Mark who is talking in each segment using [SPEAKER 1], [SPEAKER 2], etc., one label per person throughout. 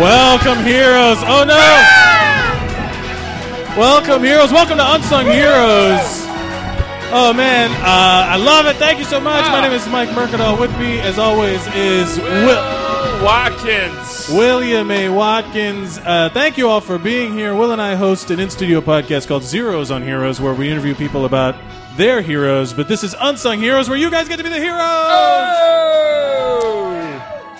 [SPEAKER 1] Welcome, heroes. Oh, no. Welcome, heroes. Welcome to Unsung Heroes. Oh, man. Uh, I love it. Thank you so much. My name is Mike Mercadal. With me, as always, is Will.
[SPEAKER 2] Watkins.
[SPEAKER 1] William A. Watkins, uh, thank you all for being here. Will and I host an in studio podcast called Zeros on Heroes, where we interview people about their heroes. But this is Unsung Heroes, where you guys get to be the heroes.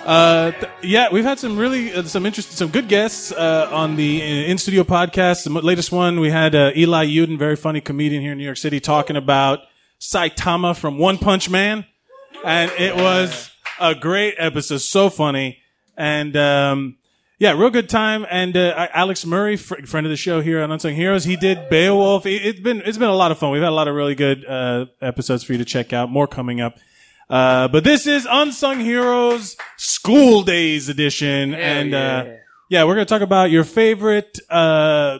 [SPEAKER 1] Uh, th- yeah, we've had some really uh, some interesting, some good guests uh, on the in studio podcast. The mo- latest one we had uh, Eli Uden, very funny comedian here in New York City, talking about Saitama from One Punch Man, and it was a great episode, so funny, and um, yeah, real good time. And uh, I- Alex Murray, fr- friend of the show here on Unsung Heroes, he did Beowulf. It- It's been it's been a lot of fun. We've had a lot of really good uh, episodes for you to check out. More coming up. Uh, but this is Unsung Heroes School Days edition, and uh, yeah, we're gonna talk about your favorite uh,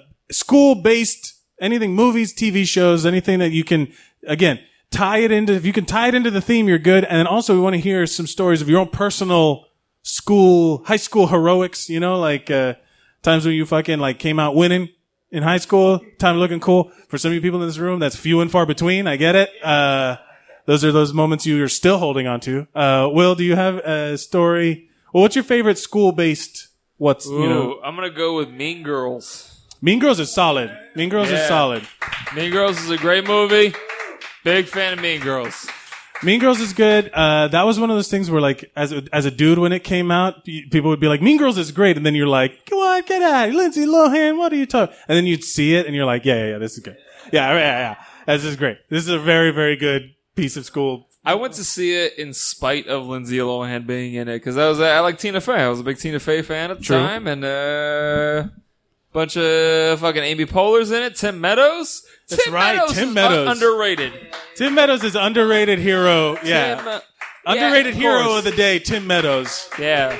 [SPEAKER 1] school-based anything, movies, TV shows, anything that you can again tie it into. If you can tie it into the theme, you're good. And then also, we want to hear some stories of your own personal school, high school heroics. You know, like uh, times when you fucking like came out winning in high school, time looking cool. For some of you people in this room, that's few and far between. I get it. Uh, those are those moments you are still holding on to. Uh, Will, do you have a story? Well, what's your favorite school-based? What's
[SPEAKER 2] Ooh,
[SPEAKER 1] you know?
[SPEAKER 2] I'm gonna go with Mean Girls.
[SPEAKER 1] Mean Girls is solid. Mean Girls is
[SPEAKER 2] Yeah.
[SPEAKER 1] solid.
[SPEAKER 2] Mean Girls is a great movie. Big fan of Mean Girls.
[SPEAKER 1] Mean Girls is good. Uh, that was one of those things where, like, as a, as a dude, when it came out, y- people would be like, "Mean Girls is great," and then you're like, "Come on, get out, Lindsay Lohan, what are you talking?" And then you'd see it, and you're like, "Yeah, yeah, yeah this is good. Yeah, yeah, yeah, yeah. this is great. This is a very, very good piece of school."
[SPEAKER 2] I went to see it in spite of Lindsay Lohan being in it because I was I like Tina Fey. I was a big Tina Fey fan at the
[SPEAKER 1] True.
[SPEAKER 2] time, and uh, bunch of fucking Amy Poehler's in it. Tim Meadows.
[SPEAKER 1] That's
[SPEAKER 2] Tim
[SPEAKER 1] right,
[SPEAKER 2] Meadows
[SPEAKER 1] Tim
[SPEAKER 2] is
[SPEAKER 1] Meadows.
[SPEAKER 2] un- underrated.
[SPEAKER 1] Tim Meadows is underrated hero. Yeah,
[SPEAKER 2] Tim, uh,
[SPEAKER 1] underrated
[SPEAKER 2] yeah,
[SPEAKER 1] hero
[SPEAKER 2] course.
[SPEAKER 1] of the day, Tim Meadows.
[SPEAKER 2] Yeah.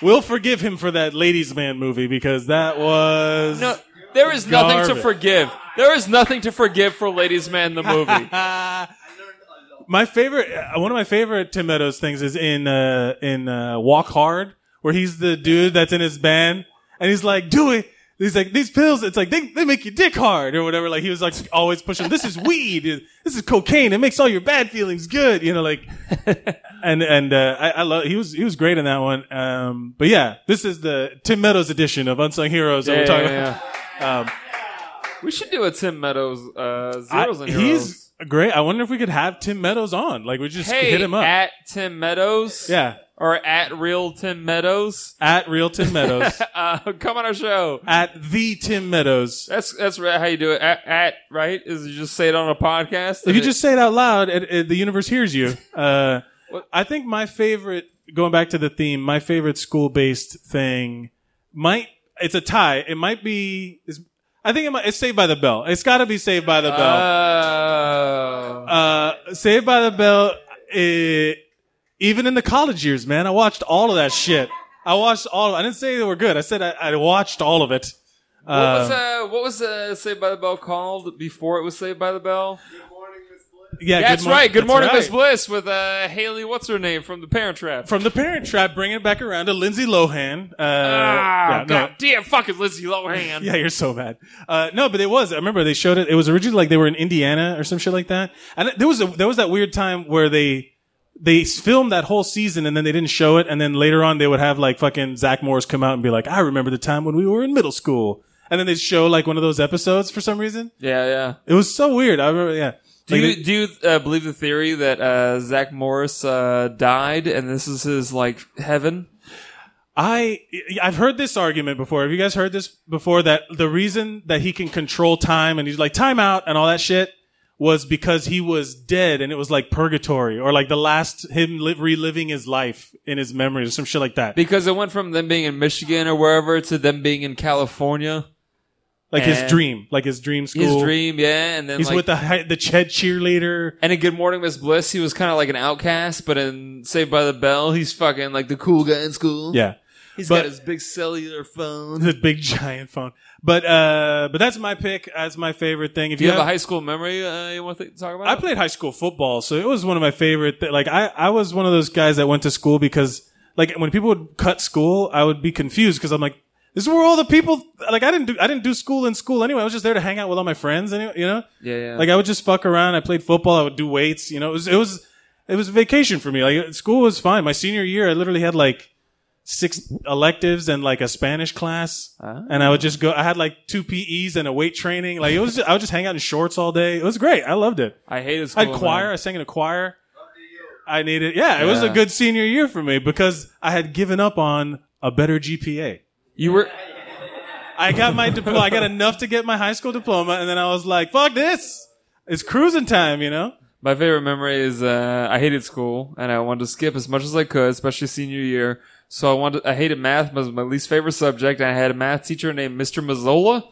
[SPEAKER 1] We'll forgive him for that Ladies Man movie because that was
[SPEAKER 2] No, there is nothing
[SPEAKER 1] Garbage.
[SPEAKER 2] to forgive. There is nothing to forgive for Ladies Man the movie.
[SPEAKER 1] My favorite, uh, one of my favorite Tim Meadows things is in uh, in uh, Walk Hard, where he's the dude that's in his band, and he's like, "Do it." He's like, "These pills, it's like they, they make your dick hard or whatever." Like he was like always pushing, "This is weed. This is cocaine. It makes all your bad feelings good." You know, like, and and uh, I, I love he was he was great in that one. Um, but yeah, this is the Tim Meadows edition of Unsung Heroes that we're talking about. Um,
[SPEAKER 2] we should do a Tim Meadows uh,
[SPEAKER 1] I-
[SPEAKER 2] zeros and heroes.
[SPEAKER 1] he's great. I wonder if we could have Tim Meadows on. Like we just
[SPEAKER 2] hey,
[SPEAKER 1] hit him up.
[SPEAKER 2] at Tim Meadows.
[SPEAKER 1] yeah.
[SPEAKER 2] Or at real Tim Meadows.
[SPEAKER 1] at real Tim Meadows,
[SPEAKER 2] Uh, come on our show.
[SPEAKER 1] at the Tim Meadows.
[SPEAKER 2] That's that's right, how you do it. At, at right is you just say it on a podcast.
[SPEAKER 1] If you
[SPEAKER 2] It-
[SPEAKER 1] just say it out loud, it, it- the universe hears you. Uh,
[SPEAKER 2] What-
[SPEAKER 1] I think my favorite, going back to the theme, my favorite school-based thing might it's a tie. It might be. It's, I think it might, it's Saved by the Bell. It's got to be Saved by the Bell.
[SPEAKER 2] Oh.
[SPEAKER 1] Uh, Saved by the Bell, eh, even in the college years, man, I watched all of that shit. I watched all. I didn't say they were good. I said I, I watched all of it.
[SPEAKER 2] what was
[SPEAKER 1] Um,
[SPEAKER 2] uh, what was uh, Saved by the Bell called before it was Saved by the Bell?
[SPEAKER 1] yeah,
[SPEAKER 2] That's
[SPEAKER 1] mor-
[SPEAKER 2] right. Good
[SPEAKER 1] that's
[SPEAKER 2] morning,
[SPEAKER 1] right.
[SPEAKER 2] Miss Bliss, with uh, Haley. What's her name from The Parent Trap?
[SPEAKER 1] from the Parent Trap, bring it back around to Lindsay Lohan. Uh,
[SPEAKER 2] Ah,
[SPEAKER 1] yeah, no.
[SPEAKER 2] God damn, fucking Lizzie Lohan.
[SPEAKER 1] Yeah, you're so bad. Uh, no, but it was. I remember they showed it. It was originally like they were in Indiana or some shit like that. And there was a, there was that weird time where they they filmed that whole season and then they didn't show it. And then later on, they would have like fucking Zach Morris come out and be like, "I remember the time when we were in middle school." And then they'd show like one of those episodes for some reason.
[SPEAKER 2] yeah, yeah.
[SPEAKER 1] It was so weird. I remember. Yeah.
[SPEAKER 2] Do
[SPEAKER 1] Like,
[SPEAKER 2] you, do you uh, believe the theory that uh, Zach Morris uh, died and this is his like heaven?
[SPEAKER 1] I I've heard this argument before. Have you guys heard this before? That the reason that he can control time and he's like time out and all that shit was because he was dead and it was like purgatory or like the last him li- reliving his life in his memories or some shit like that.
[SPEAKER 2] Because it went from them being in Michigan or wherever to them being in California.
[SPEAKER 1] like his
[SPEAKER 2] and-
[SPEAKER 1] dream, like his dream school.
[SPEAKER 2] His dream, yeah, and then
[SPEAKER 1] He's
[SPEAKER 2] like,
[SPEAKER 1] with the hi- the Ched cheerleader.
[SPEAKER 2] and in Good Morning Miss Bliss, he was kind of like an outcast, but in Saved by the Bell, he's fucking like the cool guy in school.
[SPEAKER 1] Yeah.
[SPEAKER 2] he's
[SPEAKER 1] but-
[SPEAKER 2] got his big cellular phone.
[SPEAKER 1] The big giant phone. But uh but that's my pick as my favorite thing. If
[SPEAKER 2] Do you have a high school memory uh, you want to talk about?
[SPEAKER 1] I played high school football, so it was one of my favorite. Th- like I, I was one of those guys that went to school because like when people would cut school, I would be confused because I'm like, this is where all the people like I didn't do I didn't do school in school anyway. I was just there to hang out with all my friends anyway, you know?
[SPEAKER 2] Yeah, yeah.
[SPEAKER 1] Like I would just fuck around. I played football, I would do weights, you know. It was it was it was vacation for me. Like school was fine. My senior year I literally had like six electives and like a Spanish class.
[SPEAKER 2] Ah.
[SPEAKER 1] And I would just go I had like two PEs and a weight training. Like it was just, I would just hang out in shorts all day. It was great. I loved it.
[SPEAKER 2] I hated school.
[SPEAKER 1] I had choir. I sang in a choir. I needed, yeah, it was a
[SPEAKER 2] Yeah.
[SPEAKER 1] good senior year for me because I had given up on a better GPA.
[SPEAKER 2] You were
[SPEAKER 1] I got my diploma. I got enough to get my high school diploma, and then I was like, "Fuck this! It's cruising time," you know.
[SPEAKER 2] My favorite memory is uh, I hated school and I wanted to skip as much as I could, especially senior year. So I wanted I hated math was my least favorite subject. And I had a math teacher named Mr. Mazzola,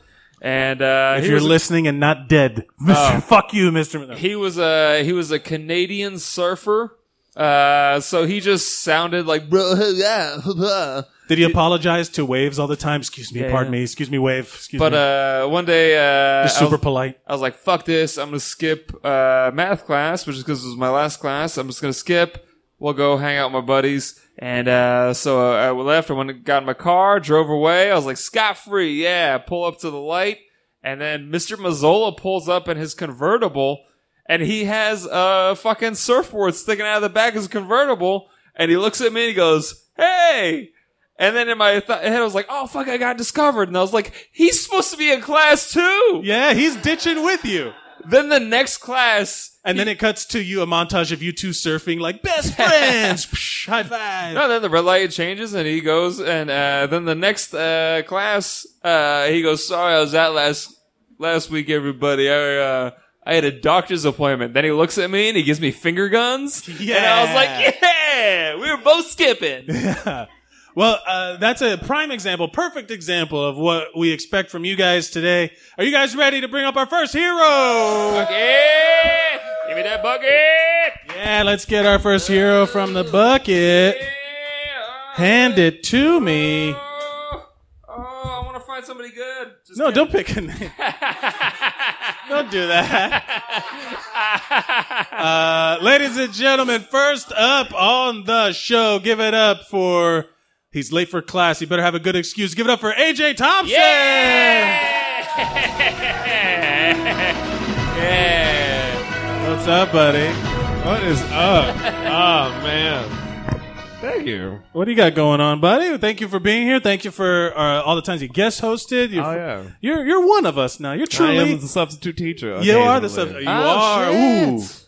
[SPEAKER 2] and uh,
[SPEAKER 1] If
[SPEAKER 2] he
[SPEAKER 1] you're
[SPEAKER 2] was a- Oh.
[SPEAKER 1] listening and not dead, Mister, fuck you, Mister.
[SPEAKER 2] he was a he was a Canadian surfer. Uh, so he just sounded like bro, yeah, blah."
[SPEAKER 1] Did he apologize to waves all the time? Excuse me,
[SPEAKER 2] Yeah,
[SPEAKER 1] pardon
[SPEAKER 2] yeah.
[SPEAKER 1] me, excuse me, wave, excuse
[SPEAKER 2] But
[SPEAKER 1] me.
[SPEAKER 2] uh, one day, uh,
[SPEAKER 1] Just
[SPEAKER 2] I was-
[SPEAKER 1] super polite.
[SPEAKER 2] I was like, fuck this. I'm going to skip uh, math class, which is because it was my last class. I'm just going to skip. We'll go hang out with my buddies. And uh, so uh, I left. I went and got in my car, drove away. I was like, scot free. Yeah. Pull up to the light. And then Mr. Mazzola pulls up in his convertible and he has a fucking surfboard sticking out of the back of his convertible. And he looks at me and he goes, hey. And then in my th- head, I was like, oh, fuck, I got discovered. And I was like, he's supposed to be in class too.
[SPEAKER 1] Yeah, he's ditching with you.
[SPEAKER 2] Then the next class,
[SPEAKER 1] And then it cuts to you a montage of you two surfing like best friends. Psh, high five.
[SPEAKER 2] no, then the red light changes and he goes, and uh, then the next uh, class, uh, he goes, "Sorry, I was out last last week, everybody. I uh, I had a doctor's appointment." Then he looks at me and he gives me finger guns, and I was like, "Yeah, we were both skipping."
[SPEAKER 1] Well, uh, that's a prime example, perfect example of what we expect from you guys today. Are you guys ready to bring up our first hero?
[SPEAKER 2] yeah, give me that bucket.
[SPEAKER 1] Yeah, let's get our first hero from the bucket.
[SPEAKER 2] Yeah.
[SPEAKER 1] Hand it to me.
[SPEAKER 2] Oh, oh, I want to find somebody good. Just
[SPEAKER 1] No,
[SPEAKER 2] kidding.
[SPEAKER 1] don't pick a name. Don't do that. Uh, ladies and gentlemen, first up on the show, give it up for. He's late for class. He better have a good excuse. Give it up for AJ Thompson.
[SPEAKER 2] Yeah! yeah!
[SPEAKER 1] What's up, buddy?
[SPEAKER 3] What is up? oh man. Thank you.
[SPEAKER 1] What do you got going on, buddy? Thank you for being here. Thank you for uh, all the times you guest hosted. You're,
[SPEAKER 3] Oh, yeah.
[SPEAKER 1] you're you're one of us now. You're
[SPEAKER 3] I
[SPEAKER 1] truly
[SPEAKER 3] am the substitute teacher.
[SPEAKER 1] you are the sub.
[SPEAKER 3] occasionally.
[SPEAKER 1] You
[SPEAKER 2] Oh,
[SPEAKER 1] are. Ooh,
[SPEAKER 2] shit.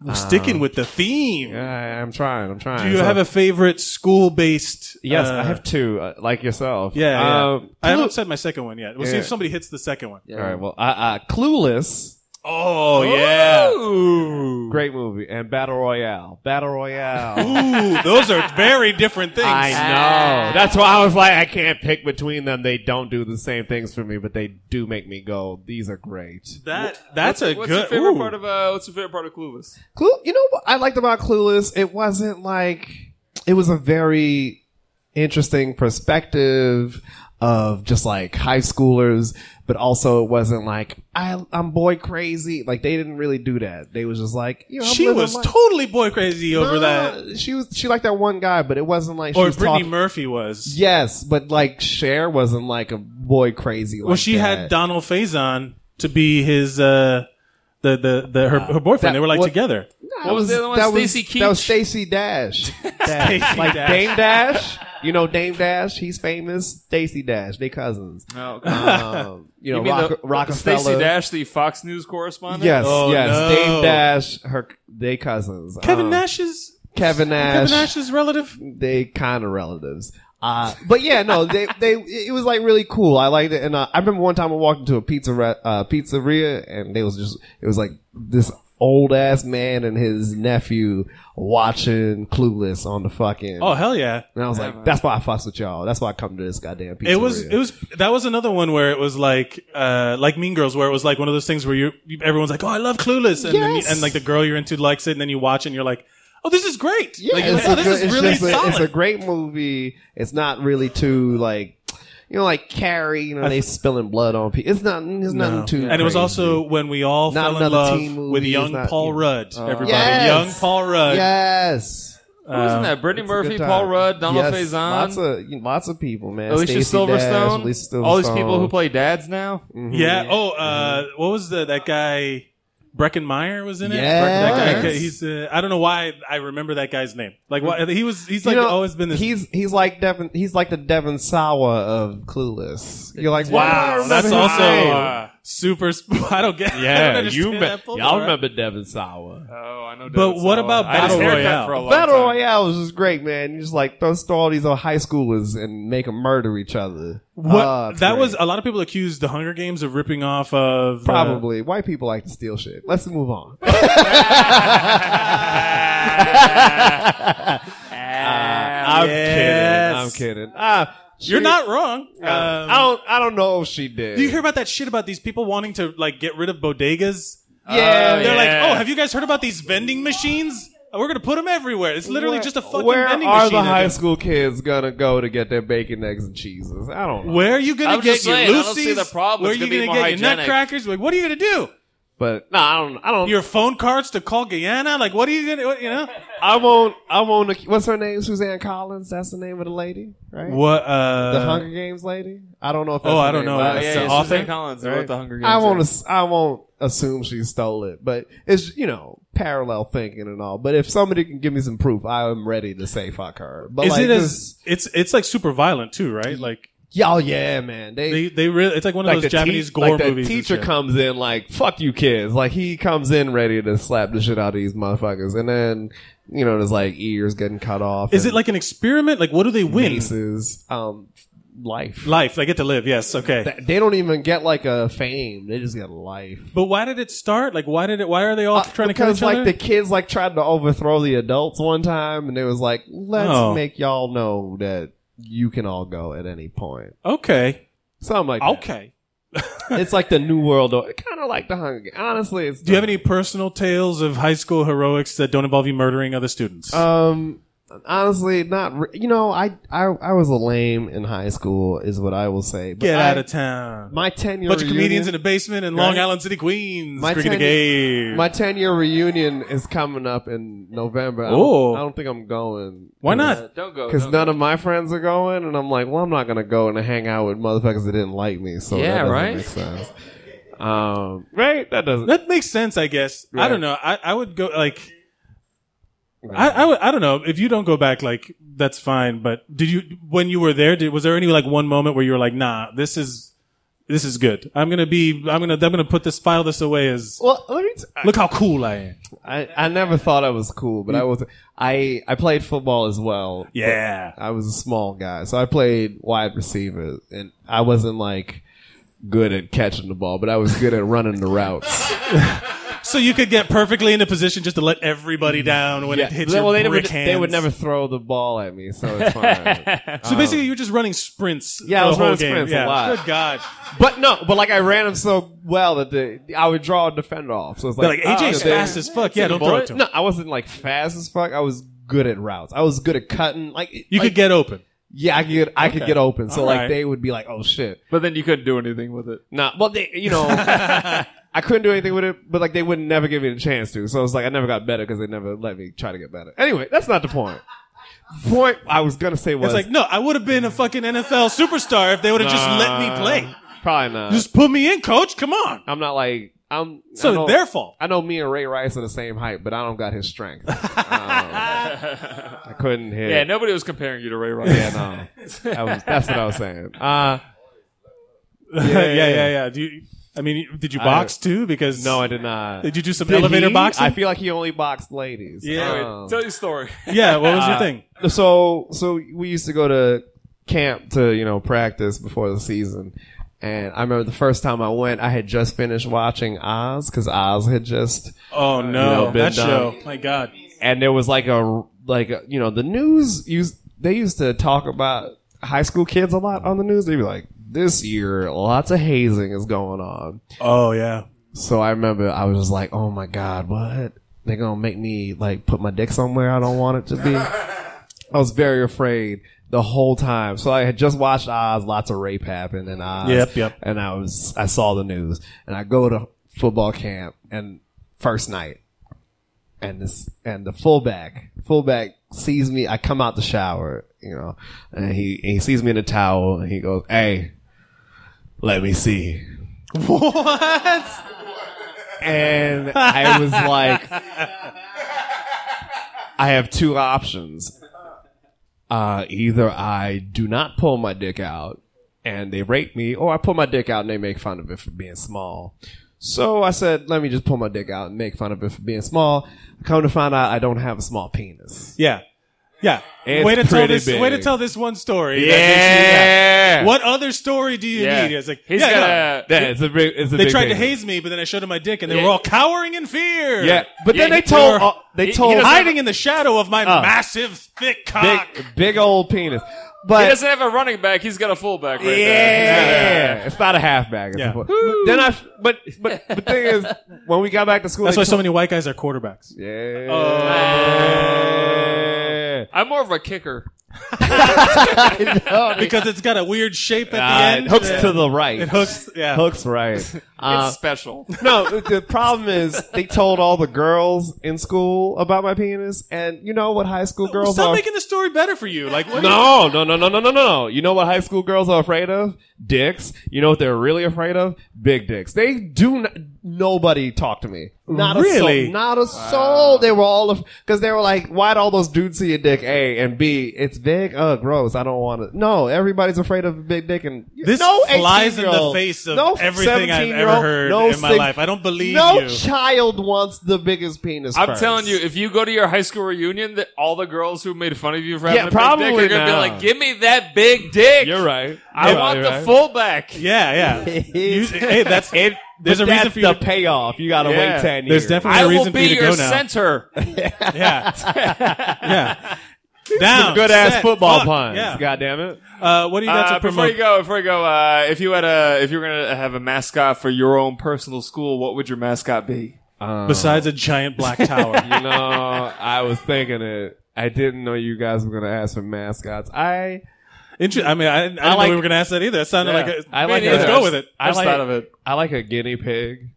[SPEAKER 1] we're sticking with the theme.
[SPEAKER 3] Yeah, I- I'm trying. I'm trying.
[SPEAKER 1] Do you
[SPEAKER 3] So-
[SPEAKER 1] have a favorite school based?
[SPEAKER 3] Yes, I have two, uh, like yourself.
[SPEAKER 1] Yeah, yeah.
[SPEAKER 3] Um,
[SPEAKER 1] I haven't
[SPEAKER 3] Clu-
[SPEAKER 1] said my second one yet. We'll see
[SPEAKER 3] Yeah.
[SPEAKER 1] if somebody hits the second one.
[SPEAKER 3] All right. Well, uh, uh, Clueless,
[SPEAKER 1] Oh yeah.
[SPEAKER 2] Ooh.
[SPEAKER 3] great movie, and Battle Royale. Battle Royale.
[SPEAKER 1] Ooh, those are very different things.
[SPEAKER 3] I know. That's why I was like, I can't pick between them. They don't do the same things for me, but they do make me go. These are great.
[SPEAKER 1] That that's a
[SPEAKER 2] what's
[SPEAKER 1] good.
[SPEAKER 2] Your favorite
[SPEAKER 1] ooh.
[SPEAKER 2] part of, uh, what's your favorite part of Clueless?
[SPEAKER 3] Clue. You know what I liked about Clueless? It wasn't like it was a very interesting perspective of just like high schoolers, but also it wasn't like I, I'm boy crazy. Like they didn't really do that. They was just like you know, I'm
[SPEAKER 1] she
[SPEAKER 3] living
[SPEAKER 1] was
[SPEAKER 3] life.
[SPEAKER 1] totally boy crazy over
[SPEAKER 3] No,
[SPEAKER 1] that,
[SPEAKER 3] She was she liked that one guy, but it wasn't like she
[SPEAKER 1] or
[SPEAKER 3] was
[SPEAKER 1] Brittany
[SPEAKER 3] talking.
[SPEAKER 1] Murphy was.
[SPEAKER 3] yes, but like Cher wasn't like a boy crazy. Like
[SPEAKER 1] Well, she
[SPEAKER 3] that.
[SPEAKER 1] had Donald Faison to be his uh, the the the her, her boyfriend.
[SPEAKER 3] That-
[SPEAKER 1] they were like
[SPEAKER 3] what-
[SPEAKER 1] together.
[SPEAKER 2] What was the other one?
[SPEAKER 3] That was-
[SPEAKER 2] Stacey
[SPEAKER 3] That was
[SPEAKER 2] Keach?
[SPEAKER 3] Stacy Dash.
[SPEAKER 1] Stacey
[SPEAKER 3] Dash. like
[SPEAKER 1] Dash.
[SPEAKER 3] Dame Dash. You know Dame Dash. He's famous. Stacy Dash. They cousins.
[SPEAKER 2] No.
[SPEAKER 3] Um, you know
[SPEAKER 2] Oh, mean
[SPEAKER 3] Rock,
[SPEAKER 2] the-
[SPEAKER 3] Rockefeller.
[SPEAKER 2] Stacey Dash, the Fox News correspondent?
[SPEAKER 3] Yes,
[SPEAKER 1] Oh,
[SPEAKER 3] yes.
[SPEAKER 1] no.
[SPEAKER 3] Dame Dash. Her. They cousins.
[SPEAKER 1] Kevin
[SPEAKER 3] Um,
[SPEAKER 1] Nash's
[SPEAKER 3] Kevin Nash.
[SPEAKER 1] Kevin Nash's relative.
[SPEAKER 3] They kind of relatives. Uh, but yeah, no, they, they, it was like really cool. I liked it. And uh, I remember one time I walked into a pizza, re- uh, pizzeria and they was just, it was like this old ass man and his nephew watching Clueless on the fucking.
[SPEAKER 1] Oh hell yeah!
[SPEAKER 3] And I was like, that's why I fucks with y'all. That's why I come to this goddamn pizzeria.
[SPEAKER 1] It was it was that was another one where it was like uh like Mean Girls where it was like one of those things where you you- everyone's like oh I love Clueless and then, you-
[SPEAKER 3] Yes.
[SPEAKER 1] and like the girl you're into likes it and then you watch and you're like oh this is great
[SPEAKER 3] Yeah,
[SPEAKER 1] like
[SPEAKER 3] it's
[SPEAKER 1] oh,
[SPEAKER 3] a
[SPEAKER 1] this
[SPEAKER 3] good-
[SPEAKER 1] is
[SPEAKER 3] it's
[SPEAKER 1] really
[SPEAKER 3] just a-
[SPEAKER 1] solid
[SPEAKER 3] It's a great movie. It's not really too like, you know, like Carrie. You know, they spilling blood on people. It's not. It's nothing too.
[SPEAKER 1] and it was
[SPEAKER 3] crazy.
[SPEAKER 1] also when we all
[SPEAKER 3] Not
[SPEAKER 1] fell in
[SPEAKER 3] another
[SPEAKER 1] love
[SPEAKER 3] teen movie,
[SPEAKER 1] with
[SPEAKER 3] it's
[SPEAKER 1] young
[SPEAKER 3] not-
[SPEAKER 1] Paul Rudd everybody
[SPEAKER 3] Yes.
[SPEAKER 1] young Paul Rudd
[SPEAKER 3] Oh. yes.
[SPEAKER 2] Who was in that? Brittany Murphy, Paul Rudd, Donald Faison.
[SPEAKER 3] yes, Lots of lots of people, man.
[SPEAKER 2] Alicia
[SPEAKER 3] Stacey
[SPEAKER 2] Silverstone,
[SPEAKER 3] Dash, Alicia Silverstone. Mm-hmm.
[SPEAKER 2] all these people who play dads now.
[SPEAKER 1] Yeah. Oh, uh, what was the that guy? Breckenmeyer was in it.
[SPEAKER 3] Yes.
[SPEAKER 1] That guy, he's. Uh, I don't know why I remember that guy's name. Like why, he was. He's like
[SPEAKER 3] You know,
[SPEAKER 1] always been this.
[SPEAKER 3] He's he's like Devin. He's like the Devin Sawa of Clueless. You're like,
[SPEAKER 1] wow,
[SPEAKER 3] wow,
[SPEAKER 1] that's
[SPEAKER 3] his
[SPEAKER 1] also
[SPEAKER 3] name.
[SPEAKER 1] uh, super. Sp- I don't get. I
[SPEAKER 4] Yeah,
[SPEAKER 1] don't
[SPEAKER 4] you
[SPEAKER 1] understand
[SPEAKER 4] me-
[SPEAKER 1] that football,
[SPEAKER 4] y'all
[SPEAKER 1] right?
[SPEAKER 4] remember Devin Sawa.
[SPEAKER 2] Oh, I know.
[SPEAKER 1] But
[SPEAKER 2] Devin
[SPEAKER 1] what
[SPEAKER 2] Sawa.
[SPEAKER 1] about
[SPEAKER 2] I had his
[SPEAKER 1] Battle
[SPEAKER 2] haircut
[SPEAKER 1] Royale?
[SPEAKER 2] For a long
[SPEAKER 3] Battle
[SPEAKER 2] time.
[SPEAKER 3] Royale is just great, man. You just like throw, throw all these old high schoolers and make them murder each other.
[SPEAKER 1] What
[SPEAKER 3] Ah, it's
[SPEAKER 1] that
[SPEAKER 3] great.
[SPEAKER 1] was. A lot of people accused the Hunger Games of ripping off of uh,
[SPEAKER 3] Probably white people like to steal shit. Let's move on.
[SPEAKER 1] Ah,
[SPEAKER 4] I'm
[SPEAKER 1] yes.
[SPEAKER 3] kidding. I'm kidding. Ah,
[SPEAKER 1] You're
[SPEAKER 3] she- Uh,
[SPEAKER 1] not wrong. Um,
[SPEAKER 3] I don't. I don't know if she did.
[SPEAKER 1] Do you hear about that shit about these people wanting to like get rid of bodegas?
[SPEAKER 3] Yeah,
[SPEAKER 1] They're like,
[SPEAKER 2] Yeah.
[SPEAKER 1] oh, have you guys heard about these vending machines? We're gonna put them everywhere. It's literally
[SPEAKER 3] Where-
[SPEAKER 1] just a fucking
[SPEAKER 3] Where
[SPEAKER 1] vending
[SPEAKER 3] are
[SPEAKER 1] machine.
[SPEAKER 3] the high
[SPEAKER 1] at
[SPEAKER 3] school kids gonna go to get their bacon, eggs, and cheeses? I don't know.
[SPEAKER 1] the- Where are you
[SPEAKER 2] I
[SPEAKER 1] gonna
[SPEAKER 2] was
[SPEAKER 1] get
[SPEAKER 2] just
[SPEAKER 1] your
[SPEAKER 2] saying, I
[SPEAKER 1] Lucy's?
[SPEAKER 2] don't see the problem.
[SPEAKER 1] Where are
[SPEAKER 2] It's
[SPEAKER 1] you
[SPEAKER 2] gonna be
[SPEAKER 1] gonna,
[SPEAKER 2] more
[SPEAKER 1] get your
[SPEAKER 2] hygienic.
[SPEAKER 1] nutcrackers? Like, what are you gonna do?
[SPEAKER 3] But no, I don't. I don't.
[SPEAKER 1] Your phone cards to call Guyana? Like, what are you gonna? What, you know?
[SPEAKER 3] I won't. I won't. ac- What's her name? Suzanne Collins. That's the name of the lady, right?
[SPEAKER 1] What? Uh,
[SPEAKER 3] The Hunger Games lady. I don't know if. That's
[SPEAKER 1] Oh,
[SPEAKER 3] her
[SPEAKER 1] I don't
[SPEAKER 3] name,
[SPEAKER 1] know.
[SPEAKER 3] but
[SPEAKER 2] Oh,
[SPEAKER 1] That's
[SPEAKER 2] yeah,
[SPEAKER 1] the
[SPEAKER 2] yeah,
[SPEAKER 1] author,
[SPEAKER 2] Suzanne Collins wrote
[SPEAKER 3] right?
[SPEAKER 2] the Hunger Games.
[SPEAKER 3] I
[SPEAKER 2] right?
[SPEAKER 3] won't. ass- I won't assume she stole it, but it's you know parallel thinking and all. But if somebody can give me some proof, I am ready to say fuck her. But
[SPEAKER 1] Is
[SPEAKER 3] like,
[SPEAKER 1] it
[SPEAKER 3] this-
[SPEAKER 1] as? It's it's like super violent too, right? Like
[SPEAKER 3] y'all? Yeah, man. They
[SPEAKER 1] they they really. It's like one of those
[SPEAKER 3] the te-
[SPEAKER 1] Japanese gore
[SPEAKER 3] like the
[SPEAKER 1] movies. and
[SPEAKER 3] teacher
[SPEAKER 1] shit.
[SPEAKER 3] comes in like fuck you kids. Like he comes in ready to slap the shit out of these motherfuckers, and then you know there's like ears getting cut off.
[SPEAKER 1] Is
[SPEAKER 3] and
[SPEAKER 1] it like an experiment? Like, what do they win?
[SPEAKER 3] faces? Um, life.
[SPEAKER 1] Life. They get to live. Yes. Okay.
[SPEAKER 3] Th- They don't even get like a fame. They just get life. Uh,
[SPEAKER 1] But why did it start? Like, why did it? Why are they all trying to kill
[SPEAKER 3] because
[SPEAKER 1] each
[SPEAKER 3] like
[SPEAKER 1] other?
[SPEAKER 3] the kids like tried to overthrow the adults one time, and it was like, let's
[SPEAKER 1] Oh.
[SPEAKER 3] make y'all know that you can all go at any point.
[SPEAKER 1] okay,
[SPEAKER 3] Something like that.
[SPEAKER 1] okay.
[SPEAKER 3] It's like the new world, kind of like the Hunger. Games. Honestly, it's
[SPEAKER 1] Do you have any personal tales of high school heroics that don't involve you murdering other students?
[SPEAKER 3] Um, honestly, not. Re- you know, I, I I was a lame in high school, is what I will say. But
[SPEAKER 1] Get
[SPEAKER 3] I,
[SPEAKER 1] out of town.
[SPEAKER 3] my ten year
[SPEAKER 1] Bunch of comedians
[SPEAKER 3] reunion,
[SPEAKER 1] in the basement in
[SPEAKER 3] Right.
[SPEAKER 1] Long Island City, Queens.
[SPEAKER 3] My
[SPEAKER 1] Creaking the game.
[SPEAKER 3] my ten year reunion is coming up in November. I
[SPEAKER 1] Oh.
[SPEAKER 3] don't, I don't think I'm going.
[SPEAKER 1] why
[SPEAKER 2] Uh,
[SPEAKER 1] not?
[SPEAKER 2] don't go.
[SPEAKER 3] Because
[SPEAKER 2] don't
[SPEAKER 3] none of my friends are going, and I'm like, well, I'm not gonna go and hang out with motherfuckers that didn't like me. So
[SPEAKER 2] Yeah,
[SPEAKER 3] that doesn't
[SPEAKER 2] right?
[SPEAKER 3] Make sense. Um, right? That doesn't.
[SPEAKER 1] That makes sense, I guess. I
[SPEAKER 3] Right.
[SPEAKER 1] don't know. I, I would go like. I, I, would, I don't know if you don't go back like that's fine but did you when you were there did, was there any like one moment where you were like nah this is this is good I'm gonna be I'm gonna I'm gonna put this file this away as
[SPEAKER 3] Well, let me. T- I-
[SPEAKER 1] look how cool Mm. I am
[SPEAKER 3] I, I never thought I was cool, but I was. I I played football as well.
[SPEAKER 1] yeah
[SPEAKER 3] I was a small guy, so I played wide receiver, and I wasn't like good at catching the ball, but I was good at running the routes.
[SPEAKER 1] So you could get perfectly into position just to let everybody down when it hits your
[SPEAKER 3] they,
[SPEAKER 1] brick
[SPEAKER 3] would,
[SPEAKER 1] hands.
[SPEAKER 3] they would never throw the ball at me, so it's fine. Um,
[SPEAKER 1] So basically, you were just running sprints.
[SPEAKER 3] Yeah, I
[SPEAKER 1] the
[SPEAKER 3] was
[SPEAKER 1] whole
[SPEAKER 3] running
[SPEAKER 1] game.
[SPEAKER 3] sprints a
[SPEAKER 1] yeah.
[SPEAKER 3] lot.
[SPEAKER 1] Good God!
[SPEAKER 3] but no, but like I ran them so well that the, I would draw a defender off. So it's
[SPEAKER 1] They're
[SPEAKER 3] like,
[SPEAKER 1] like AJ's
[SPEAKER 3] oh, okay.
[SPEAKER 1] fast as fuck. Yeah, don't throw it to him.
[SPEAKER 3] No, I wasn't like fast as fuck. I was good at routes. I was good at cutting. Like
[SPEAKER 1] You
[SPEAKER 3] like,
[SPEAKER 1] could get open.
[SPEAKER 3] yeah, I could get, I could get open. So
[SPEAKER 1] All
[SPEAKER 3] like
[SPEAKER 1] right.
[SPEAKER 3] they would be like, oh shit.
[SPEAKER 2] go. But then you couldn't do anything with it.
[SPEAKER 3] Nah, well, they, you know, I couldn't do anything with it, but like they wouldn't never give me the chance to. So it's like I never got better because they never let me try to get better. Anyway, that's not the point. The point I was gonna say was
[SPEAKER 1] It's like no, I would have been a fucking NFL superstar if they would have just let me play.
[SPEAKER 3] probably not.
[SPEAKER 1] Just put me in, coach. Come on.
[SPEAKER 3] I'm not like I'm. I
[SPEAKER 1] So
[SPEAKER 3] know-
[SPEAKER 1] their fault.
[SPEAKER 3] I know me and Ray Rice are the same height, but I don't got his strength. Um, I couldn't hit.
[SPEAKER 2] Yeah, nobody was comparing you to Ray Rice. yeah,
[SPEAKER 3] no. I was, that's what I was saying. Uh,
[SPEAKER 1] Yeah, yeah, yeah. Do you, I mean, did you box too? Because
[SPEAKER 3] no, I did not.
[SPEAKER 1] did you do some
[SPEAKER 3] Did
[SPEAKER 1] elevator
[SPEAKER 3] he?
[SPEAKER 1] boxing?
[SPEAKER 3] I feel like he only boxed ladies.
[SPEAKER 1] Yeah.
[SPEAKER 3] Um,
[SPEAKER 2] Tell your story.
[SPEAKER 1] yeah. What was your thing?
[SPEAKER 3] Uh, so so we used to go to camp to you know practice before the season and i remember the first time i went i had just finished watching oz because oz had just uh,
[SPEAKER 1] Oh no,
[SPEAKER 3] know, been
[SPEAKER 1] that
[SPEAKER 3] done.
[SPEAKER 1] show. My God.
[SPEAKER 3] and there was like a like a, you know the news used they used to talk about high school kids a lot on the news they'd be like this year lots of hazing is going on
[SPEAKER 1] Oh yeah.
[SPEAKER 3] so I remember I was just like, oh my God, what? They're going to make me like put my dick somewhere I don't want it to be. I was very afraid the whole time. So I had just watched Oz, lots of rape happened in Oz.
[SPEAKER 1] Yep, yep.
[SPEAKER 3] And I was, I saw the news and I go to football camp and first night and this, and the fullback, fullback sees me. I come out the shower, you know, and he and he sees me in a towel, and he goes, "Hey, let me see."
[SPEAKER 1] What?
[SPEAKER 3] And I was like, I have two options. Uh, either I do not pull my dick out and they rape me, or I pull my dick out and they make fun of it for being small. So I said, let me just pull my dick out and make fun of it for being small. Come to find out, I don't have a small penis.
[SPEAKER 1] Yeah. Yeah.
[SPEAKER 3] It's
[SPEAKER 1] way to tell
[SPEAKER 3] pretty
[SPEAKER 1] this. Way to
[SPEAKER 3] big.
[SPEAKER 1] tell this one story. that makes
[SPEAKER 2] Yeah.
[SPEAKER 1] you- What other story do you
[SPEAKER 2] Yeah.
[SPEAKER 1] need? It's like
[SPEAKER 2] He's
[SPEAKER 1] yeah,
[SPEAKER 2] got
[SPEAKER 1] no.
[SPEAKER 2] a.
[SPEAKER 3] Yeah, it's a big. It's a
[SPEAKER 1] They
[SPEAKER 3] big
[SPEAKER 1] tried to
[SPEAKER 3] penis.
[SPEAKER 1] haze me, but then I showed him my dick, and they
[SPEAKER 2] Yeah.
[SPEAKER 1] were all cowering in fear.
[SPEAKER 3] Yeah, but then
[SPEAKER 2] Yeah,
[SPEAKER 3] they
[SPEAKER 2] he-
[SPEAKER 3] told.
[SPEAKER 1] or-
[SPEAKER 3] uh, they
[SPEAKER 2] he- he
[SPEAKER 3] told
[SPEAKER 2] doesn't
[SPEAKER 1] hiding in the shadow of my
[SPEAKER 3] Oh.
[SPEAKER 1] massive thick
[SPEAKER 3] big,
[SPEAKER 1] cock.
[SPEAKER 3] big old penis.
[SPEAKER 2] He
[SPEAKER 3] But
[SPEAKER 2] doesn't have a running back. He's got a fullback right
[SPEAKER 3] yeah,
[SPEAKER 2] there. He's got a-
[SPEAKER 3] it's not a halfback. It's
[SPEAKER 1] Yeah.
[SPEAKER 3] a full- But then I. f- But but the thing is, when we got back to school,
[SPEAKER 1] That's
[SPEAKER 3] they
[SPEAKER 1] why so
[SPEAKER 3] told-
[SPEAKER 1] many white guys are quarterbacks.
[SPEAKER 3] Yeah.
[SPEAKER 2] I'm more of a kicker.
[SPEAKER 1] Because it's got a weird shape at
[SPEAKER 3] Uh,
[SPEAKER 1] the end.
[SPEAKER 3] it hooks
[SPEAKER 1] Yeah.
[SPEAKER 3] to the right.
[SPEAKER 1] Oh, It hooks. Yeah.
[SPEAKER 3] Hooks right. Uh,
[SPEAKER 2] it's special.
[SPEAKER 3] no, the- the problem is they told all the girls in school about my penis, and you know what high school girls
[SPEAKER 1] Stop
[SPEAKER 3] are.
[SPEAKER 1] making the story better for you. Like what?
[SPEAKER 3] No, no, no, no, no, no, no, no. You know what high school girls are afraid of? Dicks. You know what they're really afraid of? Big dicks. They do. N- nobody talked to me. Not A
[SPEAKER 1] Really?
[SPEAKER 3] soul, not a soul. They were all because they were like, "Why'd all those dudes see a dick?" A and B. It's big. Uh, gross. I don't want it. No, everybody's afraid of a big dick. And
[SPEAKER 1] This
[SPEAKER 3] no
[SPEAKER 1] flies in the
[SPEAKER 3] 18-year-old,
[SPEAKER 1] face of
[SPEAKER 3] no
[SPEAKER 1] everything I've ever
[SPEAKER 3] 17-year-old,
[SPEAKER 1] heard
[SPEAKER 3] no
[SPEAKER 1] in my
[SPEAKER 3] six-
[SPEAKER 1] life. I don't believe
[SPEAKER 3] No
[SPEAKER 1] you.
[SPEAKER 3] child wants the biggest penis.
[SPEAKER 2] I'm
[SPEAKER 3] first.
[SPEAKER 2] telling you, if you go to your high school reunion, that all the girls who made fun of you for having
[SPEAKER 3] Yeah,
[SPEAKER 2] a big dick
[SPEAKER 3] probably
[SPEAKER 2] are gonna be
[SPEAKER 3] not.
[SPEAKER 2] like, "Give me that big dick."
[SPEAKER 3] you're right.
[SPEAKER 2] I
[SPEAKER 3] You're
[SPEAKER 2] want the
[SPEAKER 3] right.
[SPEAKER 2] fullback.
[SPEAKER 1] yeah, yeah. You- hey, that's
[SPEAKER 3] It,
[SPEAKER 1] There's a reason
[SPEAKER 3] that's
[SPEAKER 1] for you
[SPEAKER 3] the
[SPEAKER 1] to-
[SPEAKER 3] payoff. You got to
[SPEAKER 2] Yeah.
[SPEAKER 3] wait ten
[SPEAKER 1] There's
[SPEAKER 3] years.
[SPEAKER 1] definitely
[SPEAKER 2] I
[SPEAKER 1] a
[SPEAKER 2] will
[SPEAKER 1] reason for
[SPEAKER 2] be
[SPEAKER 1] you to
[SPEAKER 2] your
[SPEAKER 1] go now.
[SPEAKER 2] center.
[SPEAKER 1] Yeah, yeah. Down,
[SPEAKER 3] good ass
[SPEAKER 1] set,
[SPEAKER 3] football
[SPEAKER 1] fuck.
[SPEAKER 3] puns.
[SPEAKER 1] Yeah.
[SPEAKER 3] God damn it.
[SPEAKER 1] Uh, what do you got
[SPEAKER 2] Uh,
[SPEAKER 1] to
[SPEAKER 2] before
[SPEAKER 1] promote?
[SPEAKER 2] you go, before you go, uh, if you had a, if you were gonna have a mascot for your own personal school, what would your mascot be?
[SPEAKER 1] Besides a giant black tower,
[SPEAKER 3] you know, I was thinking it. I didn't know you guys were gonna ask for mascots. I
[SPEAKER 1] Inter- I mean, I, I didn't know
[SPEAKER 3] like-
[SPEAKER 1] we were going to ask that either. That sounded
[SPEAKER 2] Yeah.
[SPEAKER 1] like a,
[SPEAKER 3] I like
[SPEAKER 2] Me
[SPEAKER 1] Let's
[SPEAKER 2] neither.
[SPEAKER 1] go with it.
[SPEAKER 2] I
[SPEAKER 3] I
[SPEAKER 2] just
[SPEAKER 3] like-
[SPEAKER 2] thought of it.
[SPEAKER 3] I like a guinea pig.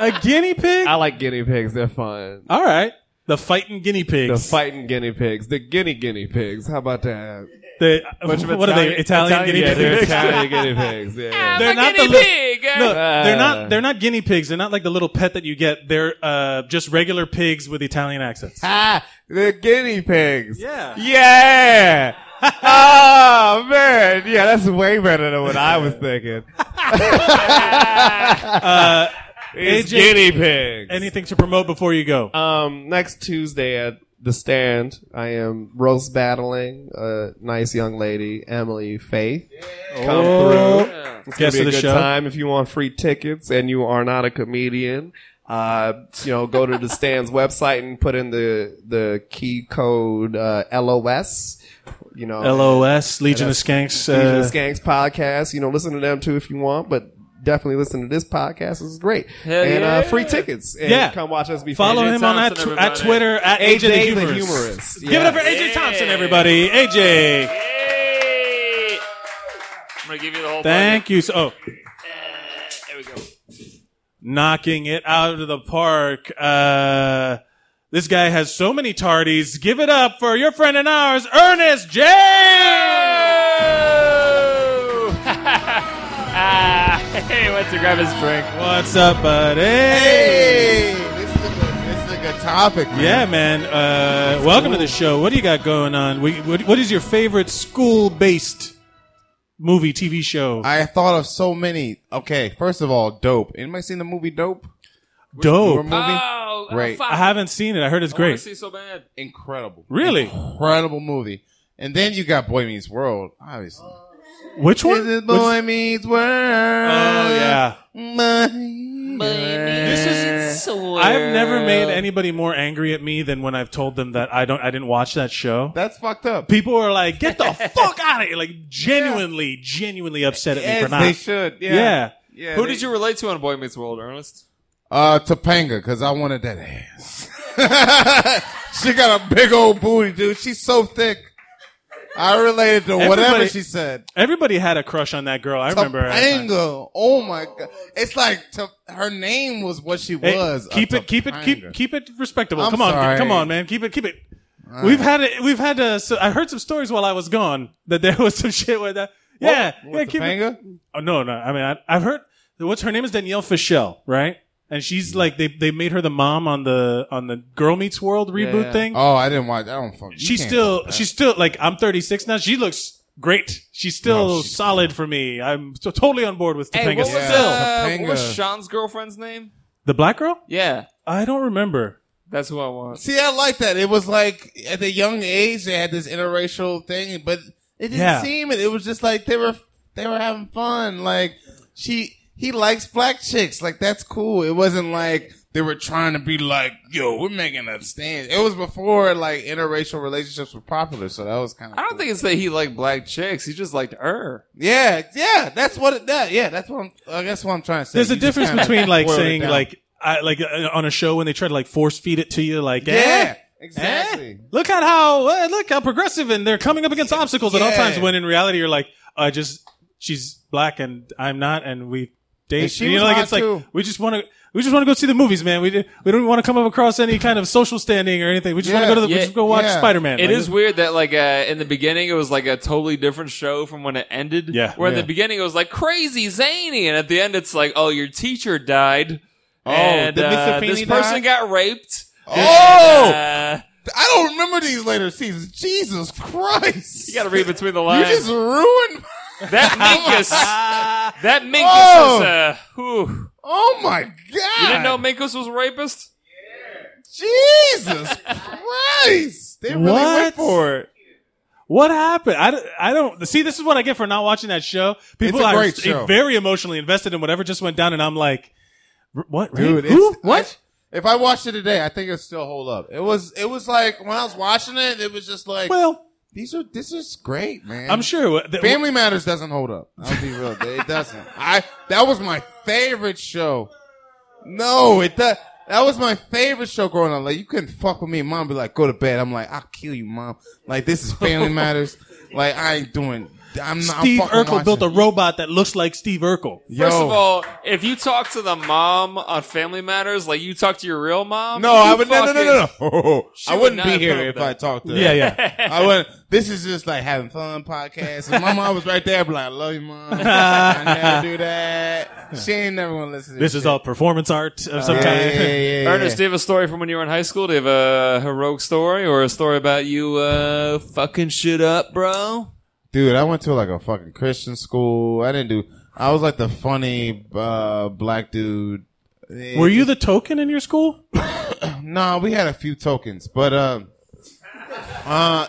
[SPEAKER 1] a guinea pig.
[SPEAKER 3] I like guinea pigs. They're fun.
[SPEAKER 1] All right, the fighting guinea
[SPEAKER 3] The
[SPEAKER 1] pigs.
[SPEAKER 3] fighting guinea pigs. The guinea guinea pigs. How about that?
[SPEAKER 1] The-
[SPEAKER 2] Bunch of
[SPEAKER 1] what are they? Italian, guinea
[SPEAKER 3] yeah, they're
[SPEAKER 1] pigs.
[SPEAKER 3] Italian guinea pigs. Yeah.
[SPEAKER 1] They're not the li-
[SPEAKER 2] pig.
[SPEAKER 1] Look, they're
[SPEAKER 3] Uh.
[SPEAKER 1] not. They're not guinea pigs. They're not like the little pet that you get. They're uh, just regular pigs with Italian accents.
[SPEAKER 3] ah, the guinea pigs.
[SPEAKER 1] Yeah.
[SPEAKER 3] Yeah. oh man. Yeah, that's way better than what I was thinking.
[SPEAKER 1] Uh,
[SPEAKER 3] It's
[SPEAKER 1] AJ
[SPEAKER 3] guinea pigs.
[SPEAKER 1] anything to promote before you go?
[SPEAKER 3] Um, next Tuesday at the stand, I am roast battling a nice young lady, Emily Faith. Come
[SPEAKER 1] Oh.
[SPEAKER 3] through. It's gonna
[SPEAKER 1] Guest
[SPEAKER 3] be
[SPEAKER 1] of
[SPEAKER 3] a
[SPEAKER 1] the
[SPEAKER 3] good
[SPEAKER 1] show.
[SPEAKER 3] time if you want free tickets and you are not a comedian. Uh, you know, go to the stand's website and put in the the key code uh, LOS. You know,
[SPEAKER 1] LOS Legion of Skanks. Uh,
[SPEAKER 3] Legion of Skanks podcast. You know, listen to them too if you want, but definitely listen to this podcast. It's great.
[SPEAKER 2] Hell
[SPEAKER 3] and uh,
[SPEAKER 2] yeah.
[SPEAKER 3] free tickets. And
[SPEAKER 1] Yeah.
[SPEAKER 3] come watch us be
[SPEAKER 1] Follow
[SPEAKER 3] funny.
[SPEAKER 1] him on at,
[SPEAKER 2] Thompson,
[SPEAKER 1] tw- at
[SPEAKER 2] everybody.
[SPEAKER 1] Twitter at AJ,
[SPEAKER 3] AJ,
[SPEAKER 1] the
[SPEAKER 3] the
[SPEAKER 1] humorist.
[SPEAKER 3] humorist.
[SPEAKER 1] Give it up for
[SPEAKER 3] Yes.
[SPEAKER 1] AJ Thompson, everybody. AJ,
[SPEAKER 2] Hey. I'm gonna give you the whole.
[SPEAKER 1] thank you. So, oh,
[SPEAKER 2] bucket. Uh, There we go.
[SPEAKER 1] knocking it out of the park. Uh, this guy has so many tardies. Give it up for your friend and ours, Ernest J.
[SPEAKER 2] Ah, he went to grab his drink.
[SPEAKER 1] What's up, buddy?
[SPEAKER 5] Hey, this is a good, this is a good topic, man.
[SPEAKER 1] Yeah, man. Uh, welcome to the show. What do you got going on? We- What, what is your favorite school-based movie, TV show?
[SPEAKER 5] I thought of so many. Okay, first of all, dope. Anybody seen the movie Dope? Or
[SPEAKER 1] Dope.
[SPEAKER 5] movie?
[SPEAKER 2] Oh,
[SPEAKER 5] Great.
[SPEAKER 2] fuck.
[SPEAKER 1] I haven't seen it. I heard it's
[SPEAKER 2] I wanna
[SPEAKER 1] great.
[SPEAKER 2] see so bad.
[SPEAKER 5] Incredible.
[SPEAKER 1] Really?
[SPEAKER 5] Incredible movie. And then you got Boy Meets World, obviously.
[SPEAKER 1] Which one?
[SPEAKER 5] This is
[SPEAKER 1] Which-
[SPEAKER 5] Boy Meets World.
[SPEAKER 1] Oh yeah.
[SPEAKER 5] This
[SPEAKER 1] I've never made anybody more angry at me than when I've told them that I don't I didn't watch that show.
[SPEAKER 5] That's fucked up.
[SPEAKER 1] People are like, "Get the fuck out of here!" Like genuinely, genuinely upset at me for
[SPEAKER 5] Yes,
[SPEAKER 1] not.
[SPEAKER 5] they should. Yeah.
[SPEAKER 1] Yeah.
[SPEAKER 5] Yeah,
[SPEAKER 2] Who
[SPEAKER 5] they-
[SPEAKER 2] did you relate to on Boy Meets World, Ernest?
[SPEAKER 5] Uh, Topanga, because I wanted that ass. she got a big old booty, dude. She's so thick. I related to whatever
[SPEAKER 1] Everybody-
[SPEAKER 5] she said.
[SPEAKER 1] Everybody had a crush on that girl. I remember. at the time.
[SPEAKER 5] Topanga. Oh my god! It's like to, her name was what she
[SPEAKER 1] Hey,
[SPEAKER 5] was. a
[SPEAKER 1] keep it, keep it,
[SPEAKER 5] Topanga.
[SPEAKER 1] keep keep it respectable.
[SPEAKER 5] I'm
[SPEAKER 1] come on,
[SPEAKER 5] sorry.
[SPEAKER 1] come on, man. Keep it, keep it. We've had it. We've had. Uh, so I heard some stories while I was gone that there was some shit where that. Yeah, yeah. Keep it- Oh no, no. I mean, I, I've heard. What's her name is Danielle Fischel, right? And she's like they they made her the mom on the on the Girl Meets World reboot
[SPEAKER 2] yeah.
[SPEAKER 1] thing.
[SPEAKER 5] Oh, I didn't watch. I don't fuck. you
[SPEAKER 1] she's
[SPEAKER 5] can't
[SPEAKER 1] still
[SPEAKER 5] fuck that.
[SPEAKER 1] she's still like I'm 36 now. She looks great. She's still
[SPEAKER 5] No, she's
[SPEAKER 1] solid for me. I'm so, totally on board with
[SPEAKER 2] Hey,
[SPEAKER 1] Topanga
[SPEAKER 2] what was,
[SPEAKER 1] still.
[SPEAKER 2] uh,
[SPEAKER 5] Topanga.
[SPEAKER 2] what was Sean's girlfriend's name?
[SPEAKER 1] the black girl?
[SPEAKER 2] Yeah,
[SPEAKER 1] I don't remember.
[SPEAKER 2] that's who I want.
[SPEAKER 5] See, I like that. It was like at a young age they had this interracial thing, but it didn't
[SPEAKER 1] Yeah.
[SPEAKER 5] seem it. It was just like they were they were having fun. Like she he likes black chicks. Like that's cool. It wasn't like they were trying to be like, yo, we're making a stand. It was before like interracial relationships were popular, so that was kind of
[SPEAKER 2] I don't think it's that he liked black chicks. He just liked her.
[SPEAKER 5] Yeah, yeah, that's what it that yeah, that's what I'm I guess what I'm trying to say.
[SPEAKER 1] There's a
[SPEAKER 5] You just
[SPEAKER 1] difference
[SPEAKER 5] kinda
[SPEAKER 1] between like
[SPEAKER 5] boiled it
[SPEAKER 1] saying
[SPEAKER 5] down.
[SPEAKER 1] like I, like uh, on a show when they try to like force feed it to you like eh,
[SPEAKER 5] Yeah, exactly.
[SPEAKER 1] Look at how uh, look how progressive and they're coming up against obstacles at all
[SPEAKER 5] Yeah.
[SPEAKER 1] times. When in reality, you're like, I just she's black and I'm not, and we date.
[SPEAKER 5] And she
[SPEAKER 1] you
[SPEAKER 5] was
[SPEAKER 1] know, like
[SPEAKER 5] hot
[SPEAKER 1] it's like
[SPEAKER 5] too.
[SPEAKER 1] we just want to we just want to go see the movies, man. We di- we don't want to come up across any kind of social standing or anything. We just want
[SPEAKER 5] Yeah.
[SPEAKER 1] to go to the, we
[SPEAKER 2] Yeah.
[SPEAKER 1] just go watch
[SPEAKER 5] Yeah.
[SPEAKER 1] Spider Man.
[SPEAKER 2] It is weird that like uh, in the beginning it was like a totally different show from when it ended.
[SPEAKER 1] Yeah.
[SPEAKER 2] Where in
[SPEAKER 1] Yeah.
[SPEAKER 2] the beginning it was like crazy zany, and at the end it's like, oh, your teacher died, oh, and
[SPEAKER 5] did Mr.
[SPEAKER 2] uh,
[SPEAKER 5] Feeney
[SPEAKER 2] this person
[SPEAKER 5] die?
[SPEAKER 2] got raped.
[SPEAKER 5] Oh,
[SPEAKER 2] Uh,
[SPEAKER 5] I don't remember these later seasons. Jesus Christ!
[SPEAKER 2] you got to read between the
[SPEAKER 5] You
[SPEAKER 2] lines.
[SPEAKER 5] just ruined.
[SPEAKER 2] That Minkus, that Minkus
[SPEAKER 5] Oh.
[SPEAKER 2] is uh, whew.
[SPEAKER 5] Oh my God!
[SPEAKER 2] You didn't know Minkus was a rapist?
[SPEAKER 5] Jesus Christ! They really
[SPEAKER 1] What?
[SPEAKER 5] went for it.
[SPEAKER 1] What happened? I, don't- I don't see. This is what I get for not watching that show. People
[SPEAKER 5] It's a
[SPEAKER 1] are
[SPEAKER 5] great
[SPEAKER 1] s- eh,
[SPEAKER 5] show.
[SPEAKER 1] very emotionally invested in whatever just went down, and I'm like, "R- what?
[SPEAKER 5] dude.
[SPEAKER 1] Really? Who?
[SPEAKER 5] it's- I- if I watched it today, I think it'd still hold up. It was, it was like when I was watching it, it was just like
[SPEAKER 1] well,
[SPEAKER 5] these are this is great, man.
[SPEAKER 1] I'm sure. that-
[SPEAKER 5] Family Matters doesn't hold up. I'll be real, it doesn't. I that was my favorite show. No, it does. That was my favorite show growing up. Like you couldn't fuck with me. Mom be like, "Go to bed." I'm like, "I'll kill you, mom." Like this is Family Matters. Like I ain't doing. I'm not.
[SPEAKER 1] Steve
[SPEAKER 5] I'm fucking
[SPEAKER 1] Urkel built a
[SPEAKER 5] watching.
[SPEAKER 1] robot that looks like Steve Urkel.
[SPEAKER 5] Yo.
[SPEAKER 2] First of all, if you talk to the mom on Family Matters, like you talk to your real mom,
[SPEAKER 5] No,
[SPEAKER 2] you
[SPEAKER 5] I would no no no no. no. I
[SPEAKER 2] would
[SPEAKER 5] wouldn't be
[SPEAKER 2] not
[SPEAKER 5] here
[SPEAKER 2] help
[SPEAKER 5] if
[SPEAKER 2] that.
[SPEAKER 5] I talked to.
[SPEAKER 1] Yeah,
[SPEAKER 5] her.
[SPEAKER 1] yeah.
[SPEAKER 5] I wouldn't. This is just like having fun podcast. And my mom was right there, I'd be like, "I love you, mom. I never do that." She ain't never gonna listen. to
[SPEAKER 1] This is all performance art of some kind.
[SPEAKER 5] yeah,
[SPEAKER 2] Ernest, do you have a story from when you were in high school? Do you have a heroic story or a story about you uh, fucking shit up, bro?
[SPEAKER 5] Dude, I went to like a fucking Christian school. I didn't do. I was like the funny uh, black dude.
[SPEAKER 1] Were you the token in your school?
[SPEAKER 5] No, we had a few tokens, but um, uh,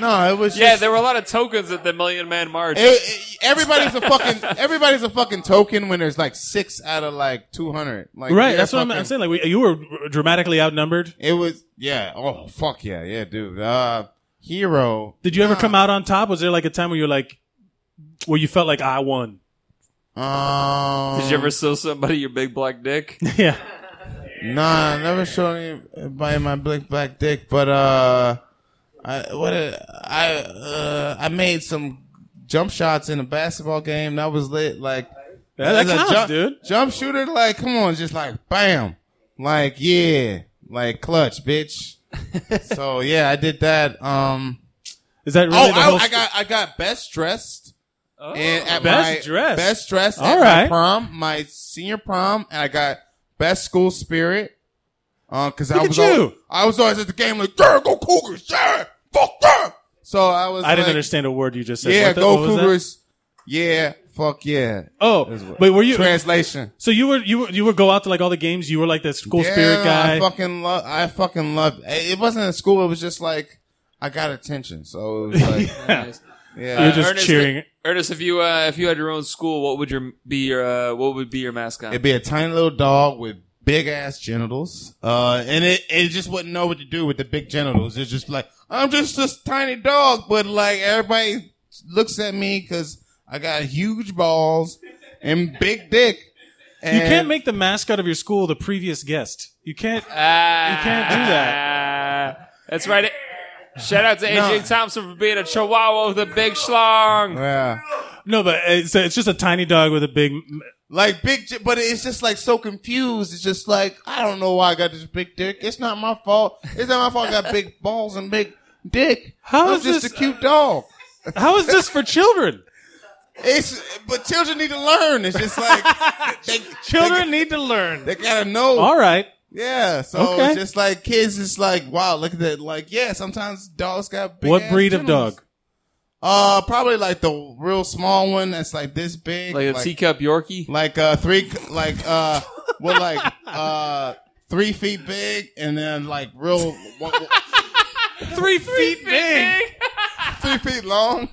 [SPEAKER 5] no, it was
[SPEAKER 2] Yeah,
[SPEAKER 5] just-
[SPEAKER 2] there were a lot of tokens at the Million Man March.
[SPEAKER 5] it- it- everybody's a fucking everybody's a fucking token when there's like six out of like two hundred. Like
[SPEAKER 1] Right.
[SPEAKER 5] you're
[SPEAKER 1] that's what I'm,
[SPEAKER 5] fucking-
[SPEAKER 1] I'm saying. Like we, you were dramatically outnumbered.
[SPEAKER 5] It was yeah. Oh fuck yeah, yeah, dude. Uh, hero.
[SPEAKER 1] Did you ever come out on top? Was there like a time where you're like, where you felt like I won?
[SPEAKER 5] Um,
[SPEAKER 2] Did you ever show somebody your big black dick?
[SPEAKER 1] yeah.
[SPEAKER 5] Nah, I never showed anybody my black black dick, but uh, I what a- I uh, I made some jump shots in a basketball game. That was lit. Like
[SPEAKER 1] That- that
[SPEAKER 5] as a
[SPEAKER 1] counts,
[SPEAKER 5] jump,
[SPEAKER 1] dude.
[SPEAKER 5] Jump shooter, like come on, just like bam, like yeah, like clutch, bitch. so yeah, I did that. Um,
[SPEAKER 1] Is that really
[SPEAKER 5] oh,
[SPEAKER 1] the
[SPEAKER 5] I,
[SPEAKER 1] whole?
[SPEAKER 5] I got I got best dressed. And at
[SPEAKER 1] Best
[SPEAKER 5] my,
[SPEAKER 1] dressed.
[SPEAKER 5] best dressed
[SPEAKER 1] All
[SPEAKER 5] at
[SPEAKER 1] right.
[SPEAKER 5] my prom, my senior prom, and I got best school spirit. Um, cause I
[SPEAKER 1] Look at
[SPEAKER 5] was
[SPEAKER 1] you.
[SPEAKER 5] Always, I was always at the game like, yeah, go Cougars, yeah, fuck yeah. So I was.
[SPEAKER 1] I didn't
[SPEAKER 5] like,
[SPEAKER 1] understand a word you just said.
[SPEAKER 5] Yeah,
[SPEAKER 1] What the-
[SPEAKER 5] go
[SPEAKER 1] what was that?
[SPEAKER 5] Cougars. Yeah, fuck yeah.
[SPEAKER 1] Oh, but were you?
[SPEAKER 5] Translation.
[SPEAKER 1] so you were you were you were go out to like all the games. You were like the school spirit
[SPEAKER 5] Yeah, I
[SPEAKER 1] guy.
[SPEAKER 5] fucking love. I fucking loved. It It wasn't in school. It was just like I got attention. So it was like,
[SPEAKER 2] Nice.
[SPEAKER 5] yeah.
[SPEAKER 1] You're just
[SPEAKER 2] Ernest,
[SPEAKER 1] cheering.
[SPEAKER 2] Ernest, if you uh, if you had your own school, what would your be your uh, what would be your mascot?
[SPEAKER 5] It'd be a tiny little dog with big ass genitals. Uh, and it, it just wouldn't know what to do with the big genitals. It's just like, I'm just this tiny dog, but like everybody looks at me cause I got huge balls and big dick. And
[SPEAKER 1] You can't make the mascot of your school the previous guest. You can't.
[SPEAKER 2] Ah,
[SPEAKER 1] You can't do
[SPEAKER 2] that. That's right. Shout out to AJ Thompson for being a
[SPEAKER 1] Uh,
[SPEAKER 2] Chihuahua with a big schlong.
[SPEAKER 5] Yeah.
[SPEAKER 1] No, but it's, it's just a tiny dog with a big.
[SPEAKER 5] Like big, J- but it's just like so confused. It's just like I don't know why I got this big dick. It's not my fault. It's not my fault. I got big balls and big dick.
[SPEAKER 1] How
[SPEAKER 5] I'm
[SPEAKER 1] is
[SPEAKER 5] just
[SPEAKER 1] this-
[SPEAKER 5] a cute dog?
[SPEAKER 1] How is this for children?
[SPEAKER 5] It's but children need to learn. It's just like they,
[SPEAKER 1] Children need to learn.
[SPEAKER 5] they gotta know.
[SPEAKER 1] All right.
[SPEAKER 5] Yeah, so
[SPEAKER 1] Okay.
[SPEAKER 5] it's just like kids. It's like wow, look at that. Like yeah, sometimes dogs got big
[SPEAKER 1] what
[SPEAKER 5] ass
[SPEAKER 1] breed of
[SPEAKER 5] genitals.
[SPEAKER 1] dog?
[SPEAKER 5] Uh, probably like the real small one that's like this big,
[SPEAKER 2] Like a teacup Yorkie.
[SPEAKER 5] like uh three like uh well like uh three feet big and then like real one,
[SPEAKER 1] Three, feet, big.
[SPEAKER 5] three feet long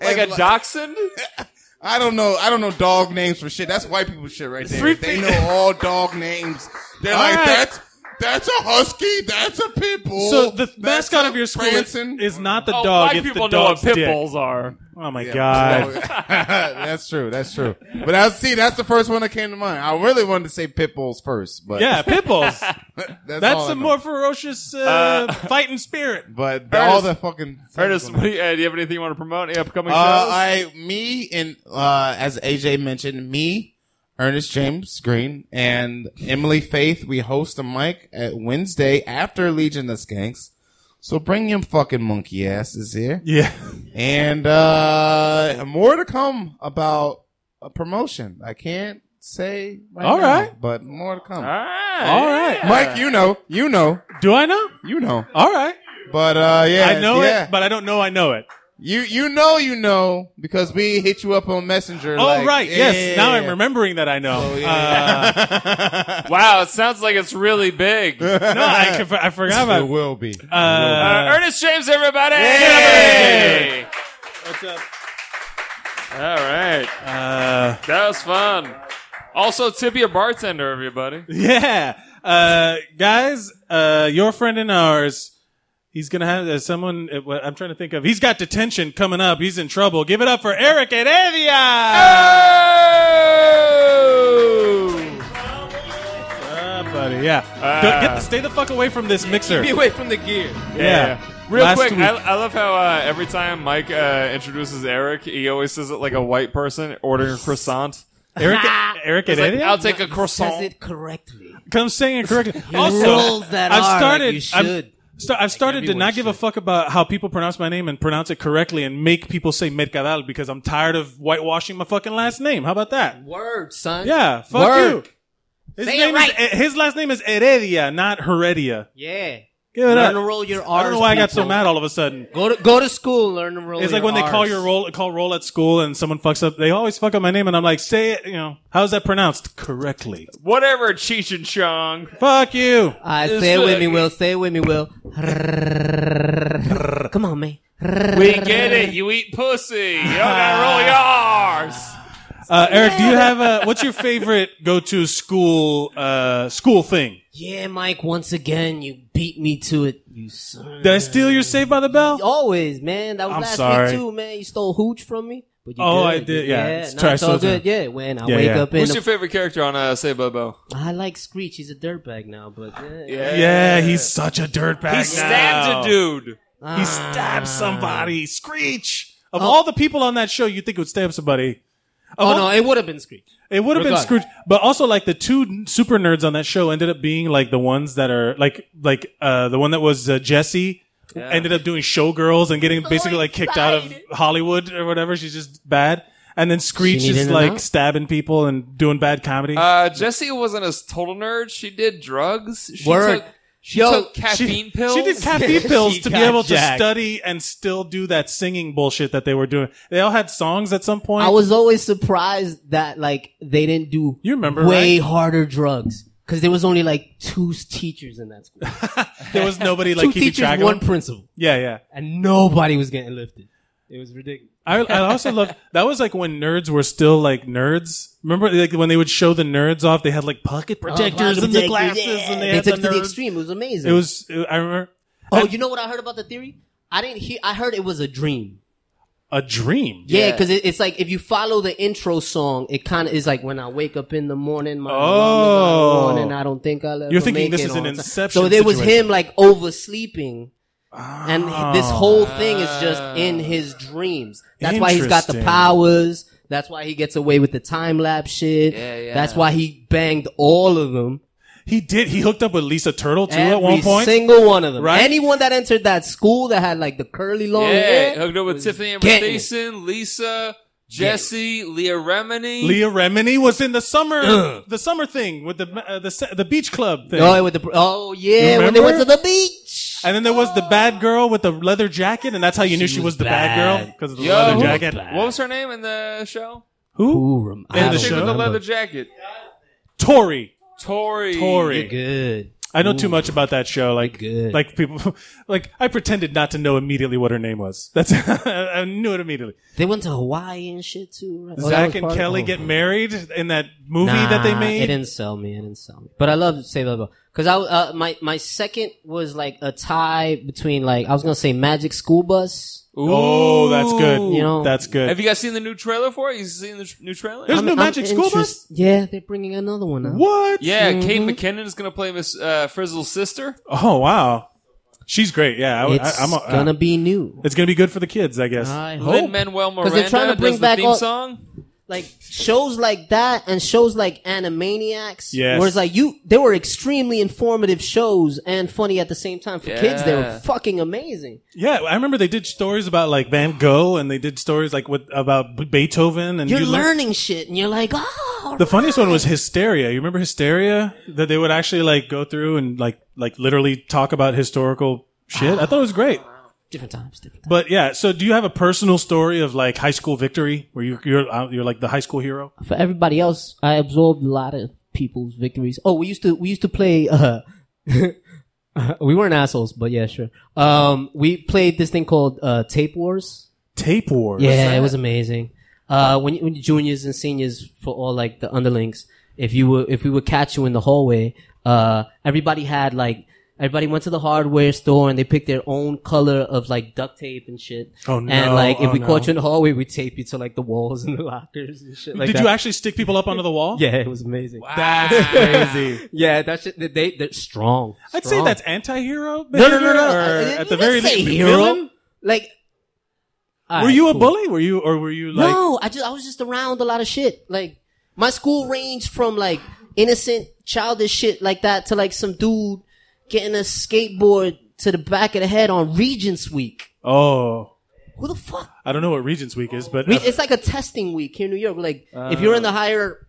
[SPEAKER 2] Like
[SPEAKER 5] And
[SPEAKER 2] a dachshund?
[SPEAKER 5] i don't know i don't know dog names for shit that's white people shit right there
[SPEAKER 1] Three
[SPEAKER 5] they
[SPEAKER 1] feet-
[SPEAKER 5] know all dog names they're
[SPEAKER 1] All
[SPEAKER 5] like
[SPEAKER 1] right.
[SPEAKER 5] that's that's a husky that's a pit bull
[SPEAKER 1] So the
[SPEAKER 5] that's
[SPEAKER 1] mascot
[SPEAKER 5] a
[SPEAKER 1] of your school
[SPEAKER 5] prancing.
[SPEAKER 1] is not the
[SPEAKER 2] Oh,
[SPEAKER 1] dog.
[SPEAKER 2] white
[SPEAKER 1] it's
[SPEAKER 2] people
[SPEAKER 1] the
[SPEAKER 2] know what
[SPEAKER 1] dog's
[SPEAKER 2] pit
[SPEAKER 1] dick.
[SPEAKER 2] bulls are.
[SPEAKER 1] Oh my
[SPEAKER 5] Yeah,
[SPEAKER 1] god!
[SPEAKER 5] that's true. That's true. But I see. That's the first one that came to mind. I really wanted to say pit bulls first, but
[SPEAKER 1] Yeah, pit bulls.
[SPEAKER 5] that's, all
[SPEAKER 1] That's
[SPEAKER 5] I
[SPEAKER 1] a
[SPEAKER 5] know.
[SPEAKER 1] more ferocious uh, fighting spirit.
[SPEAKER 5] But the- all
[SPEAKER 2] Ernest-
[SPEAKER 5] the fucking
[SPEAKER 2] Ernest, what do you, uh, do you have anything you want to promote? Any upcoming
[SPEAKER 5] Uh,
[SPEAKER 2] shows?
[SPEAKER 5] I, me, and uh, as AJ mentioned, me, Ernest James Green, and Emily Faith, we host a mic at Wednesday after Legion of Skanks. So bring your fucking monkey asses here,
[SPEAKER 1] Yeah.
[SPEAKER 5] and uh, more to come about a promotion. I can't say right
[SPEAKER 1] All
[SPEAKER 5] now,
[SPEAKER 1] right.
[SPEAKER 5] but more to come.
[SPEAKER 2] all right.
[SPEAKER 1] All right.
[SPEAKER 5] Mike, you know, you know,
[SPEAKER 1] Do I know?
[SPEAKER 5] you know.
[SPEAKER 1] All right.
[SPEAKER 5] But uh, yeah,
[SPEAKER 1] I know
[SPEAKER 5] yeah.
[SPEAKER 1] it, but I don't know I know it.
[SPEAKER 5] You you know you know because we hit you up on Messenger.
[SPEAKER 1] Oh
[SPEAKER 5] like,
[SPEAKER 1] right,
[SPEAKER 5] yeah,
[SPEAKER 1] yes. Now I'm
[SPEAKER 5] yeah,
[SPEAKER 1] remembering that I know. Uh,
[SPEAKER 5] yeah.
[SPEAKER 2] Wow, it sounds like it's really big. uh,
[SPEAKER 1] uh, no, I, conf- I forgot
[SPEAKER 5] it
[SPEAKER 1] about.
[SPEAKER 5] will be.
[SPEAKER 1] Uh,
[SPEAKER 2] Ernest James, everybody!
[SPEAKER 1] Yay! what's up?
[SPEAKER 2] All right.
[SPEAKER 1] Uh,
[SPEAKER 2] That was fun. Also, tip your bartender, everybody.
[SPEAKER 1] yeah, uh, guys, uh, your friend and ours. He's gonna have uh, someone. Uh, what I'm trying to think of. He's got detention coming up. He's in trouble. Give it up for Eric and Evia. Uh, buddy, yeah. Don't- get the, stay the fuck away from this mixer.
[SPEAKER 4] Be away from the gear.
[SPEAKER 1] Yeah.
[SPEAKER 2] Real
[SPEAKER 1] Last
[SPEAKER 2] quick,
[SPEAKER 1] week-
[SPEAKER 2] I, I love how uh, every time Mike uh, introduces Eric, he always says it like a white person ordering a croissant.
[SPEAKER 1] Eric, Eric
[SPEAKER 2] It's
[SPEAKER 1] and
[SPEAKER 2] like,
[SPEAKER 1] Evia?
[SPEAKER 2] I'll take a
[SPEAKER 4] Says
[SPEAKER 2] croissant.
[SPEAKER 4] it correctly.
[SPEAKER 1] Come saying it correctly.
[SPEAKER 4] rules that
[SPEAKER 1] I've
[SPEAKER 4] are like
[SPEAKER 1] started.
[SPEAKER 4] you
[SPEAKER 1] I'm-
[SPEAKER 4] should.
[SPEAKER 1] sta- I've started to
[SPEAKER 4] everyone
[SPEAKER 1] not give a
[SPEAKER 4] should.
[SPEAKER 1] fuck about how people pronounce my name and pronounce it correctly and make people say Mercadal because I'm tired of whitewashing my fucking last name. How about that?
[SPEAKER 4] Word, son.
[SPEAKER 1] Yeah, fuck
[SPEAKER 4] Work.
[SPEAKER 1] you. His
[SPEAKER 4] Say it
[SPEAKER 1] name
[SPEAKER 4] right.
[SPEAKER 1] is, E, his last name is Heredia, not Heredia.
[SPEAKER 4] Yeah.
[SPEAKER 1] Give it
[SPEAKER 4] Learn to
[SPEAKER 1] up.
[SPEAKER 4] roll your R's.
[SPEAKER 1] I don't know why I got so
[SPEAKER 4] people.
[SPEAKER 1] mad all of a sudden.
[SPEAKER 4] Go to go to school. Learn to roll.
[SPEAKER 1] It's
[SPEAKER 4] your
[SPEAKER 1] like when they call
[SPEAKER 4] Rs.
[SPEAKER 1] your roll call roll at school and someone fucks up. They always fuck up my name and I'm like, say it. You know, how is that pronounced correctly?
[SPEAKER 2] Whatever, Cheech and Chong.
[SPEAKER 1] Fuck you.
[SPEAKER 4] I
[SPEAKER 2] It's
[SPEAKER 4] say it with
[SPEAKER 2] like-
[SPEAKER 4] me, Will. Say it with me, Will. Come on, man.
[SPEAKER 2] We get it. You eat pussy. You gotta roll your R's.
[SPEAKER 1] Uh, Eric, do you have a what's your favorite go to school uh, school thing?
[SPEAKER 4] Yeah, Mike. Once again, you beat me to it. You son.
[SPEAKER 1] Did I steal your Saved by the Bell?
[SPEAKER 4] Always, man. That was
[SPEAKER 1] I'm
[SPEAKER 4] last
[SPEAKER 1] sorry.
[SPEAKER 4] week too, man. You stole hooch from me. But you
[SPEAKER 1] Oh,
[SPEAKER 4] good.
[SPEAKER 1] I did, yeah. It's
[SPEAKER 4] no,
[SPEAKER 1] trash
[SPEAKER 4] it's all
[SPEAKER 1] still
[SPEAKER 4] good. Yeah, when I
[SPEAKER 1] Yeah,
[SPEAKER 4] wake
[SPEAKER 1] yeah.
[SPEAKER 4] up in
[SPEAKER 2] Who's
[SPEAKER 4] the
[SPEAKER 2] your favorite character on uh, Say Bobo?
[SPEAKER 4] I like Screech. He's a dirtbag now, but yeah.
[SPEAKER 1] Yeah, he's such a dirtbag.
[SPEAKER 2] He stabbed a dude.
[SPEAKER 1] He
[SPEAKER 4] Ah.
[SPEAKER 1] stabbed somebody. Screech. Of all the people on that show, you think would stab somebody.
[SPEAKER 4] Oh no, it would have been Screech.
[SPEAKER 1] It would have been
[SPEAKER 4] Regard-
[SPEAKER 1] Scrooge, but also like the two n- super nerds on that show ended up being like the ones that are like like uh the one that was uh, Jesse ended up doing showgirls and getting basically like kicked out of Hollywood or whatever. She's just bad. And then Screech
[SPEAKER 4] needed
[SPEAKER 1] is
[SPEAKER 4] an
[SPEAKER 1] like
[SPEAKER 4] out?
[SPEAKER 1] stabbing people and doing bad comedy.
[SPEAKER 2] Uh, Jesse wasn't a total nerd. She did drugs. She
[SPEAKER 4] Word.
[SPEAKER 2] took she
[SPEAKER 4] Yo,
[SPEAKER 2] took caffeine
[SPEAKER 1] she,
[SPEAKER 2] pills.
[SPEAKER 1] she did caffeine pills
[SPEAKER 4] She
[SPEAKER 1] to be
[SPEAKER 4] got
[SPEAKER 1] able to
[SPEAKER 4] jacked.
[SPEAKER 1] study and still do that singing bullshit that they were doing. They all had songs at some point.
[SPEAKER 4] I was always surprised that like they didn't do
[SPEAKER 1] You remember,
[SPEAKER 4] way harder drugs because there was only like two s- teachers in that school.
[SPEAKER 1] there was nobody like
[SPEAKER 4] two
[SPEAKER 1] keeping
[SPEAKER 4] teachers,
[SPEAKER 1] track of.
[SPEAKER 4] one
[SPEAKER 1] them.
[SPEAKER 4] principal,
[SPEAKER 1] yeah, yeah.
[SPEAKER 4] and nobody was getting lifted. It was ridiculous.
[SPEAKER 1] I, I also love that was like when nerds were still like nerds. Remember, like when they would show the nerds off, they had like pocket
[SPEAKER 4] Oh,
[SPEAKER 1] protectors and the
[SPEAKER 4] Objective,
[SPEAKER 1] glasses,
[SPEAKER 4] yeah.
[SPEAKER 1] and they, had
[SPEAKER 4] took it
[SPEAKER 1] the
[SPEAKER 4] to the
[SPEAKER 1] nerds.
[SPEAKER 4] extreme. It was amazing.
[SPEAKER 1] it was. it- I remember
[SPEAKER 4] Oh, you know what I heard about the theory? I didn't hear. I heard it was a dream.
[SPEAKER 1] a dream.
[SPEAKER 4] Yeah, because it, it's like if you follow the intro song, it kind of is like when I wake up in the morning, my
[SPEAKER 1] Oh.
[SPEAKER 4] alarm is not on, and I don't think I'll ever
[SPEAKER 1] You're thinking
[SPEAKER 4] make
[SPEAKER 1] this
[SPEAKER 4] it
[SPEAKER 1] is an
[SPEAKER 4] on time.
[SPEAKER 1] Inception
[SPEAKER 4] So there was
[SPEAKER 1] situation.
[SPEAKER 4] him like oversleeping,
[SPEAKER 2] Ah.
[SPEAKER 4] and this whole thing is just in his dreams. That's why he's got the
[SPEAKER 1] Ah. Interesting.
[SPEAKER 4] powers. That's why he gets away with the time lapse shit.
[SPEAKER 2] Yeah, yeah.
[SPEAKER 4] That's why he banged all of them.
[SPEAKER 1] He did. He hooked up with Lisa Turtle too
[SPEAKER 4] Every
[SPEAKER 1] at one point.
[SPEAKER 4] single one of them.
[SPEAKER 1] Right?
[SPEAKER 4] Anyone that entered that school that had like the curly long
[SPEAKER 2] Yeah,
[SPEAKER 4] hair.
[SPEAKER 2] hooked up with Tiffany Amber
[SPEAKER 4] getting it.
[SPEAKER 2] Thiessen, Lisa, Jesse, Leah Remini.
[SPEAKER 1] Leah Remini was in the summer, the summer thing with the uh, the se- the beach club thing.
[SPEAKER 4] Oh, with the, oh yeah,
[SPEAKER 1] You
[SPEAKER 4] when they went
[SPEAKER 1] remember?
[SPEAKER 4] to the beach.
[SPEAKER 1] and then there was the bad girl with the leather jacket, and that's how you knew
[SPEAKER 4] She
[SPEAKER 1] she was,
[SPEAKER 4] was
[SPEAKER 1] the bad, girl
[SPEAKER 4] bad.
[SPEAKER 1] because of the
[SPEAKER 2] Yo,
[SPEAKER 1] leather
[SPEAKER 2] who-
[SPEAKER 1] jacket.
[SPEAKER 2] What was her name in the show?
[SPEAKER 1] Who?
[SPEAKER 4] Ooh, rem-
[SPEAKER 1] In
[SPEAKER 4] I
[SPEAKER 1] the
[SPEAKER 4] don't
[SPEAKER 2] Chick
[SPEAKER 1] show.
[SPEAKER 2] with the
[SPEAKER 4] remember.
[SPEAKER 2] leather jacket.
[SPEAKER 1] Tori.
[SPEAKER 2] Tori.
[SPEAKER 1] Tori.
[SPEAKER 4] You're good.
[SPEAKER 1] I know too much about that show. Like,
[SPEAKER 4] Good.
[SPEAKER 1] like people, like I pretended not to know immediately what her name was.
[SPEAKER 4] Oh,
[SPEAKER 1] That's I knew it immediately.
[SPEAKER 4] They went to Hawaii and shit too. Right? Oh, that was
[SPEAKER 1] Zach and
[SPEAKER 4] part of-
[SPEAKER 1] Kelly
[SPEAKER 4] oh.
[SPEAKER 1] get married in that movie
[SPEAKER 4] Nah,
[SPEAKER 1] that they
[SPEAKER 4] It
[SPEAKER 1] made.
[SPEAKER 4] didn't sell me. It didn't sell me. But I love Save the Bell because I uh, my my second was like a tie between like I was gonna say Magic School Bus.
[SPEAKER 1] Oh, that's good.
[SPEAKER 4] You know-
[SPEAKER 1] that's good.
[SPEAKER 2] Have you guys seen the new trailer for it? You seen the tr- new trailer?
[SPEAKER 1] There's no Magic School Bus.
[SPEAKER 4] interest- Yeah, they're bringing another one Mm-hmm. out.
[SPEAKER 1] What?
[SPEAKER 2] yeah, Kate McKinnon is going to play Miss uh, Frizzle's sister.
[SPEAKER 1] Oh wow, she's great. Yeah, I,
[SPEAKER 4] It's
[SPEAKER 1] I, I'm. A, uh,
[SPEAKER 4] gonna be new.
[SPEAKER 1] it's gonna be good for the kids, I guess.
[SPEAKER 4] I hope.
[SPEAKER 2] Lin Manuel Miranda
[SPEAKER 4] they're trying to bring
[SPEAKER 2] does
[SPEAKER 4] back
[SPEAKER 2] the theme
[SPEAKER 4] all-
[SPEAKER 2] song.
[SPEAKER 4] like shows like that and shows like Animaniacs.
[SPEAKER 1] Yes.
[SPEAKER 4] Where it's like you, they were extremely informative shows and funny at the same time for kids. They
[SPEAKER 2] Yeah.
[SPEAKER 4] were fucking amazing.
[SPEAKER 1] yeah, I remember they did stories about like Van Gogh, and they did stories like with about B- Beethoven, and
[SPEAKER 4] You're
[SPEAKER 1] you learn-
[SPEAKER 4] learning shit and you're like, oh.
[SPEAKER 1] The funniest one was Hysteria. You remember Hysteria? That they would actually like go through and like like literally talk about historical shit. I thought it was great.
[SPEAKER 4] different times, different times.
[SPEAKER 1] But yeah, so do you have a personal story of like high school victory where you, you're out- you're like the high school hero?
[SPEAKER 4] for everybody else, I absorbed a lot of people's victories. Oh, we used to we used to play. Uh, we weren't assholes, but yeah, sure. Um, we played this thing called uh, Tape Wars.
[SPEAKER 1] Tape wars.
[SPEAKER 4] Yeah, it was amazing. Uh, when, when juniors and seniors for all like the underlings, if you were if we would catch you in the hallway, uh, everybody had like. Everybody went to the hardware store and they picked their own color of like duct tape and shit.
[SPEAKER 1] Oh, no.
[SPEAKER 4] And like if
[SPEAKER 1] Oh,
[SPEAKER 4] we
[SPEAKER 1] no.
[SPEAKER 4] caught you in the hallway, we tape you to like the walls and the lockers and shit like
[SPEAKER 1] Did
[SPEAKER 4] that.
[SPEAKER 1] you actually stick people up onto the wall?
[SPEAKER 4] Yeah, it was amazing.
[SPEAKER 1] That's crazy.
[SPEAKER 4] Yeah, that shit. They, they they're strong.
[SPEAKER 1] I'd say
[SPEAKER 4] Strong.
[SPEAKER 1] that's anti-hero.
[SPEAKER 4] no, no, no,
[SPEAKER 1] behavior,
[SPEAKER 4] no.
[SPEAKER 1] Or
[SPEAKER 4] I- I-
[SPEAKER 1] at the
[SPEAKER 4] let's
[SPEAKER 1] very
[SPEAKER 4] say
[SPEAKER 1] least,
[SPEAKER 4] hero.
[SPEAKER 1] villain?
[SPEAKER 4] Like,
[SPEAKER 1] Were you a
[SPEAKER 4] Alright, cool.
[SPEAKER 1] bully? Were you or were you like?
[SPEAKER 4] no, I just I was just around a lot of shit. Like my school ranged from like innocent childish shit like that to like some dude getting a skateboard to the back of the head on Regents Week.
[SPEAKER 1] Oh,
[SPEAKER 4] Who the fuck?
[SPEAKER 1] I don't know what Regents Week is, but
[SPEAKER 4] Re- It's like a testing week here in New York. Like if you're in
[SPEAKER 1] Oh.
[SPEAKER 4] the higher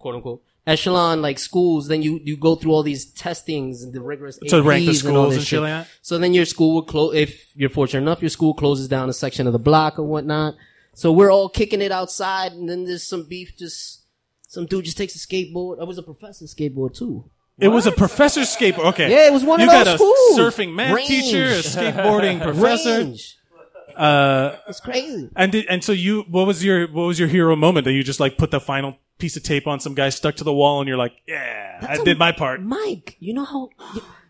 [SPEAKER 4] quote unquote echelon like schools, then you you go through all these testings and the rigorous
[SPEAKER 1] To rank the
[SPEAKER 4] APs and all
[SPEAKER 1] schools
[SPEAKER 4] this
[SPEAKER 1] and shit
[SPEAKER 4] shit
[SPEAKER 1] like that?
[SPEAKER 4] So then your school will close if you're fortunate enough, your school closes down a section of the block or whatnot. So we're all kicking it outside, and then there's some beef. Just some dude just takes a skateboard. I was a professor's skateboard too.
[SPEAKER 1] It was a professor skateboard. Okay.
[SPEAKER 4] Yeah, it was one
[SPEAKER 1] you
[SPEAKER 4] of those
[SPEAKER 1] got a
[SPEAKER 4] schools.
[SPEAKER 1] surfing math
[SPEAKER 4] Range.
[SPEAKER 1] teacher, a skateboarding professor.
[SPEAKER 4] Range.
[SPEAKER 1] Uh,
[SPEAKER 4] It's crazy.
[SPEAKER 1] and did, and so you, what was your what was your hero moment that you just like put the final piece of tape on some guy stuck to the wall and you're like, yeah,
[SPEAKER 4] That's
[SPEAKER 1] I
[SPEAKER 4] a-
[SPEAKER 1] did my part.
[SPEAKER 4] Mike, you know how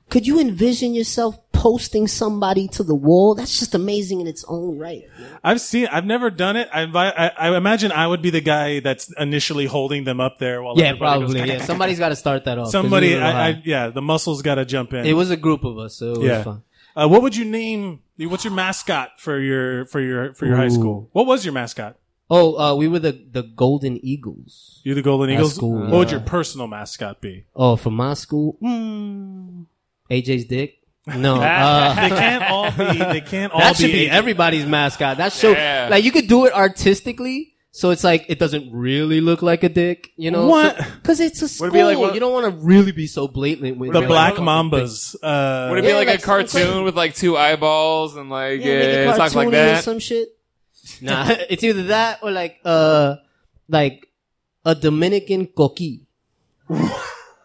[SPEAKER 4] could you envision yourself posting somebody to the wall? That's just amazing in its own right.
[SPEAKER 1] I've seen, I've never done it. I, invi- I, I imagine I would be the guy that's initially holding them up there while
[SPEAKER 4] Yeah,
[SPEAKER 1] everybody goes,
[SPEAKER 4] probably. Yeah, somebody's got to start that off. 'cause we
[SPEAKER 1] somebody.
[SPEAKER 4] were
[SPEAKER 1] I, I,
[SPEAKER 4] high.
[SPEAKER 1] yeah, the muscles got to jump in.
[SPEAKER 4] it was a group of us, so it was
[SPEAKER 1] yeah.
[SPEAKER 4] fun.
[SPEAKER 1] Uh, what would you name? What's your mascot for your for your for your high school? What was your mascot?
[SPEAKER 4] Oh, uh, we were the the Golden Eagles.
[SPEAKER 1] You the Golden Eagles.
[SPEAKER 4] school,
[SPEAKER 1] what
[SPEAKER 4] yeah.
[SPEAKER 1] would your personal mascot be?
[SPEAKER 4] Oh, from my school,
[SPEAKER 2] Hmm.
[SPEAKER 4] mm, AJ's dick. No, uh,
[SPEAKER 1] they can't all be. They can't all
[SPEAKER 4] that
[SPEAKER 1] be.
[SPEAKER 4] should be everybody's mascot. That show,
[SPEAKER 2] Yeah.
[SPEAKER 4] like you could do it artistically, so it's like it doesn't really look like a dick, you know?
[SPEAKER 1] What?
[SPEAKER 4] Because it's a school.
[SPEAKER 2] it be like one-
[SPEAKER 4] you don't want to really be so blatant with
[SPEAKER 1] the
[SPEAKER 4] it.
[SPEAKER 1] Black
[SPEAKER 4] Like,
[SPEAKER 1] Mambas. Uh,
[SPEAKER 2] Would it be
[SPEAKER 4] Yeah,
[SPEAKER 2] like,
[SPEAKER 4] like
[SPEAKER 2] a
[SPEAKER 4] something
[SPEAKER 2] cartoon
[SPEAKER 4] crazy.
[SPEAKER 2] with like two eyeballs and like
[SPEAKER 4] Yeah, make it
[SPEAKER 2] yeah, stuff like
[SPEAKER 4] cartoony or
[SPEAKER 2] that?
[SPEAKER 4] some shit. Nah, it's either that or like uh, like a Dominican coqui.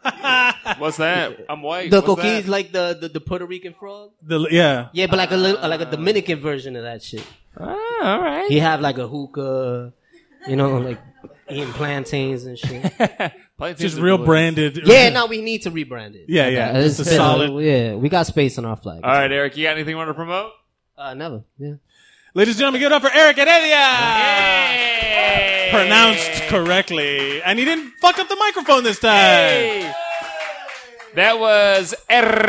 [SPEAKER 2] What's that? I'm white.
[SPEAKER 4] The
[SPEAKER 2] What's
[SPEAKER 4] coqui is
[SPEAKER 2] that?
[SPEAKER 4] like the, the the Puerto Rican frog.
[SPEAKER 1] the, yeah.
[SPEAKER 4] Yeah, but like a little, like a Dominican version of that shit.
[SPEAKER 2] Ah, all right.
[SPEAKER 4] He have like a hookah, you know, like eating plantains and shit.
[SPEAKER 2] Play
[SPEAKER 1] Just
[SPEAKER 2] Teams of
[SPEAKER 1] real
[SPEAKER 2] Blue.
[SPEAKER 1] branded.
[SPEAKER 4] Yeah, no, we need to rebrand it.
[SPEAKER 1] Yeah, yeah,
[SPEAKER 4] It's
[SPEAKER 1] just a
[SPEAKER 4] been
[SPEAKER 1] solid-
[SPEAKER 4] yeah, we got space on our flag.
[SPEAKER 2] All right, Eric, you got anything you want to promote?
[SPEAKER 4] Uh, never. Yeah.
[SPEAKER 1] Ladies and gentlemen, give it up for Eric and Elia. Pronounced correctly, and he didn't fuck up the microphone this time.
[SPEAKER 2] Hey. That was Eric.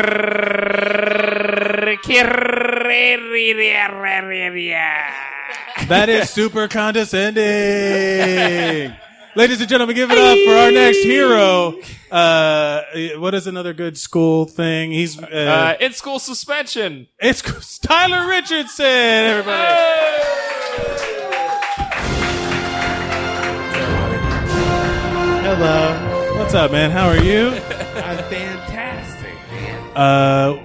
[SPEAKER 1] That is super condescending. Ladies and gentlemen, give it up for our next hero. Uh, what is another good school thing? He's uh,
[SPEAKER 2] Uh, in school suspension.
[SPEAKER 1] it's Tyler Richardson. Everybody.
[SPEAKER 6] Hello.
[SPEAKER 1] What's up, man? How are you?
[SPEAKER 6] I'm fantastic, man.
[SPEAKER 1] Uh,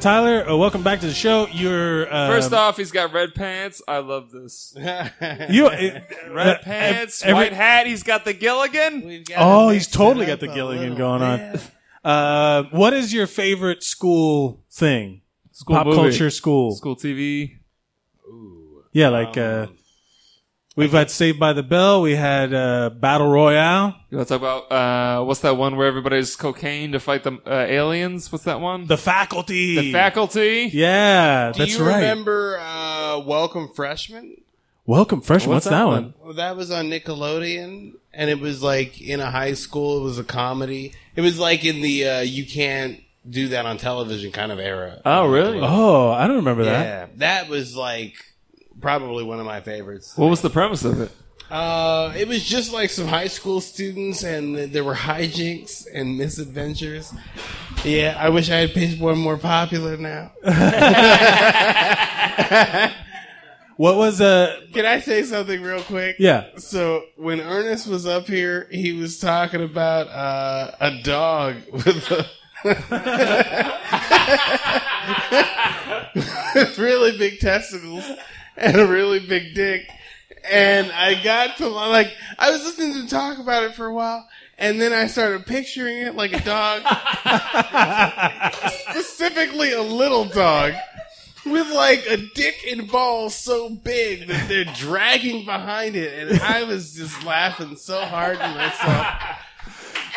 [SPEAKER 1] Tyler, uh, welcome back to the show. You're uh,
[SPEAKER 2] First off, he's got red pants. I love this.
[SPEAKER 1] you uh,
[SPEAKER 2] Red
[SPEAKER 1] uh,
[SPEAKER 2] pants,
[SPEAKER 1] every-
[SPEAKER 2] white hat. He's got the Gilligan.
[SPEAKER 6] We've got
[SPEAKER 1] Oh,
[SPEAKER 6] to
[SPEAKER 1] he's
[SPEAKER 6] mix it
[SPEAKER 1] totally got
[SPEAKER 6] up
[SPEAKER 1] the
[SPEAKER 6] a
[SPEAKER 1] Gilligan
[SPEAKER 6] little
[SPEAKER 1] going on.
[SPEAKER 6] bit.
[SPEAKER 1] Uh, what is your favorite school thing?
[SPEAKER 2] School
[SPEAKER 1] Pop
[SPEAKER 2] movie.
[SPEAKER 1] culture school.
[SPEAKER 2] School TV.
[SPEAKER 1] Yeah, like uh, we've had Saved by the Bell. We had uh, Battle Royale.
[SPEAKER 2] You want to talk about uh, what's that one where everybody's cocaine to fight the uh, aliens? What's that one?
[SPEAKER 1] The Faculty.
[SPEAKER 2] The faculty.
[SPEAKER 1] Yeah,
[SPEAKER 6] Do
[SPEAKER 1] Uh, that's
[SPEAKER 6] you
[SPEAKER 1] right.
[SPEAKER 6] remember uh, Welcome Freshman?
[SPEAKER 1] Welcome Freshman. What's,
[SPEAKER 2] What's
[SPEAKER 1] that
[SPEAKER 2] that
[SPEAKER 1] one?
[SPEAKER 2] one?
[SPEAKER 6] Well, that was on Nickelodeon, and it was like in a high school. It was a comedy. It was like in the uh, you can't do that on television kind of era.
[SPEAKER 2] Oh, really?
[SPEAKER 1] Oh, I don't remember that.
[SPEAKER 6] yeah, that was like probably one of my favorites.
[SPEAKER 2] What was the premise of it?
[SPEAKER 6] Uh, it was just like some high school students, and there were hijinks and misadventures. Yeah, I wish I had picked one more popular now.
[SPEAKER 1] What was uh?
[SPEAKER 6] Can I say something real quick?
[SPEAKER 1] Yeah.
[SPEAKER 6] So when Ernest was up here, he was talking about uh, a dog with a with really big testicles and a really big dick. And I got to like I was listening to talk about it for a while, and then I started picturing it like a dog, specifically a little dog with like a dick and balls so big that they're dragging behind it, and I was just laughing so hard to myself.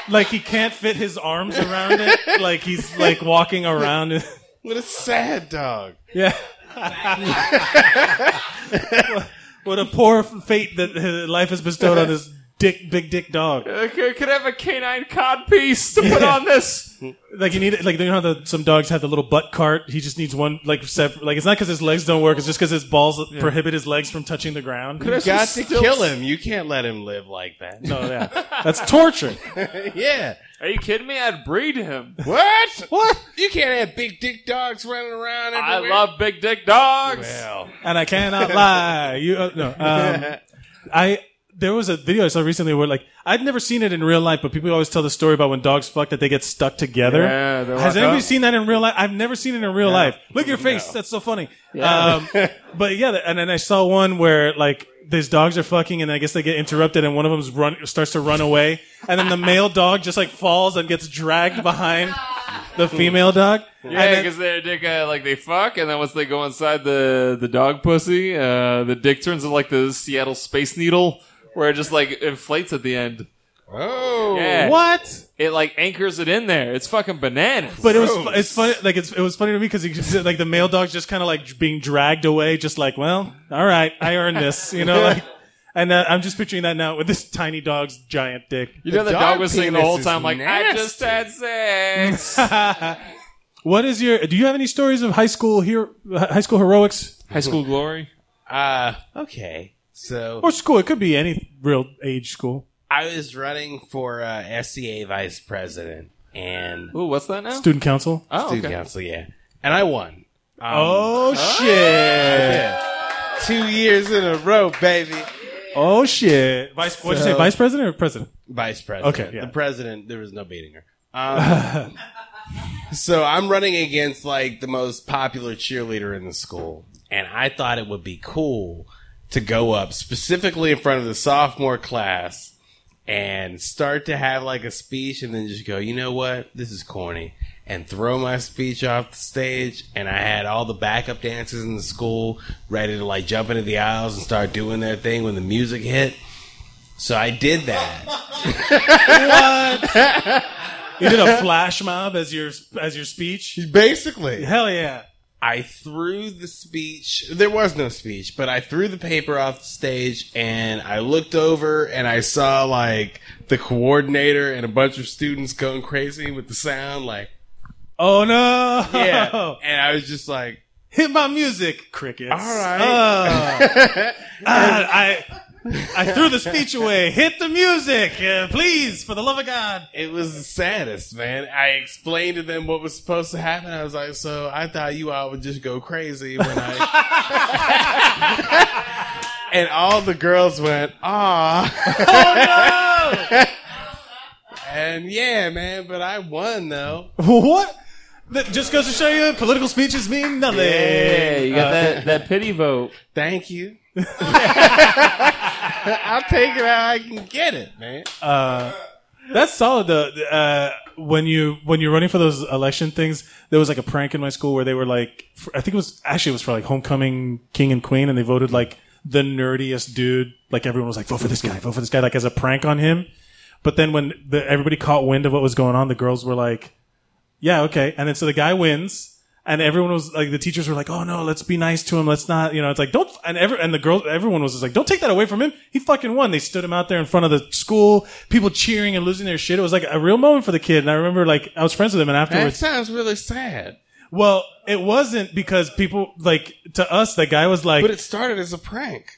[SPEAKER 1] Like he can't fit his arms around it. like he's like walking around. it.
[SPEAKER 6] What a sad dog!
[SPEAKER 1] Yeah. what a poor fate that uh, life has bestowed on this dick, big dick dog.
[SPEAKER 2] Uh, could, could I have a canine cod piece to put on this?
[SPEAKER 1] Like you need, like you know how the, some dogs have the little butt cart. He just needs one, like separate. Like it's not because his legs don't work. It's just because his balls prohibit his legs from touching the ground.
[SPEAKER 6] You got to kill him. You can't let him live like that.
[SPEAKER 1] No, yeah, that's torture.
[SPEAKER 6] yeah.
[SPEAKER 2] Are you kidding me? I'd breed him.
[SPEAKER 6] What? What? You can't have big dick dogs running around
[SPEAKER 2] I
[SPEAKER 6] everywhere.
[SPEAKER 2] love big dick dogs.
[SPEAKER 6] Well,
[SPEAKER 1] and I cannot lie. You uh, no. Um, I there was a video I saw recently where like I'd never seen it in real life, but people always tell the story about when dogs fuck that they get stuck together.
[SPEAKER 2] Yeah, they
[SPEAKER 1] Has
[SPEAKER 2] lock
[SPEAKER 1] anybody
[SPEAKER 2] up.
[SPEAKER 1] seen that in real life? I've never seen it in real life. Look at your face. That's so funny. Um, but yeah, and then I saw one where like. These dogs are fucking, and I guess they get interrupted, and one of them run starts to run away, and then the male dog just like falls and gets dragged behind the female dog.
[SPEAKER 2] Yeah, because their dick uh, like they fuck, and then once they go inside the the dog pussy, uh, the dick turns into like the Seattle Space Needle, where it just like inflates at the end.
[SPEAKER 6] oh,
[SPEAKER 2] Yeah,
[SPEAKER 1] What?
[SPEAKER 2] It like anchors it in there. It's fucking bananas.
[SPEAKER 1] But it was it's funny like it's it was funny to me because like the male dog's just kind of like being dragged away, just like well, all right, I earned this, you know. Like, and uh, I'm just picturing that now with this tiny dog's giant dick.
[SPEAKER 2] you know the
[SPEAKER 6] The
[SPEAKER 2] dog,
[SPEAKER 6] dog
[SPEAKER 2] was singing the whole
[SPEAKER 6] penis
[SPEAKER 2] time
[SPEAKER 6] is
[SPEAKER 2] like I just had sex.
[SPEAKER 1] What is your? Do you have any stories of high school here, high school heroics
[SPEAKER 2] High school glory.
[SPEAKER 6] Uh, okay. So
[SPEAKER 1] or school? It could be any real age school
[SPEAKER 6] I was running for uh, SCA vice president, and
[SPEAKER 2] Ooh, what's that now?
[SPEAKER 1] student council.
[SPEAKER 2] Oh,
[SPEAKER 6] student
[SPEAKER 2] okay.
[SPEAKER 6] council, yeah, and I won. Um,
[SPEAKER 1] Oh shit!
[SPEAKER 6] two years in a row, baby.
[SPEAKER 1] Oh shit! Vice, what'd you say? Vice president or president?
[SPEAKER 6] Vice president.
[SPEAKER 1] Okay, yeah.
[SPEAKER 6] The president, there was no beating her. Um, so I'm running against like the most popular cheerleader in the school, and I thought it would be cool to go up specifically in front of the sophomore class and start to have like a speech and then just go, you know what? This is corny. And throw my speech off the stage. And I had all the backup dancers in the school ready to like jump into the aisles and start doing their thing when the music hit. So I did that.
[SPEAKER 1] You did a flash mob as your as your speech.
[SPEAKER 6] Basically,
[SPEAKER 1] Hell yeah!
[SPEAKER 6] I threw the speech. There was no speech, but I threw the paper off the stage and I looked over and I saw like the coordinator and a bunch of students going crazy with the sound. Like,
[SPEAKER 1] Oh no!
[SPEAKER 6] yeah. and I was just like,
[SPEAKER 1] Hit my music, crickets. All
[SPEAKER 5] right.
[SPEAKER 1] I I threw the speech away. Hit the music, uh, please, for the love of God.
[SPEAKER 6] It was the saddest, man. I explained to them what was supposed to happen. I was like, so I thought you all would just go crazy when I. and all the girls went, ah. and yeah, man, but I won though.
[SPEAKER 1] What? That just goes to show you, political speeches mean nothing. Uh,
[SPEAKER 2] Yeah, you got that, that pity vote.
[SPEAKER 6] Thank you. I'll take it how I can get it, man.
[SPEAKER 1] Uh, That's solid though. Uh, when you when you're running for those election things, there was like a prank in my school where they were like, for, I think it was actually it was for like homecoming king and queen, and they voted like the nerdiest dude. Like everyone was like, vote for this guy, vote for this guy, like as a prank on him. But then when the, everybody caught wind of what was going on, the girls were like, yeah, okay. And then so the guy wins, and everyone was like, the teachers were like, oh no, let's be nice to him, let's not, you know, it's like don't. And every and the girl, everyone was just like, don't take that away from him. He fucking won. They stood him out there in front of the school, people cheering and losing their shit. It was like a real moment for the kid. And I remember like I was friends with him, and
[SPEAKER 6] That
[SPEAKER 1] afterwards,
[SPEAKER 6] sounds really sad,
[SPEAKER 1] well, it wasn't because people like to us, that guy was like,
[SPEAKER 6] but it started as a prank.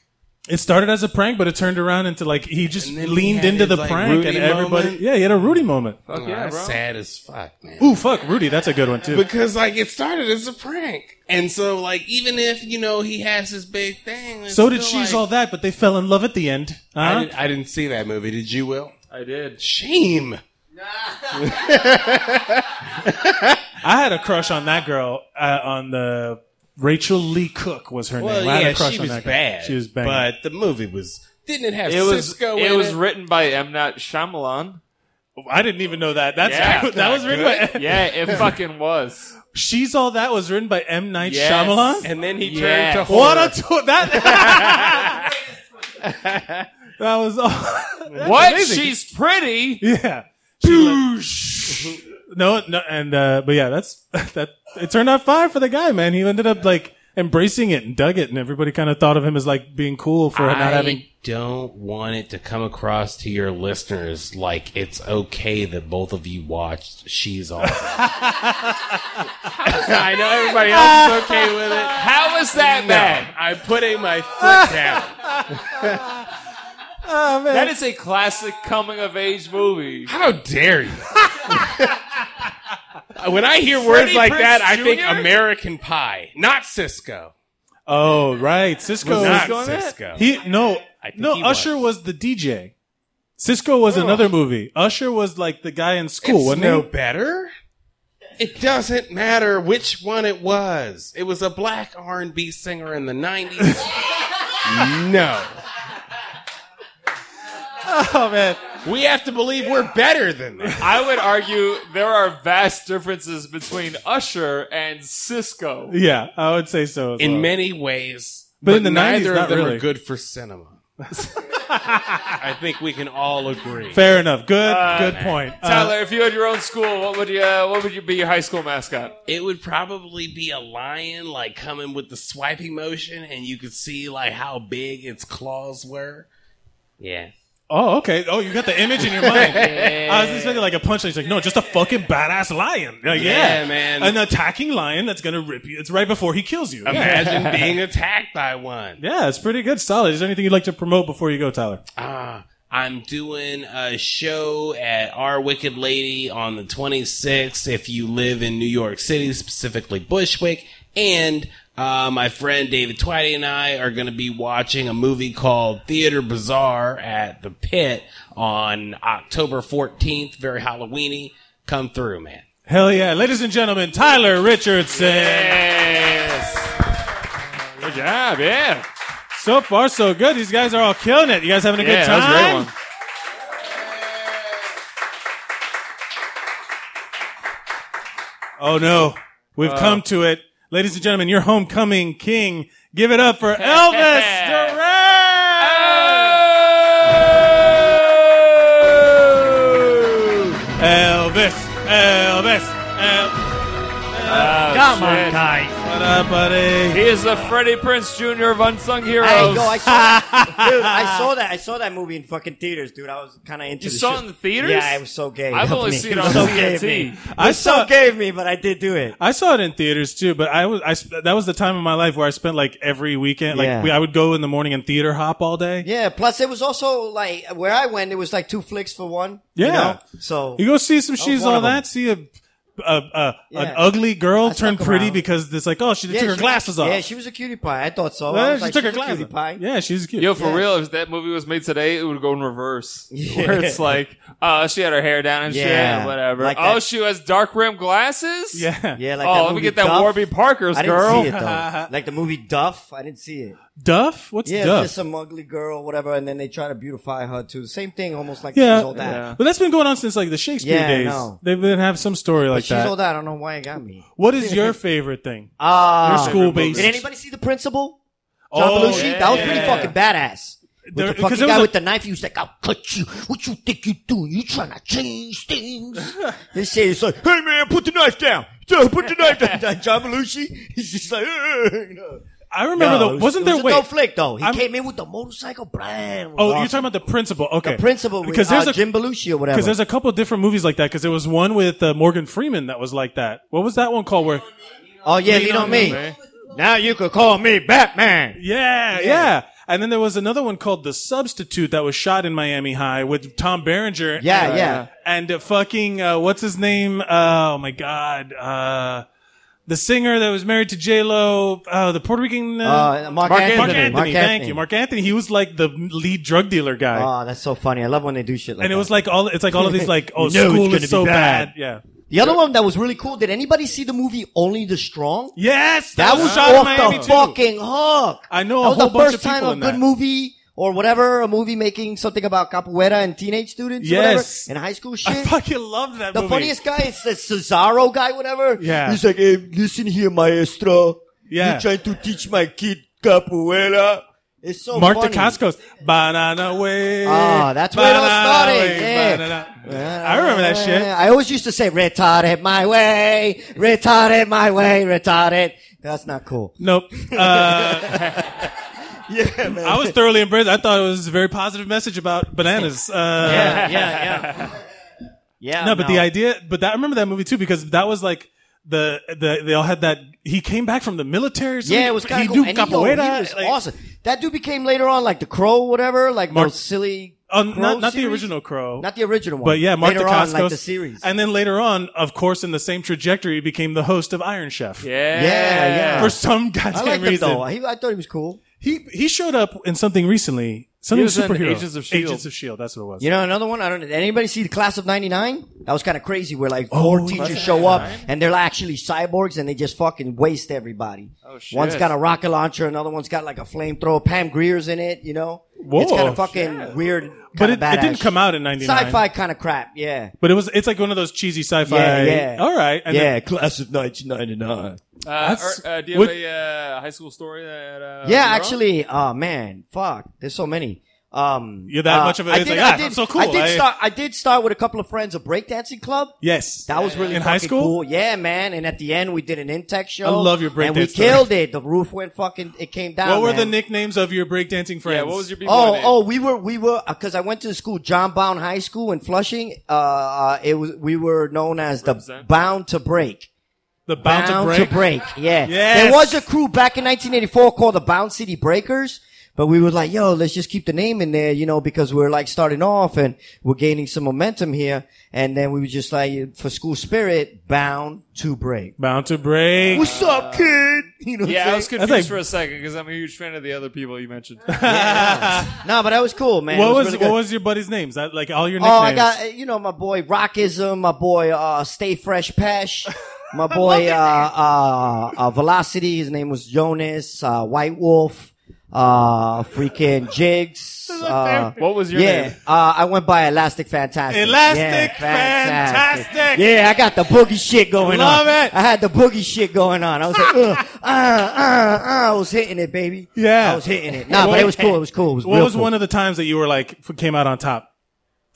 [SPEAKER 1] it started as a prank, but it turned around into like he just
[SPEAKER 6] And then he
[SPEAKER 1] leaned
[SPEAKER 6] had
[SPEAKER 1] into
[SPEAKER 6] his,
[SPEAKER 1] the
[SPEAKER 6] like,
[SPEAKER 1] prank,
[SPEAKER 6] Rudy
[SPEAKER 1] and everybody,
[SPEAKER 6] moment.
[SPEAKER 1] yeah, he had a Rudy moment.
[SPEAKER 2] Fuck
[SPEAKER 6] Nah,
[SPEAKER 2] yeah,
[SPEAKER 6] that's
[SPEAKER 2] bro.
[SPEAKER 6] sad as fuck, man.
[SPEAKER 1] Ooh, fuck, Rudy, that's a good one too.
[SPEAKER 6] Because like it started as a prank, and so like even if you know he has this big thing, it's
[SPEAKER 1] So did
[SPEAKER 6] still,
[SPEAKER 1] she's
[SPEAKER 6] like-
[SPEAKER 1] all that, but they fell in love at the end. Huh?
[SPEAKER 6] I, did, I didn't see that movie. Did you, Will?
[SPEAKER 2] I did.
[SPEAKER 6] Shame.
[SPEAKER 1] I had a crush on that girl uh, on the Rachel Lee Cook was her
[SPEAKER 6] Well,
[SPEAKER 1] name. I had
[SPEAKER 6] yeah,
[SPEAKER 1] a crush
[SPEAKER 6] she
[SPEAKER 1] on
[SPEAKER 6] was
[SPEAKER 1] that girl.
[SPEAKER 6] bad.
[SPEAKER 1] She was bad.
[SPEAKER 6] But the movie was didn't it have
[SPEAKER 2] It was
[SPEAKER 6] Cisco
[SPEAKER 2] it
[SPEAKER 6] in
[SPEAKER 2] was
[SPEAKER 6] it?
[SPEAKER 2] written by M Night Shyamalan.
[SPEAKER 1] I didn't even know that. That's
[SPEAKER 2] Yeah.
[SPEAKER 1] that was written by.
[SPEAKER 2] Yeah, it fucking was.
[SPEAKER 1] She's all that was written by M Night
[SPEAKER 2] Yes.
[SPEAKER 1] Shyamalan.
[SPEAKER 6] and then he
[SPEAKER 2] Yes.
[SPEAKER 6] turned to horror.
[SPEAKER 1] what a tw- that. that was all.
[SPEAKER 2] what?
[SPEAKER 1] amazing.
[SPEAKER 2] She's pretty.
[SPEAKER 1] yeah. She was- no, no, and uh, but yeah, that's that. It turned out fine for the guy, man. He ended up like embracing it and dug it, and everybody kind of thought of him as like being cool for
[SPEAKER 6] I
[SPEAKER 1] not having
[SPEAKER 6] don't want it to come across to your listeners like it's okay that both of you watched She's All. That. I know everybody else is okay with it.
[SPEAKER 2] How is that bad?
[SPEAKER 6] I'm putting my foot down.
[SPEAKER 2] That is a classic coming of age movie.
[SPEAKER 6] How dare you? when I hear words
[SPEAKER 2] Freddie
[SPEAKER 6] like
[SPEAKER 2] Prinze
[SPEAKER 6] that, I think
[SPEAKER 2] Jr.?
[SPEAKER 6] American Pie, not Cisco.
[SPEAKER 1] Oh right, Cisco.
[SPEAKER 6] not
[SPEAKER 1] was-
[SPEAKER 6] Cisco.
[SPEAKER 1] He no
[SPEAKER 6] think
[SPEAKER 1] no
[SPEAKER 6] he was. Oh.
[SPEAKER 1] Usher was. the DJ. Cisco was another movie. Usher was like the guy in school,
[SPEAKER 6] it's
[SPEAKER 1] wasn't
[SPEAKER 6] no
[SPEAKER 1] he?
[SPEAKER 6] better. It doesn't matter which one it was. It was a black R&B singer in the 90s. no.
[SPEAKER 1] Oh man,
[SPEAKER 6] We have to believe we're better than that.
[SPEAKER 2] I would argue there are vast differences between Usher and Cisco.
[SPEAKER 1] yeah, I would say so. As
[SPEAKER 6] In
[SPEAKER 1] well.
[SPEAKER 6] many ways,
[SPEAKER 1] But in the 90s,
[SPEAKER 6] neither
[SPEAKER 1] not
[SPEAKER 6] of them
[SPEAKER 1] really.
[SPEAKER 6] are good for cinema. I think we can all agree.
[SPEAKER 1] fair enough. Good good point. Uh,
[SPEAKER 2] Tyler, if you had your own school, what would you uh, what would you be your high school mascot?
[SPEAKER 6] It would probably be a lion, like coming with the swiping motion, and you could see like how big its claws were. Yeah.
[SPEAKER 1] oh okay. Oh, you got the image in your mind. I was expecting like a punchline. He's like, no, just a fucking badass lion. Like, yeah.
[SPEAKER 6] Yeah, man.
[SPEAKER 1] an attacking lion that's gonna rip you. It's right before he kills you. Yeah.
[SPEAKER 6] Imagine being attacked by one.
[SPEAKER 1] Yeah, it's pretty good. Solid. Is there anything you'd like to promote before you go, Tyler?
[SPEAKER 6] Ah, I'm doing a show at Our Wicked Lady on the 26th. If you live in New York City, specifically Bushwick, and uh, my friend David Twitty and I are going to be watching a movie called Theater Bazaar at the Pit on October 14th. Very Halloweeny. Come through, man.
[SPEAKER 1] Hell yeah. Ladies and gentlemen, Tyler Richardson.
[SPEAKER 2] Yes. Good job, yeah.
[SPEAKER 1] So far, so good. These guys are all killing it. You guys having a
[SPEAKER 2] yeah,
[SPEAKER 1] good time?
[SPEAKER 2] that was a great one.
[SPEAKER 1] Oh no,
[SPEAKER 2] Uh.
[SPEAKER 1] we've come to it, ladies and gentlemen. Your homecoming king. Give it up for Elvis
[SPEAKER 7] Oh,
[SPEAKER 1] Duran. Elvis, Elvis, El-
[SPEAKER 2] Come on, guy.
[SPEAKER 1] what up? up, buddy?
[SPEAKER 2] He is the Freddie Prince Jr. of Unsung Heroes.
[SPEAKER 7] Hey, yo, I saw that. dude, I saw that. I saw that movie in fucking theaters, dude. I was kind of into.
[SPEAKER 2] You
[SPEAKER 7] the
[SPEAKER 2] saw
[SPEAKER 7] shit.
[SPEAKER 2] it in the theaters?
[SPEAKER 7] Yeah, it was so gay.
[SPEAKER 2] I've
[SPEAKER 7] of
[SPEAKER 2] only
[SPEAKER 7] me.
[SPEAKER 2] seen it
[SPEAKER 7] was
[SPEAKER 2] on
[SPEAKER 7] so gay of
[SPEAKER 2] TNT.
[SPEAKER 7] me.
[SPEAKER 1] I
[SPEAKER 7] It was
[SPEAKER 1] saw-
[SPEAKER 7] so gay of me, but I did do it.
[SPEAKER 1] I saw it in theaters too, but I was I sp- that was the time of my life where I spent like every weekend like
[SPEAKER 7] Yeah.
[SPEAKER 1] we, I would go in the morning and theater hop all day.
[SPEAKER 7] Yeah. Plus, it was also like where I went. It was like two flicks for one.
[SPEAKER 1] Yeah.
[SPEAKER 7] You know? So
[SPEAKER 1] You go see some she's
[SPEAKER 7] one
[SPEAKER 1] all
[SPEAKER 7] of 'em.
[SPEAKER 1] that, see a, a, a an
[SPEAKER 7] Yeah.
[SPEAKER 1] ugly girl turn
[SPEAKER 7] stuck
[SPEAKER 1] pretty
[SPEAKER 7] around.
[SPEAKER 1] because it's like oh she
[SPEAKER 7] yeah,
[SPEAKER 1] took her
[SPEAKER 7] she-
[SPEAKER 1] glasses off.
[SPEAKER 7] Yeah, she was a cutie pie. I thought so.
[SPEAKER 1] Yeah,
[SPEAKER 7] I was
[SPEAKER 1] she
[SPEAKER 7] like,
[SPEAKER 1] took her
[SPEAKER 7] she's a
[SPEAKER 1] glasses.
[SPEAKER 7] cutie pie.
[SPEAKER 1] Yeah, she's cute.
[SPEAKER 2] Yo, for real, if that movie was made today, it would go in reverse.
[SPEAKER 7] Yeah.
[SPEAKER 2] Where it's like, oh, she had her hair down and shit,
[SPEAKER 7] Yeah.
[SPEAKER 2] and whatever.
[SPEAKER 7] Like
[SPEAKER 2] oh,
[SPEAKER 7] that-
[SPEAKER 2] she has dark rim glasses?
[SPEAKER 1] yeah.
[SPEAKER 7] Yeah. Like
[SPEAKER 2] oh,
[SPEAKER 7] that
[SPEAKER 2] let me
[SPEAKER 7] movie
[SPEAKER 2] get that
[SPEAKER 7] Duff.
[SPEAKER 2] Warby Parker's
[SPEAKER 7] I didn't
[SPEAKER 2] girl. Uh, er,
[SPEAKER 7] see it though. like the movie Duff, I didn't see it.
[SPEAKER 1] Duff? What's
[SPEAKER 7] Yeah,
[SPEAKER 1] Duff?
[SPEAKER 7] it's just some ugly girl, whatever, and then they try to beautify her too. Same thing, almost like
[SPEAKER 1] yeah.
[SPEAKER 7] she's all that.
[SPEAKER 1] but that's been going on since like the Shakespeare
[SPEAKER 7] Yeah, I
[SPEAKER 1] days.
[SPEAKER 7] know.
[SPEAKER 1] They've been have some story
[SPEAKER 7] But
[SPEAKER 1] like
[SPEAKER 7] she's
[SPEAKER 1] that.
[SPEAKER 7] all that. I don't know why it got me.
[SPEAKER 1] What is your favorite thing?
[SPEAKER 7] Ah,
[SPEAKER 1] your school based.
[SPEAKER 7] did anybody see the principal? John Belushi? That was pretty
[SPEAKER 2] yeah.
[SPEAKER 7] fucking badass. With
[SPEAKER 1] There-
[SPEAKER 7] the
[SPEAKER 1] 'cause
[SPEAKER 7] fucking
[SPEAKER 1] there was
[SPEAKER 7] guy
[SPEAKER 1] a-
[SPEAKER 7] with the knife, he was like, "I'll cut you. What you think you doing? You trying to change things?" this shit is like, "Hey man, put the knife down. Yeah, Put the knife down." John Belushi, he's just like, you know.
[SPEAKER 1] I remember
[SPEAKER 7] No, it
[SPEAKER 1] the
[SPEAKER 7] was-
[SPEAKER 1] wasn't
[SPEAKER 7] it was
[SPEAKER 1] there
[SPEAKER 7] a
[SPEAKER 1] wait.
[SPEAKER 7] dope flick though. He
[SPEAKER 1] I'm-
[SPEAKER 7] came in with the motorcycle, blam.
[SPEAKER 1] Oh, you're talking about the principal. Okay.
[SPEAKER 7] principal with
[SPEAKER 1] because there's
[SPEAKER 7] uh,
[SPEAKER 1] a
[SPEAKER 7] Jim Belushi or whatever.
[SPEAKER 1] because there's a couple different movies like that. Because there was one with uh, Morgan Freeman that was like that. What was that one called? Where
[SPEAKER 7] oh yeah, lean, on, me. Now you could call me Batman.
[SPEAKER 1] yeah, yeah, And then there was another one called The Substitute that was shot in Miami High with Tom Berenger.
[SPEAKER 7] Yeah,
[SPEAKER 1] and,
[SPEAKER 7] yeah.
[SPEAKER 1] And uh, fucking uh, what's his name? Uh, oh my god, uh, the singer that was married to J Lo, uh, the Puerto Rican. Uh,
[SPEAKER 7] Uh, Mark,
[SPEAKER 2] Mark
[SPEAKER 7] Anthony.
[SPEAKER 1] Mark
[SPEAKER 2] Anthony,
[SPEAKER 1] Anthony, thank you, Mark Anthony. He was like the lead drug dealer guy.
[SPEAKER 7] Oh, that's so funny. I love when they do shit like
[SPEAKER 1] and
[SPEAKER 7] that.
[SPEAKER 1] it was like all it's like all of these like oh
[SPEAKER 7] You know it's
[SPEAKER 1] school
[SPEAKER 7] gonna
[SPEAKER 1] is
[SPEAKER 7] be
[SPEAKER 1] so bad.
[SPEAKER 7] bad.
[SPEAKER 1] yeah
[SPEAKER 7] the other one that was really cool. Did anybody see the movie Only the Strong?
[SPEAKER 1] yes
[SPEAKER 7] That was
[SPEAKER 1] shot in
[SPEAKER 7] off
[SPEAKER 1] Miami
[SPEAKER 7] the
[SPEAKER 1] too.
[SPEAKER 7] fucking hook.
[SPEAKER 1] I know a
[SPEAKER 7] that was
[SPEAKER 1] whole
[SPEAKER 7] the
[SPEAKER 1] bunch
[SPEAKER 7] first
[SPEAKER 1] of
[SPEAKER 7] time
[SPEAKER 1] people
[SPEAKER 7] a
[SPEAKER 1] in
[SPEAKER 7] good
[SPEAKER 1] that.
[SPEAKER 7] movie or whatever a movie making something about capoeira and teenage students. or
[SPEAKER 1] Yes.
[SPEAKER 7] whatever, in high school shit.
[SPEAKER 1] I fucking loved that
[SPEAKER 7] The
[SPEAKER 1] movie.
[SPEAKER 7] funniest guy is the Cesaro guy, whatever.
[SPEAKER 1] Yeah.
[SPEAKER 7] He's like, hey, listen here, maestro.
[SPEAKER 1] Yeah.
[SPEAKER 7] You're trying to teach my kid capoeira. It's so
[SPEAKER 1] Mark
[SPEAKER 7] funny.
[SPEAKER 1] DeCascos banana way
[SPEAKER 7] Ah, that's where it all
[SPEAKER 1] banana
[SPEAKER 7] started,
[SPEAKER 1] way,
[SPEAKER 7] yeah.
[SPEAKER 1] banana. I remember that shit
[SPEAKER 7] Uh, I always used to say, retarded my way, retarded my way, retarded. That's not cool.
[SPEAKER 1] nope uh,
[SPEAKER 7] Yeah, man.
[SPEAKER 1] I was thoroughly embraced I thought it was a very positive message about bananas uh,
[SPEAKER 7] yeah, yeah, yeah. Yeah.
[SPEAKER 1] no, but the idea, but that I remember that movie too because that was like the the they all had that. He came back from the military. So
[SPEAKER 7] Yeah,
[SPEAKER 1] he,
[SPEAKER 7] it was
[SPEAKER 1] he
[SPEAKER 7] kind of cool.
[SPEAKER 1] knew
[SPEAKER 7] And he, yo, he
[SPEAKER 1] capoeira.
[SPEAKER 7] was
[SPEAKER 1] like,
[SPEAKER 7] awesome. That dude became later on like the Crow, whatever, like
[SPEAKER 1] Mark-
[SPEAKER 7] those silly.
[SPEAKER 1] Oh,
[SPEAKER 7] Crow
[SPEAKER 1] not, not the
[SPEAKER 7] series?
[SPEAKER 1] original Crow.
[SPEAKER 7] Not the original one.
[SPEAKER 1] But yeah, Mark
[SPEAKER 7] later
[SPEAKER 1] Dacascos,
[SPEAKER 7] on, like the series.
[SPEAKER 1] and then later on, of course, in the same trajectory, he became the host of Iron Chef.
[SPEAKER 2] Yeah.
[SPEAKER 7] Yeah, yeah.
[SPEAKER 1] For some goddamn
[SPEAKER 7] I liked him
[SPEAKER 1] reason,
[SPEAKER 7] though. He, I thought he was cool.
[SPEAKER 1] he he showed up in something recently, something
[SPEAKER 2] was in
[SPEAKER 1] superhero.
[SPEAKER 2] Agents of S.H.I.E.L.D..
[SPEAKER 1] Agents of Shield. E That's what it was.
[SPEAKER 7] You know, another one. I don't. Did anybody see the class of '99? That was kind of crazy. Where like
[SPEAKER 1] Oh,
[SPEAKER 7] four teachers show up and they're actually cyborgs and they just fucking waste everybody. Oh
[SPEAKER 2] shit.
[SPEAKER 7] One's got a rocket launcher. Another one's got like a flamethrower. Pam Greer's in it. You know,
[SPEAKER 1] Whoa.
[SPEAKER 7] it's kind of fucking weird. Kind
[SPEAKER 1] E but it, it didn't come out in '99.
[SPEAKER 7] Sci-fi kind of crap. Yeah.
[SPEAKER 1] But it was. It's like one of those cheesy sci-fi.
[SPEAKER 7] Yeah, yeah.
[SPEAKER 1] All right. And then-
[SPEAKER 7] yeah, uh, class of 1999.
[SPEAKER 2] Uh,
[SPEAKER 1] That's-
[SPEAKER 2] or, uh, do you
[SPEAKER 1] what-
[SPEAKER 2] have a uh, high school story that. Uh,
[SPEAKER 7] Yeah,
[SPEAKER 2] you're on?
[SPEAKER 7] actually, oh man, fuck, there's so many. Um,
[SPEAKER 1] You're that
[SPEAKER 7] uh,
[SPEAKER 1] much of a-
[SPEAKER 7] I
[SPEAKER 1] it's
[SPEAKER 7] did,
[SPEAKER 1] like, ah,
[SPEAKER 7] I did,
[SPEAKER 1] I'm so cool,
[SPEAKER 7] I did
[SPEAKER 1] I-
[SPEAKER 7] start. I did start with a couple of friends a breakdancing club.
[SPEAKER 1] yes.
[SPEAKER 7] That was really
[SPEAKER 1] in high
[SPEAKER 7] fucking
[SPEAKER 1] school.
[SPEAKER 7] Cool. Yeah, man. And at the end, we did an intech show.
[SPEAKER 1] I love your breakdance
[SPEAKER 7] And we
[SPEAKER 1] story.
[SPEAKER 7] killed it. The roof went fucking. It came down.
[SPEAKER 1] What were
[SPEAKER 7] man.
[SPEAKER 1] the nicknames of your breakdancing friends?
[SPEAKER 2] Yeah, what was your B
[SPEAKER 7] Oh, oh, we were, we were, because I went to the school, John Bound High School in Flushing. Uh, Uh, it was, we were known as the
[SPEAKER 2] Represent.
[SPEAKER 7] Bound to Break.
[SPEAKER 1] the bound,
[SPEAKER 7] to break. Yeah.
[SPEAKER 1] Yes.
[SPEAKER 7] There was a crew back in 1984 called the Bound City Breakers, but we were like, yo, let's just keep the name in there, you know, because we're like starting off and we're gaining some momentum here. And then we were just like, for school spirit, bound to break.
[SPEAKER 1] Bound to break.
[SPEAKER 7] What's up, kid? You know what
[SPEAKER 2] Uh, Yeah, I
[SPEAKER 7] I'm
[SPEAKER 2] was
[SPEAKER 7] saying?
[SPEAKER 2] confused
[SPEAKER 1] like-
[SPEAKER 2] for a second because I'm a huge fan of the other people you mentioned.
[SPEAKER 7] No, but that was cool, man. It
[SPEAKER 1] what was
[SPEAKER 7] really
[SPEAKER 1] what
[SPEAKER 7] good.
[SPEAKER 1] was your buddies' names? That, like all your
[SPEAKER 7] Oh,
[SPEAKER 1] nicknames.
[SPEAKER 7] I got uh, you know my boy Rockism, my boy uh, Stay Fresh Pesh, my boy uh, uh, uh, Velocity. His name was Jonas uh, White Wolf, uh, freaking Jigs. Uh,
[SPEAKER 2] What was your
[SPEAKER 7] yeah,
[SPEAKER 2] name?
[SPEAKER 7] uh, I went by Elastic Fantastic.
[SPEAKER 1] Elastic
[SPEAKER 7] Yeah,
[SPEAKER 1] Fantastic.
[SPEAKER 7] Yeah, I got the boogie shit going
[SPEAKER 1] Love
[SPEAKER 7] on.
[SPEAKER 1] it.
[SPEAKER 7] I had the boogie shit going on. I was like, uh, uh, uh, uh, I was hitting it, baby.
[SPEAKER 1] Yeah.
[SPEAKER 7] I was hitting it. Nah, but it was cool. It was cool. It was
[SPEAKER 1] What
[SPEAKER 7] real
[SPEAKER 1] was
[SPEAKER 7] cool.
[SPEAKER 1] one of the times that you were like f- came out on top?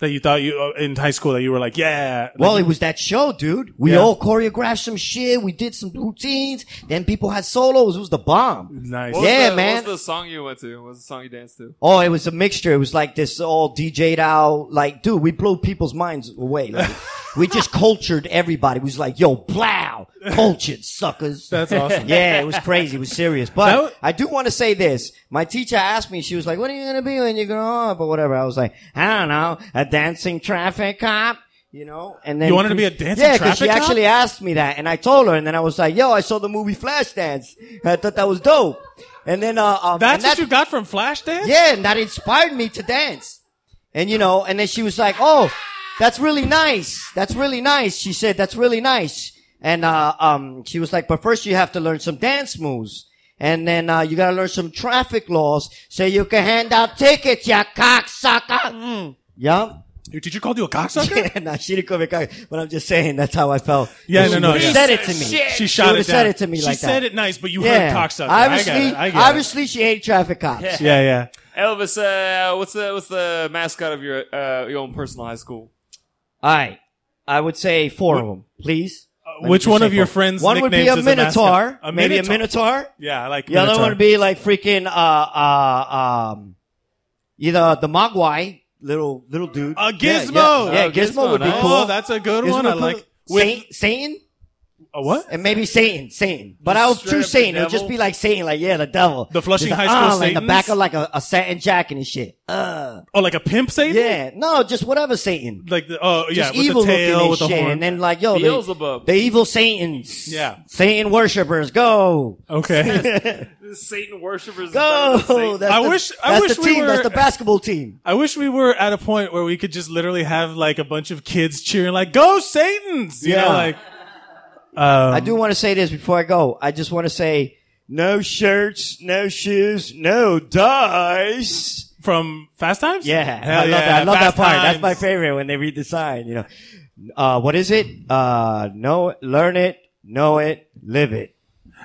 [SPEAKER 1] that you thought you uh, in high school that you were like, yeah.
[SPEAKER 7] Well,
[SPEAKER 1] Like,
[SPEAKER 7] it was that show, dude. We
[SPEAKER 1] Yeah.
[SPEAKER 7] all choreographed some shit. We did some routines. Then people had solos. It was the bomb.
[SPEAKER 1] nice.
[SPEAKER 2] What was
[SPEAKER 7] Yeah,
[SPEAKER 2] the,
[SPEAKER 7] man.
[SPEAKER 2] What was the song you went to? What was the song you danced to?
[SPEAKER 7] Oh, it was a mixture. It was like this all DJ'd out. Like, dude, we blew people's minds away. Like, we just cultured everybody. It was like, yo, blow, cultured suckers.
[SPEAKER 1] That's awesome.
[SPEAKER 7] yeah, it was crazy. It was serious. But
[SPEAKER 1] That wa-
[SPEAKER 7] I do want to say this. My teacher asked me, she was like, what are you going to be when you grow up or whatever? I was like, I don't know, a dancing traffic cop. You know, and then
[SPEAKER 1] You wanted to be a dancing
[SPEAKER 7] yeah, because she
[SPEAKER 1] traffic cop?
[SPEAKER 7] actually asked me that, and I told her, and then I was like, "Yo, I saw the movie Flashdance. I thought that was dope." And then, uh, um,
[SPEAKER 1] That's
[SPEAKER 7] and
[SPEAKER 1] what you got from Flashdance.
[SPEAKER 7] yeah, and that inspired me to dance. And you know, and then she was like, "Oh, that's really nice. That's really nice." She said, "That's really nice." And uh, um, she was like, "But first, you have to learn some dance moves, and then uh, you gotta learn some traffic laws, so you can hand out tickets, ya cocksucker."
[SPEAKER 1] Mm.
[SPEAKER 7] Yeah.
[SPEAKER 1] Your teacher called you a cocksucker.
[SPEAKER 7] Yeah, nah, she didn't call me a cock, but I'm just saying that's how I felt.
[SPEAKER 1] Yeah,
[SPEAKER 7] She
[SPEAKER 1] no, no,
[SPEAKER 7] would've
[SPEAKER 1] yeah.
[SPEAKER 7] said it to me.
[SPEAKER 1] She shot it
[SPEAKER 7] would've
[SPEAKER 1] down.
[SPEAKER 7] said it to me
[SPEAKER 1] she
[SPEAKER 7] like
[SPEAKER 1] said
[SPEAKER 7] that.
[SPEAKER 1] it nice, but you
[SPEAKER 7] Yeah,
[SPEAKER 1] heard cocksucker.
[SPEAKER 7] obviously,
[SPEAKER 1] I got it. I get
[SPEAKER 7] obviously, she hated traffic cops.
[SPEAKER 1] it. Yeah, yeah.
[SPEAKER 2] Elvis, uh, what's the what's the mascot of your uh, your own personal high school?
[SPEAKER 7] All right. I would say four of them, please. Let me
[SPEAKER 1] which
[SPEAKER 7] just
[SPEAKER 1] one
[SPEAKER 7] say
[SPEAKER 1] of your
[SPEAKER 7] four.
[SPEAKER 1] friends'
[SPEAKER 7] One would be
[SPEAKER 1] nicknames
[SPEAKER 7] a
[SPEAKER 1] is a
[SPEAKER 7] minotaur,
[SPEAKER 1] mascot? A
[SPEAKER 7] maybe a
[SPEAKER 1] minotaur.
[SPEAKER 7] minotaur.
[SPEAKER 1] Yeah, I like
[SPEAKER 7] The other
[SPEAKER 1] Minotaur.
[SPEAKER 7] one would be like freaking uh uh um, either the Mogwai little little dude.
[SPEAKER 1] a
[SPEAKER 7] Yeah, yeah.
[SPEAKER 1] gizmo.
[SPEAKER 7] Yeah,
[SPEAKER 2] Oh,
[SPEAKER 7] gizmo,
[SPEAKER 2] Gizmo,
[SPEAKER 7] would be
[SPEAKER 2] nice.
[SPEAKER 7] cool.
[SPEAKER 1] Oh, that's a good
[SPEAKER 7] Gizmo
[SPEAKER 1] one. I
[SPEAKER 7] cool.
[SPEAKER 1] like with
[SPEAKER 7] Sa- Satan
[SPEAKER 1] a what?
[SPEAKER 7] and maybe Satan, Satan. But I would
[SPEAKER 2] Straight up
[SPEAKER 7] choose
[SPEAKER 2] the
[SPEAKER 7] Satan. It'll just
[SPEAKER 2] devil.
[SPEAKER 7] be like Satan, like yeah, the devil.
[SPEAKER 1] The Flushing
[SPEAKER 7] Just,
[SPEAKER 1] High School
[SPEAKER 7] uh, like the back
[SPEAKER 1] Satans?
[SPEAKER 7] of like a, a satin jacket and shit. Uh,
[SPEAKER 1] Oh, like a pimp Satan.
[SPEAKER 7] yeah, no, just whatever Satan.
[SPEAKER 1] Like the oh yeah,
[SPEAKER 7] just
[SPEAKER 1] with
[SPEAKER 7] evil
[SPEAKER 1] the tail
[SPEAKER 7] looking
[SPEAKER 1] with the
[SPEAKER 7] and shit.
[SPEAKER 1] horn.
[SPEAKER 7] And then like, yo, the,
[SPEAKER 2] Beelzebub.
[SPEAKER 7] the evil Satans.
[SPEAKER 1] Yeah.
[SPEAKER 7] Satan worshippers, go.
[SPEAKER 1] okay.
[SPEAKER 2] Satan worshippers.
[SPEAKER 7] Go. Oh, That's
[SPEAKER 1] I
[SPEAKER 7] the,
[SPEAKER 1] wish- I
[SPEAKER 7] that's
[SPEAKER 1] wish
[SPEAKER 7] the
[SPEAKER 1] we
[SPEAKER 7] team.
[SPEAKER 1] were-
[SPEAKER 7] That's the basketball team.
[SPEAKER 1] I wish we were at a point where we could just literally have like a bunch of kids cheering like "Go Satan's," you know,
[SPEAKER 7] Yeah.
[SPEAKER 1] like. Um,
[SPEAKER 7] I do want to say this before I go. I just want to say no shirts, no shoes, no dice.
[SPEAKER 1] from Fast Times.
[SPEAKER 7] Yeah,
[SPEAKER 1] Hell
[SPEAKER 7] I love
[SPEAKER 1] yeah,
[SPEAKER 7] that. I love that
[SPEAKER 1] Fast
[SPEAKER 7] part. That's
[SPEAKER 1] Times.
[SPEAKER 7] my favorite when they read the sign. You know, uh, what is it? Uh, know, learn it, know it, live it.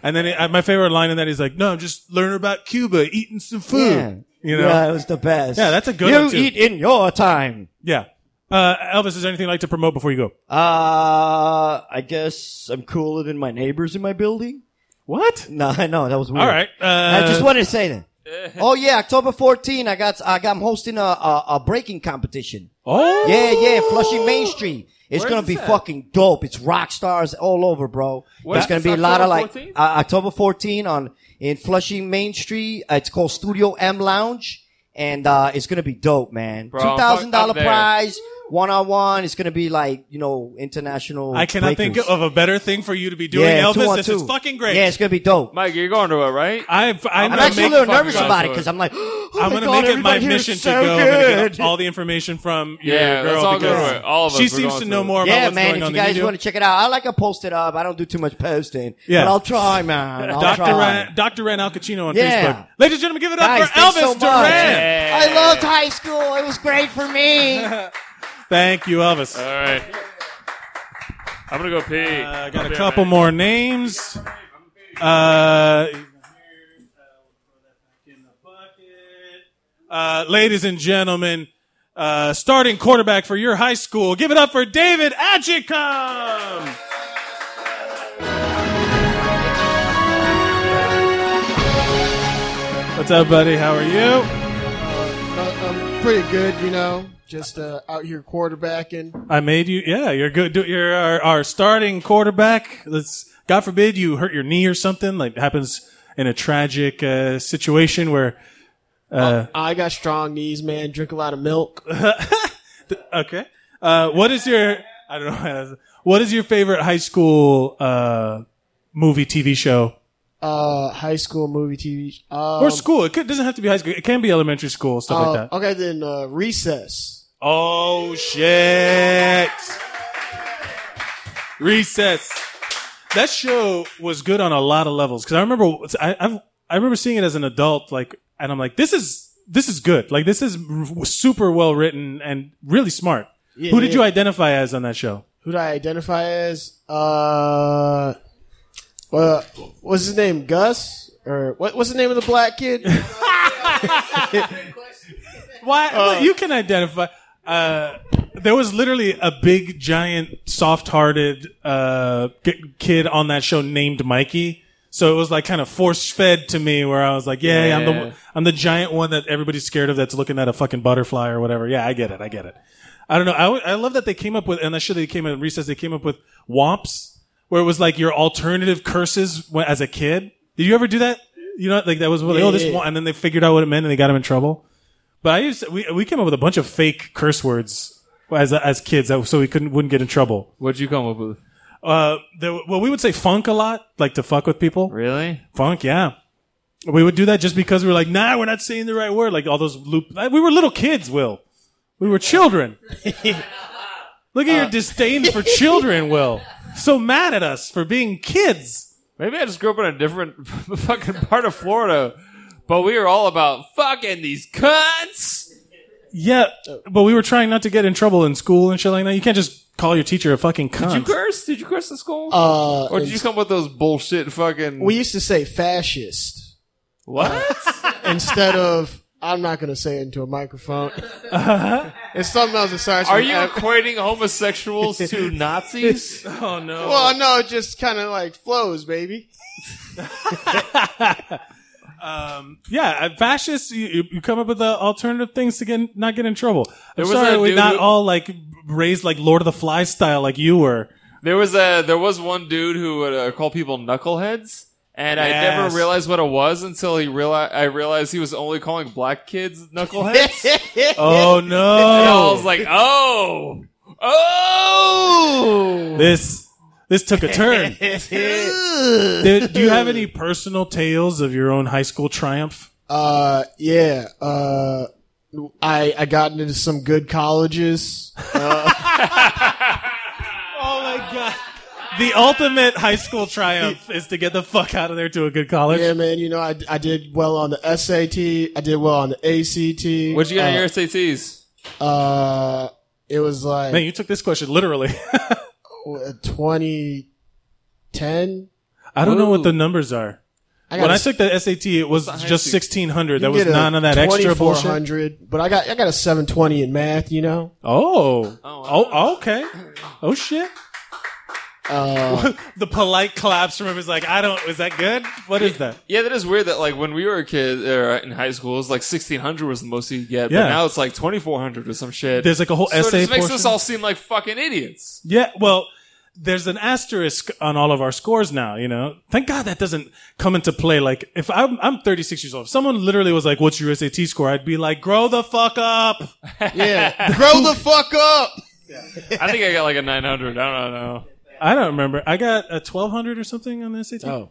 [SPEAKER 1] And then it, uh, my favorite line in that is like, "No, I'm just learning about Cuba, eating some food."
[SPEAKER 7] Yeah,
[SPEAKER 1] You know.
[SPEAKER 7] yeah, it was the best.
[SPEAKER 1] Yeah, that's a good
[SPEAKER 7] You
[SPEAKER 1] one, too.
[SPEAKER 7] eat in your time.
[SPEAKER 1] Yeah. Uh, Elvis, is there anything you'd like to promote before you go?
[SPEAKER 7] Uh, I guess I'm cooler than my neighbors in my building.
[SPEAKER 1] What?
[SPEAKER 7] No, I know that was weird.
[SPEAKER 1] All right. Uh,
[SPEAKER 7] I just wanted to say that. oh yeah, October 14, I got I got I'm hosting a a, a breaking competition.
[SPEAKER 1] Oh.
[SPEAKER 7] Yeah, yeah, Flushing Main Street. It's
[SPEAKER 2] Where
[SPEAKER 7] gonna
[SPEAKER 2] is
[SPEAKER 7] be
[SPEAKER 2] this at?
[SPEAKER 7] fucking dope. It's rock stars all over, bro.
[SPEAKER 2] Where
[SPEAKER 7] It's
[SPEAKER 2] is
[SPEAKER 7] gonna
[SPEAKER 2] this,
[SPEAKER 7] be a lot of
[SPEAKER 2] October
[SPEAKER 7] like
[SPEAKER 2] 14?
[SPEAKER 7] uh, October 14 on in Flushing Main Street. Uh, it's called Studio M Lounge, and uh, it's gonna be dope, man.
[SPEAKER 2] Bro,
[SPEAKER 7] Two
[SPEAKER 2] I'm
[SPEAKER 7] thousand
[SPEAKER 2] fuck-
[SPEAKER 7] dollar
[SPEAKER 2] I'm there.
[SPEAKER 7] prize, one on one. It's gonna be like you know international.
[SPEAKER 1] I cannot think
[SPEAKER 7] breakers.
[SPEAKER 1] of a better thing for you to be doing, Elvis. This is
[SPEAKER 7] 212.
[SPEAKER 1] fucking great.
[SPEAKER 7] Yeah, it's gonna be dope.
[SPEAKER 2] Mike, you're going to it, right?
[SPEAKER 1] I, I'm,
[SPEAKER 7] I'm
[SPEAKER 1] gonna
[SPEAKER 7] actually a
[SPEAKER 1] make,
[SPEAKER 7] little
[SPEAKER 2] fucking
[SPEAKER 7] nervous
[SPEAKER 2] guys
[SPEAKER 7] about it
[SPEAKER 2] do it.
[SPEAKER 7] because I'm like, oh
[SPEAKER 1] I'm
[SPEAKER 7] my
[SPEAKER 1] gonna
[SPEAKER 7] God,
[SPEAKER 1] make it my
[SPEAKER 7] everybody here is
[SPEAKER 1] mission to
[SPEAKER 7] so
[SPEAKER 1] go. I'm gonna
[SPEAKER 7] good.
[SPEAKER 1] get all the information from your
[SPEAKER 2] Yeah,
[SPEAKER 1] girl
[SPEAKER 2] let's all go
[SPEAKER 1] because
[SPEAKER 2] to it. All of us,
[SPEAKER 1] she
[SPEAKER 2] we're
[SPEAKER 1] seems
[SPEAKER 2] going
[SPEAKER 1] to
[SPEAKER 2] to
[SPEAKER 1] know
[SPEAKER 2] it.
[SPEAKER 1] more about
[SPEAKER 7] Yeah,
[SPEAKER 1] what's
[SPEAKER 7] man.
[SPEAKER 1] going
[SPEAKER 7] If
[SPEAKER 1] on
[SPEAKER 7] you guys
[SPEAKER 1] than
[SPEAKER 7] want to check it out, I like to post it up. I don't do too much posting,
[SPEAKER 1] Yeah.
[SPEAKER 7] but I'll try, man. I'll
[SPEAKER 1] Dr.
[SPEAKER 7] try.
[SPEAKER 1] Ran, Dr. Ran Al Cappuccino on
[SPEAKER 7] Yeah.
[SPEAKER 1] Facebook. Ladies and gentlemen, give it up
[SPEAKER 7] Guys,
[SPEAKER 1] for
[SPEAKER 7] thanks
[SPEAKER 1] Elvis
[SPEAKER 7] so much.
[SPEAKER 1] Duran.
[SPEAKER 7] I loved high school. It was great for me.
[SPEAKER 1] Thank you, Elvis.
[SPEAKER 2] All right. I'm gonna go pee.
[SPEAKER 1] Uh, I got a couple more names. Uh, uh, ladies and gentlemen, uh, starting quarterback for your high school, give it up for David Achicom. What's up, buddy? How are you?
[SPEAKER 8] Uh, I'm pretty good, you know. Just uh, out here quarterbacking.
[SPEAKER 1] I made you. Yeah, you're good. Do- You're our, our starting quarterback. Let's. God forbid you hurt your knee or something. Like happens in a tragic uh, situation where. uh,
[SPEAKER 8] I got strong knees, man. Drink a lot of milk.
[SPEAKER 1] Okay. Uh, what is your? I don't know. What is your favorite high school uh, movie, TV show,
[SPEAKER 8] Uh, high school movie, TV. Um,
[SPEAKER 1] or school? It could, doesn't have to be high school. It can be elementary school, stuff
[SPEAKER 8] uh,
[SPEAKER 1] like that.
[SPEAKER 8] Okay, then uh, recess.
[SPEAKER 1] Oh shit! Recess. That show was good on a lot of levels because I remember I I've, I remember seeing it as an adult, like, and I'm like, this is this is good. Like, this is r- super well written and really smart. Who did
[SPEAKER 8] yeah.
[SPEAKER 1] you identify as on that show?
[SPEAKER 8] Who do I identify as? Uh, well, what's his name? Gus or what? What's the name of the black kid?
[SPEAKER 1] Why you can identify? Uh, there was literally a big, giant, soft-hearted uh, g- kid on that show named Mikey. So it was like kind of force-fed to me, where I was like, "Yeah, I'm
[SPEAKER 2] Yeah.
[SPEAKER 1] the I'm the giant one that everybody's scared of, that's looking at a fucking butterfly or whatever." Yeah, I get it. I get it. I don't know. I, w- I love that they came up with, and that shit they came up in recess. They came up with womps, where it was like your alternative curses when, as a kid. Did you ever do that? You know, like that was like,
[SPEAKER 8] Yeah,
[SPEAKER 1] oh, this
[SPEAKER 8] yeah, yeah.
[SPEAKER 1] one, and then they figured out what it meant, and they got him in trouble. But I used to, we we came up with a bunch of fake curse words as as kids, that- so we couldn't wouldn't get in trouble.
[SPEAKER 2] What'd you come up with?
[SPEAKER 1] Uh, there, well, we would say funk a lot, like to fuck with people.
[SPEAKER 2] Really?
[SPEAKER 1] Funk, yeah. We would do that just because we were like, nah, we're not saying the right word. Like all those loop. like, We were little kids, Will. We were children. Look at your disdain for children, Will. So mad at us for being kids.
[SPEAKER 2] Maybe I just grew up in a different fucking part of Florida, but we were all about fucking these cunts.
[SPEAKER 1] Yeah, but we were trying not to get in trouble in school and shit like that. You can't just call your teacher a fucking cunt.
[SPEAKER 2] Did you curse? Did you curse at school?
[SPEAKER 8] Uh,
[SPEAKER 2] or did you
[SPEAKER 8] it's-
[SPEAKER 2] come with those bullshit fucking?
[SPEAKER 8] we used to say fascist
[SPEAKER 2] what?
[SPEAKER 8] instead of. I'm not gonna say it into a microphone. it's something else that starts.
[SPEAKER 2] Uh-huh. Are
[SPEAKER 8] with
[SPEAKER 2] you
[SPEAKER 8] F.
[SPEAKER 2] equating homosexuals to Nazis?
[SPEAKER 1] oh no.
[SPEAKER 8] Well, no, it just kind of like flows, baby.
[SPEAKER 2] Um,
[SPEAKER 1] Yeah, uh, fascists. You, you- you come up with uh, alternative things to get not get in trouble. I'm
[SPEAKER 2] There was
[SPEAKER 1] sorry,
[SPEAKER 2] that
[SPEAKER 1] we're
[SPEAKER 2] dude
[SPEAKER 1] not
[SPEAKER 2] who-
[SPEAKER 1] all like raised like Lord of the Flies style, like you were.
[SPEAKER 2] There was a there was one dude who would uh, call people knuckleheads, and I
[SPEAKER 1] Yes.
[SPEAKER 2] never realized what it was until he realized I realized he was only calling black kids knuckleheads. and
[SPEAKER 1] Oh
[SPEAKER 2] I
[SPEAKER 1] no!
[SPEAKER 2] was like, oh, oh.
[SPEAKER 1] this this took a turn. do, do you have any personal tales of your own high school triumph?
[SPEAKER 8] Uh, yeah. Uh, I I got into some good colleges. Uh,
[SPEAKER 1] Oh my god! The ultimate high school triumph is to get the fuck out of there to a good college.
[SPEAKER 8] Yeah, man. You know, I, I did well on the SAT. I did well on the ACT.
[SPEAKER 2] What'd you get on
[SPEAKER 8] Uh,
[SPEAKER 2] your SATs?
[SPEAKER 8] Uh, it was like
[SPEAKER 1] Man, you took this question literally.
[SPEAKER 8] 2010.
[SPEAKER 1] I don't know what
[SPEAKER 2] Ooh.
[SPEAKER 1] the numbers are.
[SPEAKER 8] I
[SPEAKER 1] When I took the SAT, it was just sixteen hundred. There was
[SPEAKER 8] get a
[SPEAKER 1] none of that extra bullshit.
[SPEAKER 8] 2400, But I got I got a 720 in math. You know.
[SPEAKER 1] Oh.
[SPEAKER 2] Oh,
[SPEAKER 1] Oh, okay. Oh shit. the polite claps from him is like, I don't. Is that good? What is that?
[SPEAKER 2] Yeah, that is weird. That like when we were a kid or in high school, it was like sixteen hundred was the most you could get,
[SPEAKER 1] Yeah.
[SPEAKER 2] but now it's like twenty four hundred or some shit.
[SPEAKER 1] There's like a whole
[SPEAKER 2] so
[SPEAKER 1] essay
[SPEAKER 2] it just makes
[SPEAKER 1] portion.
[SPEAKER 2] us all seem like fucking idiots.
[SPEAKER 1] Yeah. Well, there's an asterisk on all of our scores now. You know. Thank God that doesn't come into play. Like if I'm I'm 36 years old, if someone literally was like, "What's your SAT score?" I'd be like, "Grow the fuck up."
[SPEAKER 8] Yeah. Grow the fuck up.
[SPEAKER 2] I think I got like a nine hundred. I don't know.
[SPEAKER 1] I don't remember. I got a 1200 or something on the SAT.
[SPEAKER 8] Oh.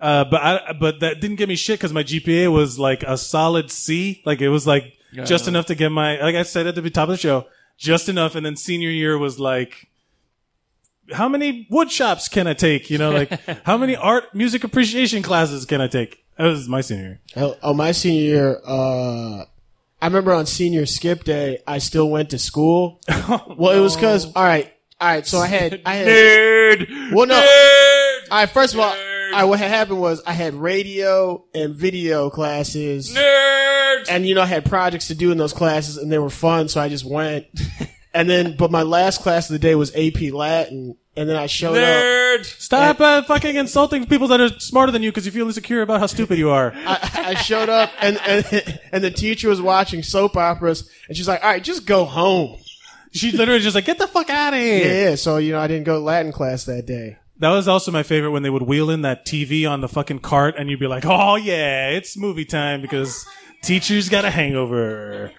[SPEAKER 1] Uh, but I, but that didn't give me shit because my GPA was like a solid C. Like it was like just enough to get my, like I said at the top of the show, just enough. And then senior year was like, how many wood shops can I take? You know, like how many art music appreciation classes can I take? That was my senior year.
[SPEAKER 8] Oh, oh, my senior year, uh, I remember on senior skip day, I still went to school. well, it was because all right, all right. So I had, I had.
[SPEAKER 2] Nerd.
[SPEAKER 8] Well, no.
[SPEAKER 2] Nerd.
[SPEAKER 8] All right, first of all,
[SPEAKER 2] Nerd.
[SPEAKER 8] I, what had happened was I had radio and video classes,
[SPEAKER 2] Nerd.
[SPEAKER 8] and you know I had projects to do in those classes, and they were fun, so I just went. and then, but my last class of the day was AP Latin, and then I showed up.
[SPEAKER 2] Nerd.
[SPEAKER 1] Stop uh, fucking insulting people that are smarter than you because you feel insecure about how stupid you are.
[SPEAKER 8] I, I showed up, and, and and the teacher was watching soap operas, and she's like, "All right, just go home."
[SPEAKER 1] She literally just like, get the fuck out of here.
[SPEAKER 8] Yeah, so you know, I didn't go to Latin class that day.
[SPEAKER 1] That was also my favorite when they would wheel in that TV on the fucking cart and you'd be like, oh yeah, it's movie time because teacher's got a hangover.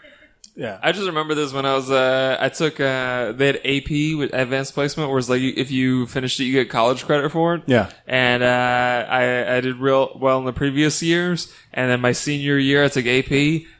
[SPEAKER 2] I just remember this when I was uh, I took uh, they had AP with advanced placement, where it's like you- if you finished it, you get college credit for it.
[SPEAKER 1] Yeah.
[SPEAKER 2] and uh, I I did real well in the previous years, and then my senior year I took AP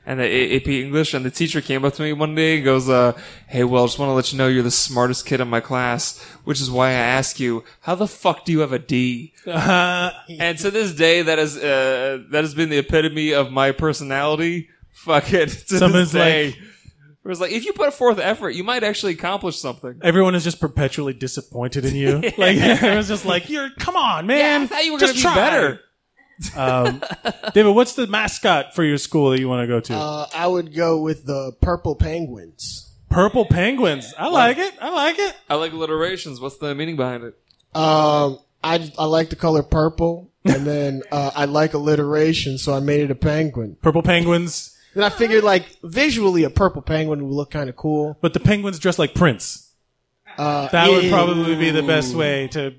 [SPEAKER 2] and the A- AP English, and the teacher came up to me one day and goes, uh, "Hey, well, just want to let you know you're the smartest kid in my class, which is why I ask you, how the fuck do you have a D?"
[SPEAKER 1] Uh-huh.
[SPEAKER 2] and to this day, that is uh, that has been the epitome of my personality. Fuck it. To
[SPEAKER 1] Someone's
[SPEAKER 2] this day.
[SPEAKER 1] like-
[SPEAKER 2] It was like, if you put forth effort, you might actually accomplish something.
[SPEAKER 1] Everyone is just perpetually disappointed in you. Like everyone's just like, you're come on, man.
[SPEAKER 2] I thought you were
[SPEAKER 1] just
[SPEAKER 2] gonna be
[SPEAKER 1] try." Um,
[SPEAKER 2] better.
[SPEAKER 1] David, what's the mascot for your school that you want to go to?
[SPEAKER 8] Uh, I would go with the purple penguins.
[SPEAKER 1] Purple penguins. I like it. I like it.
[SPEAKER 2] I like alliterations. What's the meaning behind it?
[SPEAKER 8] Um, I just- I like the color purple, and then uh, I like alliteration, so I made it a penguin.
[SPEAKER 1] Purple penguins.
[SPEAKER 8] Then I figured like visually a purple penguin would look kind of cool.
[SPEAKER 1] But the penguins dressed like Prince.
[SPEAKER 8] Uh,
[SPEAKER 1] That would
[SPEAKER 8] yeah.
[SPEAKER 1] probably be the best way to.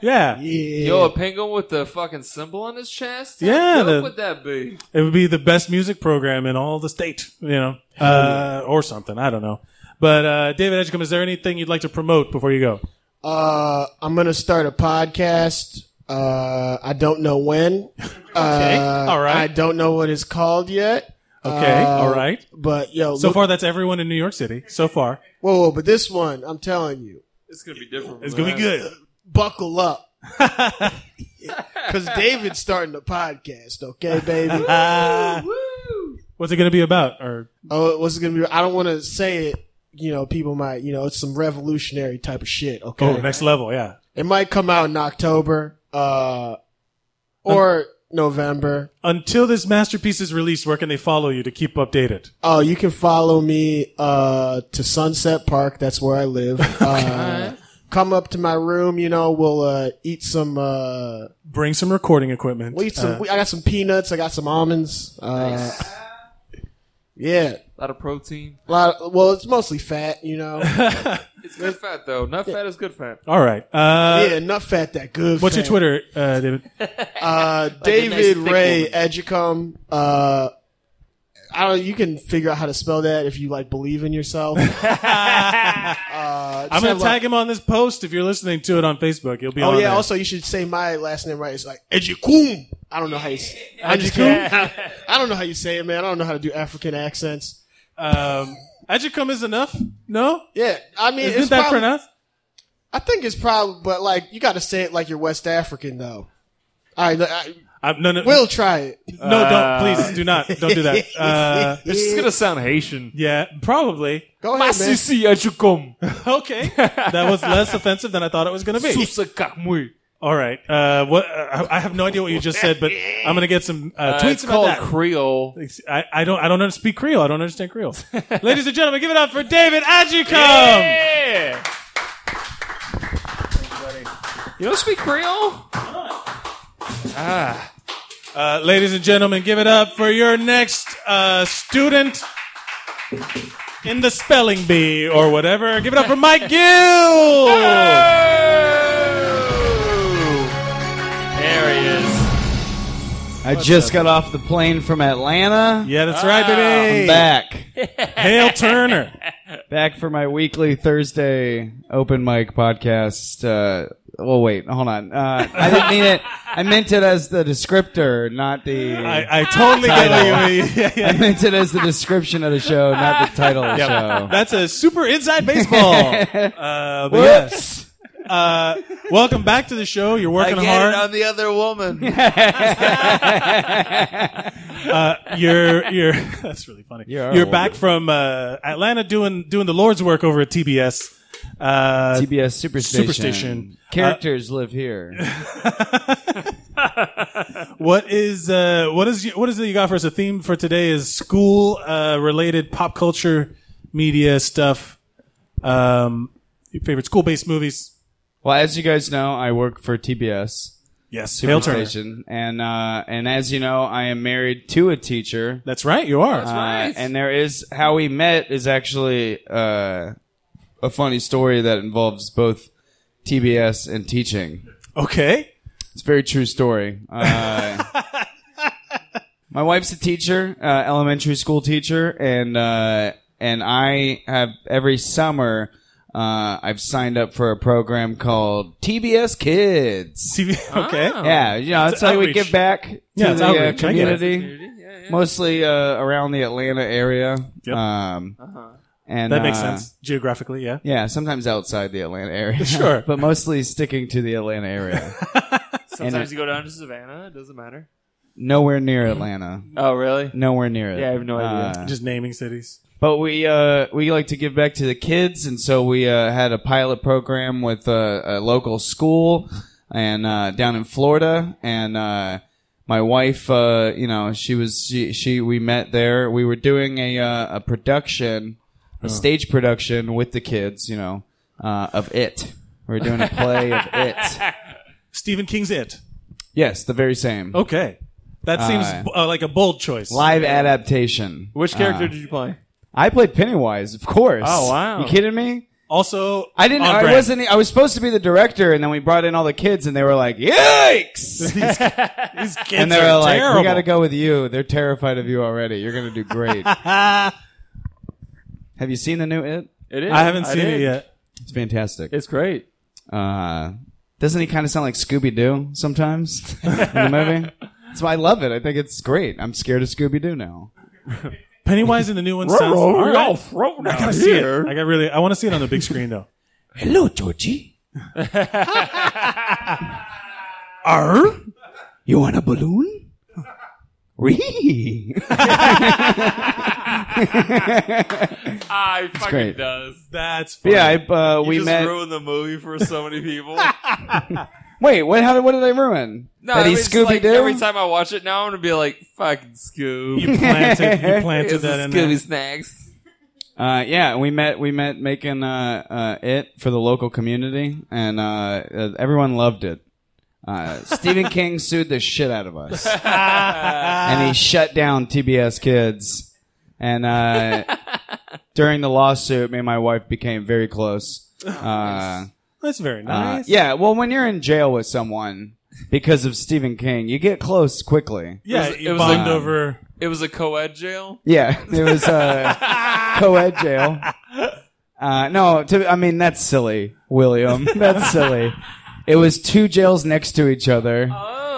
[SPEAKER 1] Yeah.
[SPEAKER 8] Yeah.
[SPEAKER 2] Yo, a penguin with the fucking symbol on his chest? How
[SPEAKER 1] Yeah,
[SPEAKER 2] dope
[SPEAKER 1] the-
[SPEAKER 2] would that be?
[SPEAKER 1] It would be the best music program in all the state, you know, uh, or something. I don't know. But uh, David Edgecombe, is there anything you'd like to promote before you go?
[SPEAKER 8] Uh, I'm gonna start a podcast. Uh, I don't know when. Uh,
[SPEAKER 1] all right.
[SPEAKER 8] I don't know what it's called yet.
[SPEAKER 1] Okay,
[SPEAKER 8] Uh,
[SPEAKER 1] all right.
[SPEAKER 8] But yo,
[SPEAKER 1] So
[SPEAKER 8] look-
[SPEAKER 1] far, that's everyone in New York City. So far,
[SPEAKER 8] whoa, whoa, but this one, I'm telling you,
[SPEAKER 2] It's gonna be different.
[SPEAKER 1] it's gonna be good.
[SPEAKER 8] buckle up. Cause David's starting a podcast, okay, baby.
[SPEAKER 1] Uh, what's it gonna be about? Or
[SPEAKER 8] Oh, what's it gonna be? I don't want to say it. You know, people might. You know, it's some revolutionary type of shit. Okay,
[SPEAKER 1] oh, next level, yeah.
[SPEAKER 8] it might come out in October, uh, or November.
[SPEAKER 1] Until this masterpiece is released, where can they follow you to keep updated?
[SPEAKER 8] Oh, you can follow me uh, to Sunset Park. That's where I live. Uh, come up to my room. You know, we'll uh, eat some. Uh,
[SPEAKER 1] Bring some Uh. recording equipment.
[SPEAKER 8] we'll eat some. we, I got some peanuts. I got some almonds. Uh, Yeah,
[SPEAKER 2] A lot of protein.
[SPEAKER 8] a lot. Of, well, it's mostly fat. You know.
[SPEAKER 2] It's good fat though. Not fat is good fat.
[SPEAKER 1] All right. Uh,
[SPEAKER 8] yeah, enough fat. That good.
[SPEAKER 1] What's your
[SPEAKER 8] fat.
[SPEAKER 1] Twitter, uh, David?
[SPEAKER 8] Uh, David
[SPEAKER 2] nice thick
[SPEAKER 8] Ray
[SPEAKER 2] woman.
[SPEAKER 8] Edgecombe. Uh, I don't. You can figure out how to spell that if you like believe in yourself. uh,
[SPEAKER 1] I'm gonna tag him on this post if you're listening to it on Facebook. He'll be
[SPEAKER 8] Oh
[SPEAKER 1] on
[SPEAKER 8] yeah.
[SPEAKER 1] there.
[SPEAKER 8] Also, you should say my last name right. It's like Edgecombe. I don't know how you. s- I just
[SPEAKER 1] Edgecombe?
[SPEAKER 8] can't- I don't know how you say it, man. I don't know how to do African accents.
[SPEAKER 1] Um, Edgecombe is enough. No,
[SPEAKER 8] Yeah, I mean,
[SPEAKER 1] isn't
[SPEAKER 8] it's
[SPEAKER 1] that
[SPEAKER 8] probably,
[SPEAKER 1] pronounced?
[SPEAKER 8] I think it's probably, but like you got to say it like you're West African though. All right, I,
[SPEAKER 1] Um, no, no,
[SPEAKER 8] we'll try it. Uh,
[SPEAKER 1] no, don't please do not don't do that. Uh,
[SPEAKER 2] It's just gonna sound Haitian.
[SPEAKER 1] yeah, probably.
[SPEAKER 8] Go ahead, man.
[SPEAKER 1] Okay, that was less offensive than I thought it was gonna be. All right, uh, what? Uh, I I have no idea what you just said, but I'm gonna get some uh,
[SPEAKER 2] Uh,
[SPEAKER 1] tweets
[SPEAKER 2] it's called
[SPEAKER 1] about that.
[SPEAKER 2] Creole.
[SPEAKER 1] I, I don't I don't under- speak Creole. I don't understand Creole. Ladies and gentlemen, give it up for David Adjicum.
[SPEAKER 2] Yeah. You don't speak Creole?
[SPEAKER 1] Uh, ladies and gentlemen, give it up for your next uh, student in the spelling bee or whatever. Give it up for Mike Gill.
[SPEAKER 2] There he is.
[SPEAKER 9] I just got off the plane from Atlanta.
[SPEAKER 1] Yeah, that's right,
[SPEAKER 9] I'm
[SPEAKER 1] baby.
[SPEAKER 9] back.
[SPEAKER 1] Hale Turner.
[SPEAKER 9] Back for my weekly Thursday open mic podcast. Uh, well, wait, hold on. Uh, I didn't mean it. I meant it as the descriptor, not the.
[SPEAKER 1] I, I totally get what you mean. Yeah, yeah.
[SPEAKER 9] I meant it as the description of the show, not the title of the show.
[SPEAKER 1] That's a super inside baseball. Uh, but yes. Uh, welcome back to the show. You're working hard.
[SPEAKER 6] uh,
[SPEAKER 2] the other woman.
[SPEAKER 1] Uh, you're you're that's really funny.
[SPEAKER 9] You
[SPEAKER 1] You're,
[SPEAKER 9] are old.
[SPEAKER 1] back from uh, Atlanta doing doing the Lord's work over at TBS. Uh,
[SPEAKER 9] TBS Superstation.
[SPEAKER 1] Superstation.
[SPEAKER 9] Characters live here.
[SPEAKER 1] what is uh, what is what is it you got for us? A theme for today is school uh, related pop culture media stuff. Um, your favorite school based movies?
[SPEAKER 9] Well, as you guys know, I work for TBS
[SPEAKER 1] Yes, Hale Turner.
[SPEAKER 9] Superstation, and uh, and as you know, I am married to a teacher.
[SPEAKER 1] That's right, you are.
[SPEAKER 9] Uh, and there is how we met is actually uh, a funny story that involves both TBS and teaching.
[SPEAKER 1] okay.
[SPEAKER 9] It's a very true story. Uh, my wife's a teacher, uh, elementary school teacher, and uh, and I have every summer. Uh, I've signed up for a program called TBS Kids.
[SPEAKER 1] TV, okay.
[SPEAKER 9] Yeah, you know, it's,
[SPEAKER 1] an
[SPEAKER 9] like we
[SPEAKER 1] Oh. outreach.
[SPEAKER 9] give back to
[SPEAKER 1] Yeah, it's
[SPEAKER 9] the uh,
[SPEAKER 1] outreach. I get it.
[SPEAKER 9] community, mostly uh, around the Atlanta area.
[SPEAKER 1] Yep.
[SPEAKER 9] Um, and
[SPEAKER 1] That makes
[SPEAKER 9] uh,
[SPEAKER 1] sense geographically. Yeah.
[SPEAKER 9] Yeah, sometimes outside the Atlanta area,
[SPEAKER 1] Sure.
[SPEAKER 9] but mostly sticking to the Atlanta area,
[SPEAKER 2] Sometimes you go down to Savannah. It doesn't matter.
[SPEAKER 9] nowhere near Atlanta,
[SPEAKER 2] Oh, really?
[SPEAKER 9] nowhere near it.
[SPEAKER 2] Yeah, I have no idea.
[SPEAKER 9] Uh,
[SPEAKER 1] Just naming cities.
[SPEAKER 9] but we uh, we like to give back to the kids, and so we uh, had a pilot program with uh, a local school and uh, down in Florida, and uh, my wife, uh, you know, she was she, she we met there. We were doing a uh, a production a stage production with the kids, you know, uh, of It. We were doing a play of It.
[SPEAKER 1] Stephen King's It.
[SPEAKER 9] Yes, the very same.
[SPEAKER 1] Okay. That seems
[SPEAKER 9] Uh,
[SPEAKER 1] uh, like a bold choice.
[SPEAKER 9] Live adaptation.
[SPEAKER 2] Which character
[SPEAKER 9] Uh,
[SPEAKER 2] did you play?
[SPEAKER 9] I played Pennywise, of course.
[SPEAKER 2] Oh, wow.
[SPEAKER 9] You kidding me?
[SPEAKER 1] Also,
[SPEAKER 9] I didn't.
[SPEAKER 1] on
[SPEAKER 9] I
[SPEAKER 1] brand.
[SPEAKER 9] wasn't. e- I was supposed to be the director, and then we brought in all the kids, and they were like, "Yikes!"
[SPEAKER 1] These kids
[SPEAKER 9] and they
[SPEAKER 1] are
[SPEAKER 9] were like,
[SPEAKER 1] terrible.
[SPEAKER 9] "We got to go with you. They're terrified of you already. You're gonna do great." Have you seen the new It?
[SPEAKER 2] It is.
[SPEAKER 1] I haven't seen
[SPEAKER 2] did.
[SPEAKER 1] it yet.
[SPEAKER 9] It's fantastic.
[SPEAKER 2] It's great.
[SPEAKER 9] uh, doesn't he kind of sound like Scooby Doo sometimes in the movie? So I love it. I think it's great. I'm scared of Scooby Doo now.
[SPEAKER 1] Pennywise in the new one sounds. all right.
[SPEAKER 2] thrown
[SPEAKER 1] I gotta see it. I got really. I want to see it on the big screen though.
[SPEAKER 9] Hello, Georgie.
[SPEAKER 1] Arr?
[SPEAKER 9] You want a balloon? Ree.
[SPEAKER 2] Ah, he fucking
[SPEAKER 9] great.
[SPEAKER 2] does.
[SPEAKER 1] That's funny.
[SPEAKER 9] yeah, I, uh,
[SPEAKER 2] You
[SPEAKER 9] we
[SPEAKER 2] just
[SPEAKER 9] met.
[SPEAKER 2] ruined the movie for so many people.
[SPEAKER 9] Wait, what? How, what did I ruin?
[SPEAKER 2] No,
[SPEAKER 9] that
[SPEAKER 2] I mean,
[SPEAKER 9] he's
[SPEAKER 2] it's just
[SPEAKER 9] Scooby
[SPEAKER 2] like
[SPEAKER 9] Doo.
[SPEAKER 2] every time I watch it now, I'm gonna be like, "Fucking Scoob."
[SPEAKER 1] You planted. You
[SPEAKER 2] Here's
[SPEAKER 1] planted
[SPEAKER 2] the
[SPEAKER 1] that in
[SPEAKER 2] Scooby
[SPEAKER 1] there.
[SPEAKER 2] snacks.
[SPEAKER 9] Uh, yeah, we met we met making uh, uh, it for the local community, and uh, uh, everyone loved it. Uh, Stephen King sued the shit out of us, and he shut down TBS Kids. And uh, during the lawsuit, me and my wife became very close. Uh,
[SPEAKER 1] Oh, That's very
[SPEAKER 9] uh,
[SPEAKER 1] nice.
[SPEAKER 9] yeah, well, when you're in jail with someone because of Stephen King, you get close quickly.
[SPEAKER 1] yeah.
[SPEAKER 2] It was-
[SPEAKER 1] you
[SPEAKER 2] it was
[SPEAKER 1] bond
[SPEAKER 9] like-
[SPEAKER 1] over.
[SPEAKER 2] It was a co-ed jail.
[SPEAKER 9] Yeah, it was uh, co-ed jail. Uh, no, to, I mean that's silly, William. That's silly. It was two jails next to each other,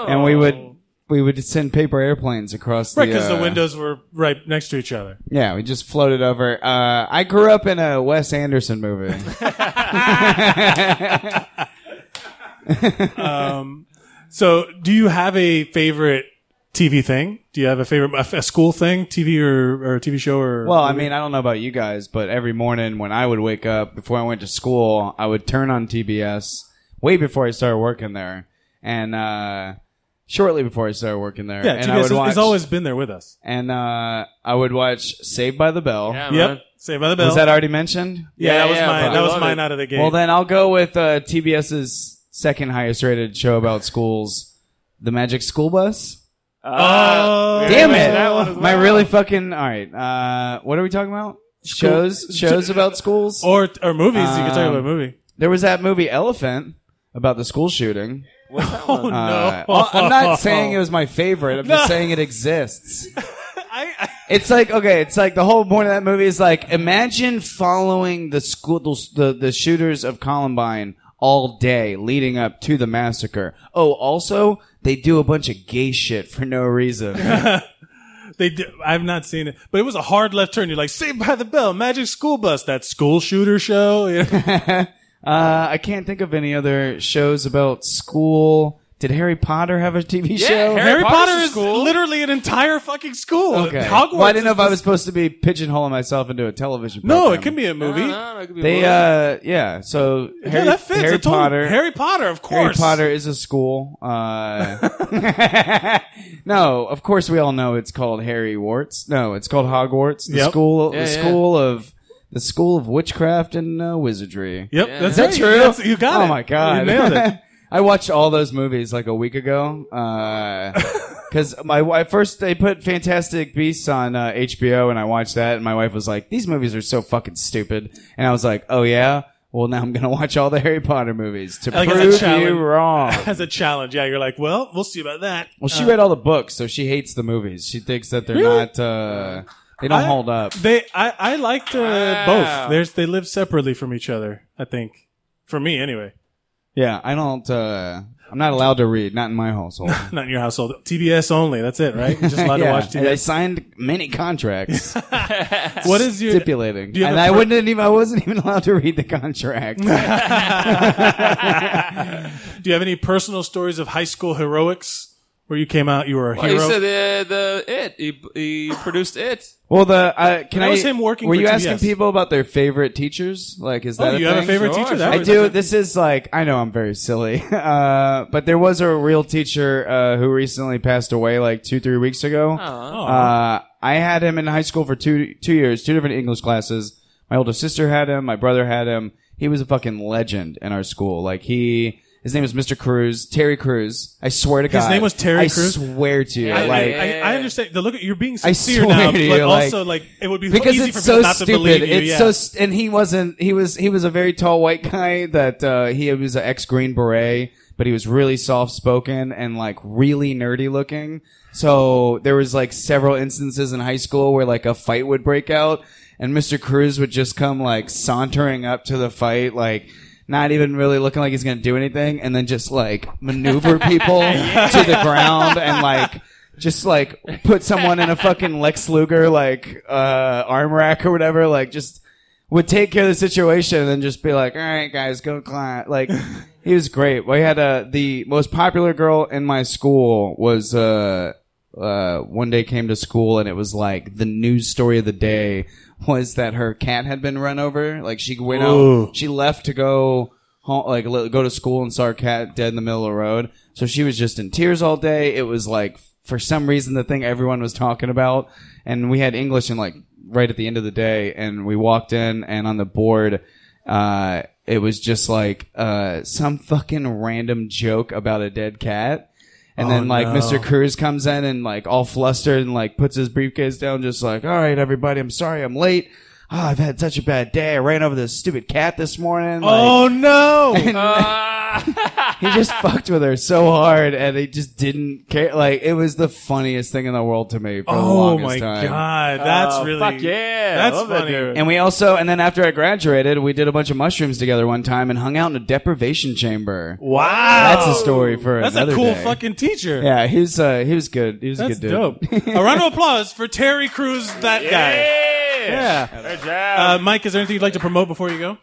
[SPEAKER 9] and we would we would send paper airplanes across
[SPEAKER 1] Oh. Right,
[SPEAKER 9] the
[SPEAKER 1] because
[SPEAKER 9] uh,
[SPEAKER 1] the windows were right next to each other.
[SPEAKER 9] Yeah, we just floated over. Uh, I grew up in a Wes Anderson movie.
[SPEAKER 1] Um, So, do you have a favorite TV thing? Do you have a favorite a, a school thing, TV or, or TV show or?
[SPEAKER 9] Well, I mean, I don't know about you guys, but every morning when I would wake up before I went to school, I would turn on TBS way before I started working there, and uh, shortly before I started working there.
[SPEAKER 1] yeah,
[SPEAKER 9] and
[SPEAKER 1] TBS
[SPEAKER 9] I would
[SPEAKER 1] has,
[SPEAKER 9] watch,
[SPEAKER 1] has always been there with us.
[SPEAKER 9] and uh, I would watch Saved by the Bell.
[SPEAKER 2] Yeah, man.
[SPEAKER 1] Yep. Saved by the Bell.
[SPEAKER 9] Was that already mentioned?
[SPEAKER 1] yeah,
[SPEAKER 2] Yeah,
[SPEAKER 1] that was
[SPEAKER 2] yeah,
[SPEAKER 1] mine.
[SPEAKER 2] but
[SPEAKER 1] That
[SPEAKER 2] I
[SPEAKER 1] was
[SPEAKER 2] love
[SPEAKER 1] mine
[SPEAKER 2] it.
[SPEAKER 1] out of the gate.
[SPEAKER 9] Well, then I'll go with uh, TBS's second highest rated show about schools, The Magic School Bus.
[SPEAKER 1] Oh,
[SPEAKER 2] yeah,
[SPEAKER 9] Damn
[SPEAKER 2] we
[SPEAKER 9] it!
[SPEAKER 2] did Uh, that one as
[SPEAKER 9] My
[SPEAKER 2] well.
[SPEAKER 9] really fucking all right. Uh, what are we talking about? Shows, shows about schools.
[SPEAKER 1] or or movies. you can talk about a
[SPEAKER 9] Um,
[SPEAKER 1] movie.
[SPEAKER 9] There was that movie Elephant about the school shooting.
[SPEAKER 1] Oh
[SPEAKER 9] Uh,
[SPEAKER 1] no!
[SPEAKER 9] well, I'm not saying it was my favorite. I'm just saying it exists. it's like okay, it's like the whole point of that movie is like imagine following the school the the shooters of Columbine all day leading up to the massacre. Oh, also they do a bunch of gay shit for no reason. Uh,
[SPEAKER 1] They did, I've not seen it, but it was a hard left turn. You're like Saved by the Bell, Magic School Bus, that school shooter show. Yeah.
[SPEAKER 9] Uh, I can't think of any other shows about school. Did Harry Potter have a TV show?
[SPEAKER 2] Harry
[SPEAKER 1] Harry
[SPEAKER 2] Potter's
[SPEAKER 1] Potter
[SPEAKER 2] a
[SPEAKER 1] is
[SPEAKER 2] school.
[SPEAKER 1] literally an entire fucking school.
[SPEAKER 9] Okay.
[SPEAKER 1] Hogwarts.
[SPEAKER 9] Well, I didn't know if
[SPEAKER 1] is-
[SPEAKER 9] I was supposed to be pigeonholing myself into a television.
[SPEAKER 1] No,
[SPEAKER 9] program.
[SPEAKER 1] it can be a movie.
[SPEAKER 2] No, no, it could be
[SPEAKER 9] They,
[SPEAKER 2] William.
[SPEAKER 9] uh, yeah. So Harry,
[SPEAKER 1] yeah, that fits.
[SPEAKER 9] Harry
[SPEAKER 1] It totally-
[SPEAKER 9] Potter.
[SPEAKER 1] Harry Potter, of
[SPEAKER 9] Harry
[SPEAKER 1] course.
[SPEAKER 9] Potter is a school. Uh, no, of course we all know it's called Harry Warts. No, it's called Hogwarts. The
[SPEAKER 1] Yep.
[SPEAKER 9] school,
[SPEAKER 2] Yeah,
[SPEAKER 9] the
[SPEAKER 2] yeah.
[SPEAKER 9] school of the school of witchcraft and uh, wizardry.
[SPEAKER 1] Yep,
[SPEAKER 2] Yeah.
[SPEAKER 1] that's
[SPEAKER 9] Is that
[SPEAKER 1] right.
[SPEAKER 9] true?
[SPEAKER 1] That's- you got
[SPEAKER 9] oh
[SPEAKER 1] it.
[SPEAKER 9] my god!
[SPEAKER 1] you nailed it.
[SPEAKER 9] I watched all those movies like a week ago. Because my wife first they put Fantastic Beasts on uh, HBO, and I watched that, and my wife was like, "These movies are so fucking stupid," and I was like, "Oh yeah." Well, now I'm gonna watch all the Harry Potter movies to
[SPEAKER 1] Like, as a
[SPEAKER 9] prove
[SPEAKER 1] challenge.
[SPEAKER 9] you wrong.
[SPEAKER 1] As a challenge, yeah, you're like, well, we'll see about that.
[SPEAKER 9] Well, she read all the books, so she hates the movies. She thinks that they're
[SPEAKER 1] Really?
[SPEAKER 9] not, uh, they don't
[SPEAKER 1] I-
[SPEAKER 9] hold up.
[SPEAKER 1] They, I, I liked uh,
[SPEAKER 2] Wow.
[SPEAKER 1] both. There's, they live separately from each other. I think, for me anyway.
[SPEAKER 9] Yeah, I don't. Uh, I'm not allowed to read, not in my household.
[SPEAKER 1] Not in your household. TBS only. That's it, right? You're just allowed
[SPEAKER 9] Yeah,
[SPEAKER 1] to watch
[SPEAKER 9] and I
[SPEAKER 1] TBS.
[SPEAKER 9] signed many contracts.
[SPEAKER 1] What is your?
[SPEAKER 9] stipulating.
[SPEAKER 1] do you have
[SPEAKER 9] and
[SPEAKER 1] a
[SPEAKER 9] I
[SPEAKER 1] per-
[SPEAKER 9] wouldn't even I wasn't even allowed to read the contract.
[SPEAKER 1] Do you have any personal stories of high school heroics where you came out, you were a
[SPEAKER 2] Well,
[SPEAKER 1] hero?
[SPEAKER 2] he said uh, the, the it. He, he produced it.
[SPEAKER 9] well, the uh, can
[SPEAKER 1] That
[SPEAKER 9] I?
[SPEAKER 1] was him working
[SPEAKER 9] Were
[SPEAKER 1] for
[SPEAKER 9] you
[SPEAKER 1] TBS.
[SPEAKER 9] asking people about their favorite teachers? Like, is that
[SPEAKER 1] oh,
[SPEAKER 9] a
[SPEAKER 1] you have a
[SPEAKER 9] thing?
[SPEAKER 1] favorite
[SPEAKER 2] Sure,
[SPEAKER 1] teacher? That
[SPEAKER 9] I
[SPEAKER 1] was-
[SPEAKER 9] do. This is like I know I'm very silly, uh, but there was a real teacher uh, who recently passed away, like two three weeks ago.
[SPEAKER 2] Aw.
[SPEAKER 1] Oh.
[SPEAKER 9] Uh, I had him in high school for two two years, two different English classes. My older sister had him. My brother had him. He was a fucking legend in our school. Like he, his name was Mr. Cruz, Terry Cruz. I swear to God,
[SPEAKER 1] His name was Terry
[SPEAKER 9] I
[SPEAKER 1] Crews?
[SPEAKER 9] swear to you,
[SPEAKER 1] I, I-
[SPEAKER 9] like
[SPEAKER 1] I, I understand. The look, at- you're being
[SPEAKER 9] I
[SPEAKER 1] sincere
[SPEAKER 9] swear
[SPEAKER 1] now,
[SPEAKER 9] to you,
[SPEAKER 1] but
[SPEAKER 9] like-
[SPEAKER 1] also like it would be
[SPEAKER 9] because
[SPEAKER 1] easy
[SPEAKER 9] it's
[SPEAKER 1] for
[SPEAKER 9] so
[SPEAKER 1] people not to believe
[SPEAKER 9] stupid.
[SPEAKER 1] you.
[SPEAKER 9] It's
[SPEAKER 1] yeah.
[SPEAKER 9] so st- and he wasn't. He was he was a very tall white guy that uh, he was an ex Green Beret, but he was really soft spoken and like really nerdy looking. So there was like several instances in high school where like a fight would break out, and Mr. Cruz would just come like sauntering up to the fight like. Not even really looking like he's gonna do anything, and then just like maneuver people to the ground and like just like put someone in a fucking Lex Luger like uh, arm rack or whatever, like just would take care of the situation and then just be like, "All right, guys, go climb." Like he was great. We had uh, the most popular girl in my school was uh, uh, one day came to school and it was like the news story of the day was that her cat had been run over. Like she went out, she left to go home, like li- go to school and saw her cat dead in the middle of the road. So she was just in tears all day. It was like for some reason the thing everyone was talking about, and we had English and like right at the end of the day, and we walked in and on the board. Uh, it was just like uh, some fucking random joke about a dead cat. And then like Mr. Cruz comes in and like all flustered and like puts his briefcase down, just like, all right, everybody, I'm sorry, I'm late. Oh, I've had such a bad day. I ran over this stupid cat this morning. Like,
[SPEAKER 1] oh no! Ah.
[SPEAKER 9] he just fucked with her so hard, and he just didn't care. Like it was the funniest thing in the world to me for the
[SPEAKER 1] oh
[SPEAKER 9] longest
[SPEAKER 1] my
[SPEAKER 9] time.
[SPEAKER 1] god, that's
[SPEAKER 2] Oh,
[SPEAKER 1] really
[SPEAKER 2] fuck yeah.
[SPEAKER 1] That's
[SPEAKER 2] Love that
[SPEAKER 1] funny.
[SPEAKER 2] dude.
[SPEAKER 9] And we also, and then after I graduated, we did a bunch of mushrooms together one time and hung out in a deprivation chamber.
[SPEAKER 1] wow,
[SPEAKER 9] That's a story for
[SPEAKER 1] That's a
[SPEAKER 9] another
[SPEAKER 1] cool
[SPEAKER 9] day.
[SPEAKER 1] fucking teacher.
[SPEAKER 9] Yeah, he was uh, he was good. He was
[SPEAKER 1] That's
[SPEAKER 9] a good dude.
[SPEAKER 1] dope. a round of applause for Terry Crews, that guy.
[SPEAKER 2] Yeah.
[SPEAKER 1] Yeah.
[SPEAKER 2] Good job.
[SPEAKER 1] Uh, Mike, is there anything you'd like to promote before you go?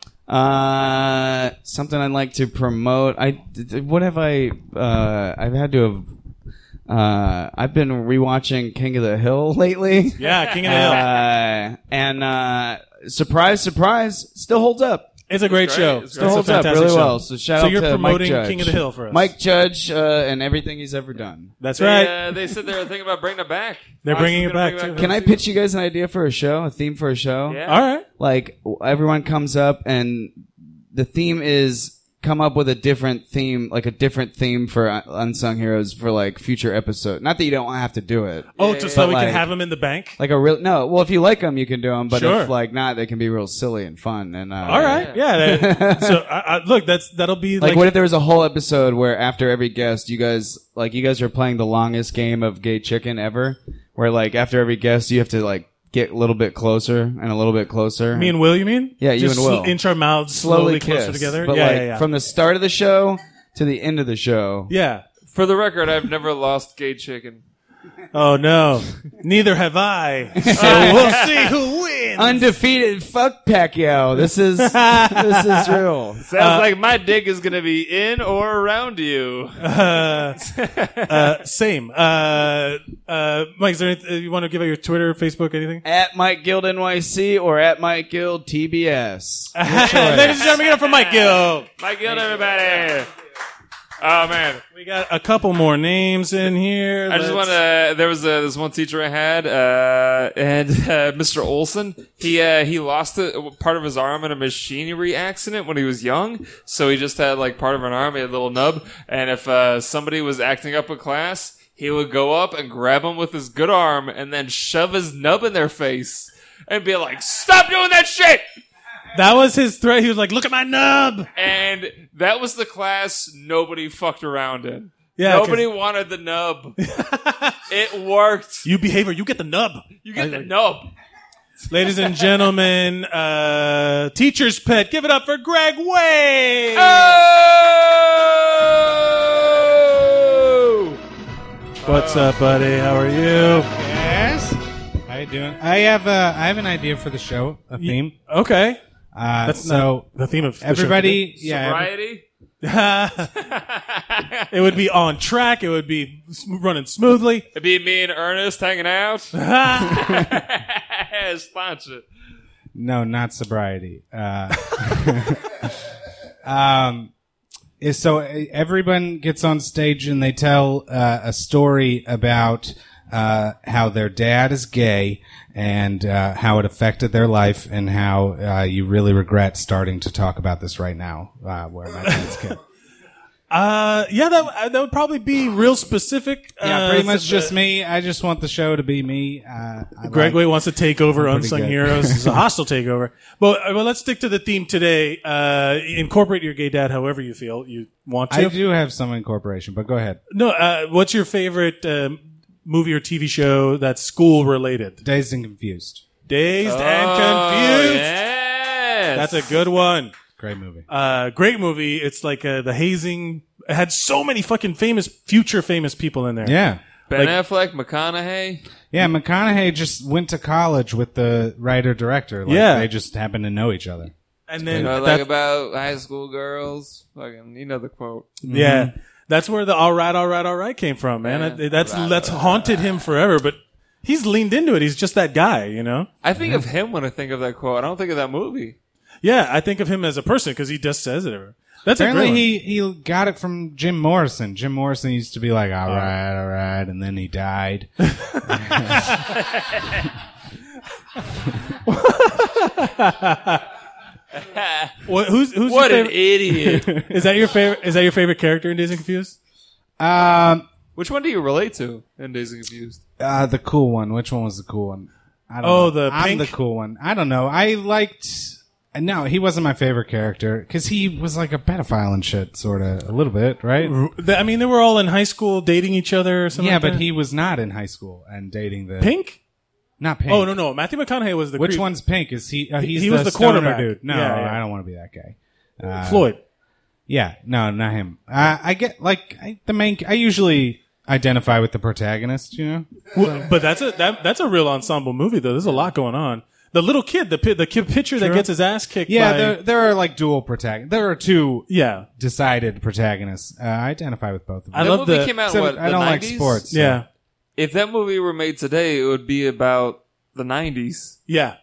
[SPEAKER 9] Uh, something I'd like to promote. I d- d- what have I? Uh, I've had to have. Uh, I've been rewatching King of the Hill lately.
[SPEAKER 1] Yeah, King of the Hill.
[SPEAKER 9] Uh, and uh, surprise, surprise, still holds up.
[SPEAKER 1] It's a great
[SPEAKER 2] great.
[SPEAKER 1] show.
[SPEAKER 2] It's
[SPEAKER 1] It's
[SPEAKER 2] great.
[SPEAKER 9] Still
[SPEAKER 1] a
[SPEAKER 9] holds up
[SPEAKER 1] fantastic
[SPEAKER 9] really
[SPEAKER 1] show.
[SPEAKER 9] well. So shout
[SPEAKER 1] So
[SPEAKER 9] out
[SPEAKER 1] you're
[SPEAKER 9] to
[SPEAKER 1] promoting
[SPEAKER 9] Mike Judge.
[SPEAKER 1] King of the Hill for us.
[SPEAKER 9] Mike Judge uh, and everything he's ever done.
[SPEAKER 1] That's
[SPEAKER 2] They,
[SPEAKER 1] right.
[SPEAKER 2] uh, they said they were thinking about bringing it back.
[SPEAKER 1] They're
[SPEAKER 2] Fox is
[SPEAKER 1] bringing it
[SPEAKER 2] gonna
[SPEAKER 1] back, too.
[SPEAKER 9] Can I pitch you guys an idea for a show, a theme for a show?
[SPEAKER 2] Yeah.
[SPEAKER 1] All right.
[SPEAKER 9] like w- everyone comes up and the theme is come up with a different theme like a different theme for uh, unsung heroes for like future episode not that you don't have to do it
[SPEAKER 1] Oh, just so
[SPEAKER 9] But
[SPEAKER 1] we can
[SPEAKER 9] like-
[SPEAKER 1] have him in the bank.
[SPEAKER 9] like a real no well if you like them you can do them but
[SPEAKER 1] Sure.
[SPEAKER 9] if like not they can be real silly and fun and uh,
[SPEAKER 1] All right. Yeah. that- so I, I, look, that's that'll be
[SPEAKER 9] like,
[SPEAKER 1] like,
[SPEAKER 9] what if there was a whole episode where after every guest you guys like you guys are playing the longest game of gay chicken ever where like after every guest you have to like get a little bit closer and a little bit closer
[SPEAKER 1] me and Will. You mean?
[SPEAKER 9] Yeah, you
[SPEAKER 1] Just
[SPEAKER 9] and Will.
[SPEAKER 1] sl- Inch our mouths
[SPEAKER 9] slowly
[SPEAKER 1] slowly,
[SPEAKER 9] kiss
[SPEAKER 1] closer together.
[SPEAKER 9] But
[SPEAKER 1] yeah,
[SPEAKER 9] like
[SPEAKER 1] yeah, yeah.
[SPEAKER 9] from the start of the show to the end of the show.
[SPEAKER 1] yeah.
[SPEAKER 2] For the record, I've never lost gay chicken.
[SPEAKER 1] Oh no. Neither have I. So we'll see who wins.
[SPEAKER 9] Undefeated fuck Pacquiao. This is this is real.
[SPEAKER 1] Uh,
[SPEAKER 2] Sounds like my dick is going to be in or around you.
[SPEAKER 1] uh, uh, same. Uh, uh, Mike, is there anything you want to give out your Twitter, Facebook, anything?
[SPEAKER 9] At Mike Guild NYC or at Mike Guild TBS.
[SPEAKER 1] Ladies and gentlemen, get up for Mike Gill.
[SPEAKER 2] Mike Gill, everybody. Oh, man.
[SPEAKER 1] We got a couple more names in here.
[SPEAKER 2] I just want
[SPEAKER 1] Let's-
[SPEAKER 2] to. There was a, this one teacher I had, uh, and uh, Mr. Olson. He uh, he lost a, part of his arm in a machinery accident when he was young, so he just had like part of an arm. He had a little nub, and if uh, somebody was acting up a class, he would go up and grab him with his good arm, and then shove his nub in their face, and be like, "Stop doing that shit!"
[SPEAKER 1] That was his threat. He was like, "Look at my nub."
[SPEAKER 2] And that was the class nobody fucked around in.
[SPEAKER 1] Yeah, 'cause-
[SPEAKER 2] Nobody wanted the nub. it worked.
[SPEAKER 1] You behavior, you get the nub.
[SPEAKER 2] You get the nub.
[SPEAKER 1] Ladies and gentlemen, uh, teacher's pet, give it up for Greg Way.
[SPEAKER 2] Oh!
[SPEAKER 1] What's up, buddy? How are you?
[SPEAKER 10] Yes. How you doing? I have a I have an idea for the show, a theme.
[SPEAKER 1] Okay.
[SPEAKER 10] Uh,
[SPEAKER 1] That's
[SPEAKER 10] so
[SPEAKER 1] not the theme of the show
[SPEAKER 10] everybody, yeah, every-
[SPEAKER 2] Variety?
[SPEAKER 1] today. it would be on track. It would be sm- running smoothly.
[SPEAKER 2] It'd be me and Ernest hanging out.
[SPEAKER 1] Ah,
[SPEAKER 2] Sponsor.
[SPEAKER 10] no, not sobriety. Uh, um, is so everyone gets on stage and they tell uh, a story uh, about uh, how their dad is gay and uh, how it affected their life and how uh, you really regret starting to talk about this right now uh, where my dad's kid.
[SPEAKER 1] Uh, yeah, that uh, that would probably be real specific.
[SPEAKER 10] Yeah,
[SPEAKER 1] Uh,
[SPEAKER 10] pretty much
[SPEAKER 1] uh,
[SPEAKER 10] just me. I just want the show to be me. Uh, I like-
[SPEAKER 1] Greg Way wants to take over
[SPEAKER 10] I'm pretty
[SPEAKER 1] Unsung
[SPEAKER 10] good.
[SPEAKER 1] Heroes. It's a hostile takeover. But uh, well, let's stick to the theme today. Uh, incorporate your gay dad however you feel you want to.
[SPEAKER 10] I do have some incorporation, but go ahead.
[SPEAKER 1] No, uh, what's your favorite um, movie or TV show that's school related?
[SPEAKER 10] Dazed and Confused.
[SPEAKER 1] Dazed and
[SPEAKER 2] Oh,
[SPEAKER 1] Confused.
[SPEAKER 2] yes.
[SPEAKER 1] That's a good one.
[SPEAKER 10] Great movie.
[SPEAKER 1] Uh, great movie. It's like uh, the hazing. It had so many fucking famous, future famous people in there.
[SPEAKER 10] Yeah.
[SPEAKER 2] Ben
[SPEAKER 1] Like-
[SPEAKER 2] Affleck, McConaughey.
[SPEAKER 10] Yeah, McConaughey just went to college with the writer director. Like,
[SPEAKER 1] Yeah.
[SPEAKER 10] They just happen to know each other.
[SPEAKER 1] And
[SPEAKER 2] You
[SPEAKER 1] then
[SPEAKER 2] know,
[SPEAKER 1] that-
[SPEAKER 2] like about high school girls. Fucking, you know the quote.
[SPEAKER 1] Yeah,
[SPEAKER 10] Mm-hmm.
[SPEAKER 1] that's where the all right, all right, all right came from, man.
[SPEAKER 2] Yeah.
[SPEAKER 1] That- That's that's haunted him forever. But he's leaned into it. He's just that guy, you know.
[SPEAKER 2] I think of him when I think of that quote. I don't think of that movie.
[SPEAKER 1] Yeah, I think of him as a person because he just says it. Ever. That's a great
[SPEAKER 10] Apparently,
[SPEAKER 1] one.
[SPEAKER 10] he, he got it from Jim Morrison. Jim Morrison used to be like, all right, all right, and then he died.
[SPEAKER 1] What, who's who's
[SPEAKER 2] What
[SPEAKER 1] your
[SPEAKER 2] an
[SPEAKER 1] favorite?
[SPEAKER 2] idiot!
[SPEAKER 1] Is that your favorite? Is that your favorite character in Days and Confused?
[SPEAKER 10] Um,
[SPEAKER 2] Which one do you relate to in Days and Confused?
[SPEAKER 10] uh, the cool one. Which one was the cool one? I don't
[SPEAKER 1] Oh,
[SPEAKER 10] know.
[SPEAKER 1] the
[SPEAKER 10] I'm
[SPEAKER 1] pink-
[SPEAKER 10] the cool one. I don't know. I liked. No, he wasn't my favorite character because he was like a pedophile and shit, sort of a little bit, right?
[SPEAKER 1] The- I mean, they were all in high school dating each other or something.
[SPEAKER 10] Yeah,
[SPEAKER 1] like
[SPEAKER 10] but
[SPEAKER 1] that.
[SPEAKER 10] he was not in high school and dating the
[SPEAKER 1] pink.
[SPEAKER 10] Not pink.
[SPEAKER 1] Oh no, no, Matthew McConaughey was the
[SPEAKER 10] Which
[SPEAKER 1] creep.
[SPEAKER 10] one's pink? Is he? Uh,
[SPEAKER 1] He-
[SPEAKER 10] he's
[SPEAKER 1] he
[SPEAKER 10] the
[SPEAKER 1] was the
[SPEAKER 10] stoner
[SPEAKER 1] quarterback.
[SPEAKER 10] dude. No,
[SPEAKER 1] Yeah, yeah.
[SPEAKER 10] I don't want to be that guy.
[SPEAKER 1] Floyd.
[SPEAKER 10] Yeah, no, not him. Uh, I get like I, the main. I usually identify with the protagonist. You know,
[SPEAKER 1] Well, but that's a that, that's a real ensemble movie though. There's a lot going on. The little kid, the pi- the kid pitcher that
[SPEAKER 10] True.
[SPEAKER 1] gets his ass kicked.
[SPEAKER 10] Yeah,
[SPEAKER 1] by-
[SPEAKER 10] there, there are like dual protagonists. There are two
[SPEAKER 1] yeah.
[SPEAKER 10] decided protagonists. Uh, I identify with both of them.
[SPEAKER 1] I
[SPEAKER 2] That
[SPEAKER 1] love
[SPEAKER 2] movie
[SPEAKER 1] the-
[SPEAKER 2] came out
[SPEAKER 10] Except
[SPEAKER 2] what?
[SPEAKER 10] I
[SPEAKER 2] the
[SPEAKER 10] don't
[SPEAKER 2] 90s?
[SPEAKER 10] like sports. so-
[SPEAKER 1] Yeah,
[SPEAKER 2] If that movie were made today, it would be about the '90s.
[SPEAKER 1] yeah,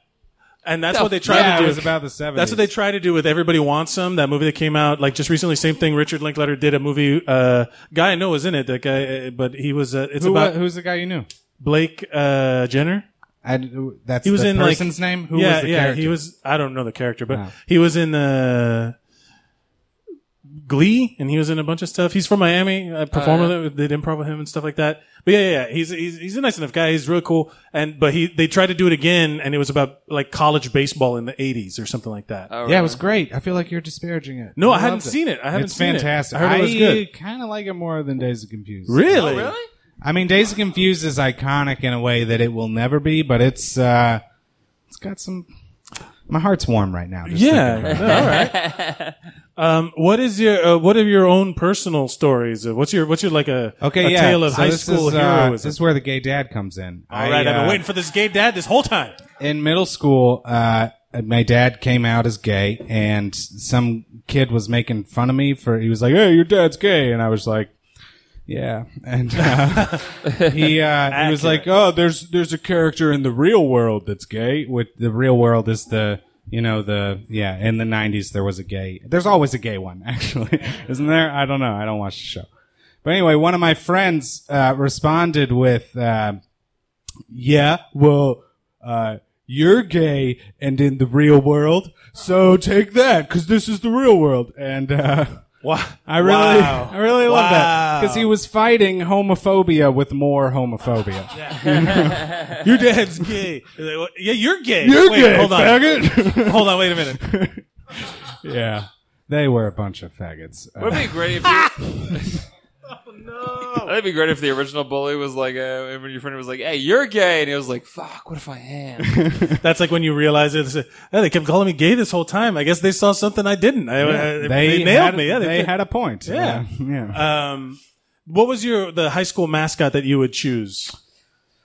[SPEAKER 1] and that's
[SPEAKER 2] The
[SPEAKER 1] what they tried
[SPEAKER 10] Yeah, it
[SPEAKER 1] to do.
[SPEAKER 10] was about the seventies.
[SPEAKER 1] that's what they try to do with Everybody Wants Some. That movie that came out like just recently. Same thing. Richard Linkletter did a movie. Uh, guy I know was in it. That guy, uh, but he was. Uh, it's
[SPEAKER 10] Who,
[SPEAKER 1] about
[SPEAKER 10] who's the guy you knew?
[SPEAKER 1] Blake uh, Jenner.
[SPEAKER 10] I, who- that's
[SPEAKER 1] He was
[SPEAKER 10] the
[SPEAKER 1] in like
[SPEAKER 10] person's name. Who
[SPEAKER 1] yeah,
[SPEAKER 10] was the
[SPEAKER 1] yeah.
[SPEAKER 10] character?
[SPEAKER 1] He was. I don't know the character, but
[SPEAKER 10] Oh.
[SPEAKER 1] he was in the. Glee, and he was in a bunch of stuff. He's from Miami. I performed with him, did improv with him and stuff like that. But yeah, yeah, yeah. He's, he's he's a nice enough guy. He's really cool. And but he they tried to do it again, and it was about like college baseball in the '80s or something like that.
[SPEAKER 2] All
[SPEAKER 10] Yeah, it
[SPEAKER 2] right.
[SPEAKER 10] was great. I feel like you're disparaging it.
[SPEAKER 1] No, I
[SPEAKER 10] loved
[SPEAKER 1] hadn't seen it. I haven't
[SPEAKER 10] it's
[SPEAKER 1] seen it.
[SPEAKER 10] fantastic.
[SPEAKER 1] I heard it was good.
[SPEAKER 10] kind of like it more than Days of Confused.
[SPEAKER 1] Oh, really?
[SPEAKER 2] really?
[SPEAKER 10] I mean, Days of Confused is iconic in a way that it will never be, but it's uh, it's got some. My heart's warm right now. just thinking about it.
[SPEAKER 1] Yeah. all right. Um, what is your uh, what are your own personal stories? Uh, What's your what's your like a
[SPEAKER 10] Okay.
[SPEAKER 1] a
[SPEAKER 10] yeah.
[SPEAKER 1] tale of
[SPEAKER 10] so
[SPEAKER 1] high
[SPEAKER 10] this
[SPEAKER 1] school
[SPEAKER 10] is, uh,
[SPEAKER 1] heroism?
[SPEAKER 10] this is where the gay dad comes in.
[SPEAKER 1] all right, I've
[SPEAKER 10] uh,
[SPEAKER 1] been waiting for this gay dad this whole time.
[SPEAKER 10] in middle school, uh, my dad came out as gay, and some kid was making fun of me for. He was like, "Hey, your dad's gay," and I was like, "Yeah." And uh, he uh, he was like, "Oh, there's there's a character in the real world that's gay. With the real world is the." You know the yeah in the '90s there was a gay. There's always a gay one actually, isn't there? I don't know. I don't watch the show. But anyway, one of my friends uh, responded with, uh, "Yeah, well, uh, you're gay and in the real world, so take that because this is the real world." And uh,
[SPEAKER 1] Wow.
[SPEAKER 10] I really,
[SPEAKER 1] Wow.
[SPEAKER 10] I really love that
[SPEAKER 1] Wow.
[SPEAKER 10] because he was fighting homophobia with more homophobia.
[SPEAKER 1] Your dad's gay. Yeah, you're gay.
[SPEAKER 10] You're
[SPEAKER 1] Wait,
[SPEAKER 10] gay,
[SPEAKER 1] hold on.
[SPEAKER 10] faggot.
[SPEAKER 1] Hold on, wait a minute.
[SPEAKER 10] yeah, they were a bunch of faggots. Uh,
[SPEAKER 2] Would it be great if you.
[SPEAKER 1] Ah!
[SPEAKER 2] Oh no! That'd be great if the original bully was like, uh, when your friend was like, "Hey, you're gay," and he was like, "Fuck, what if I am?"
[SPEAKER 1] That's like when you realize it. it's like, Oh, they kept calling me gay this whole time. I guess they saw something I didn't. I, I- they, nailed
[SPEAKER 10] had-
[SPEAKER 1] me. Yeah,
[SPEAKER 10] they,
[SPEAKER 1] they,
[SPEAKER 10] had a point.
[SPEAKER 1] Yeah.
[SPEAKER 10] Uh, yeah.
[SPEAKER 1] Um, what was your the high school mascot that you would choose?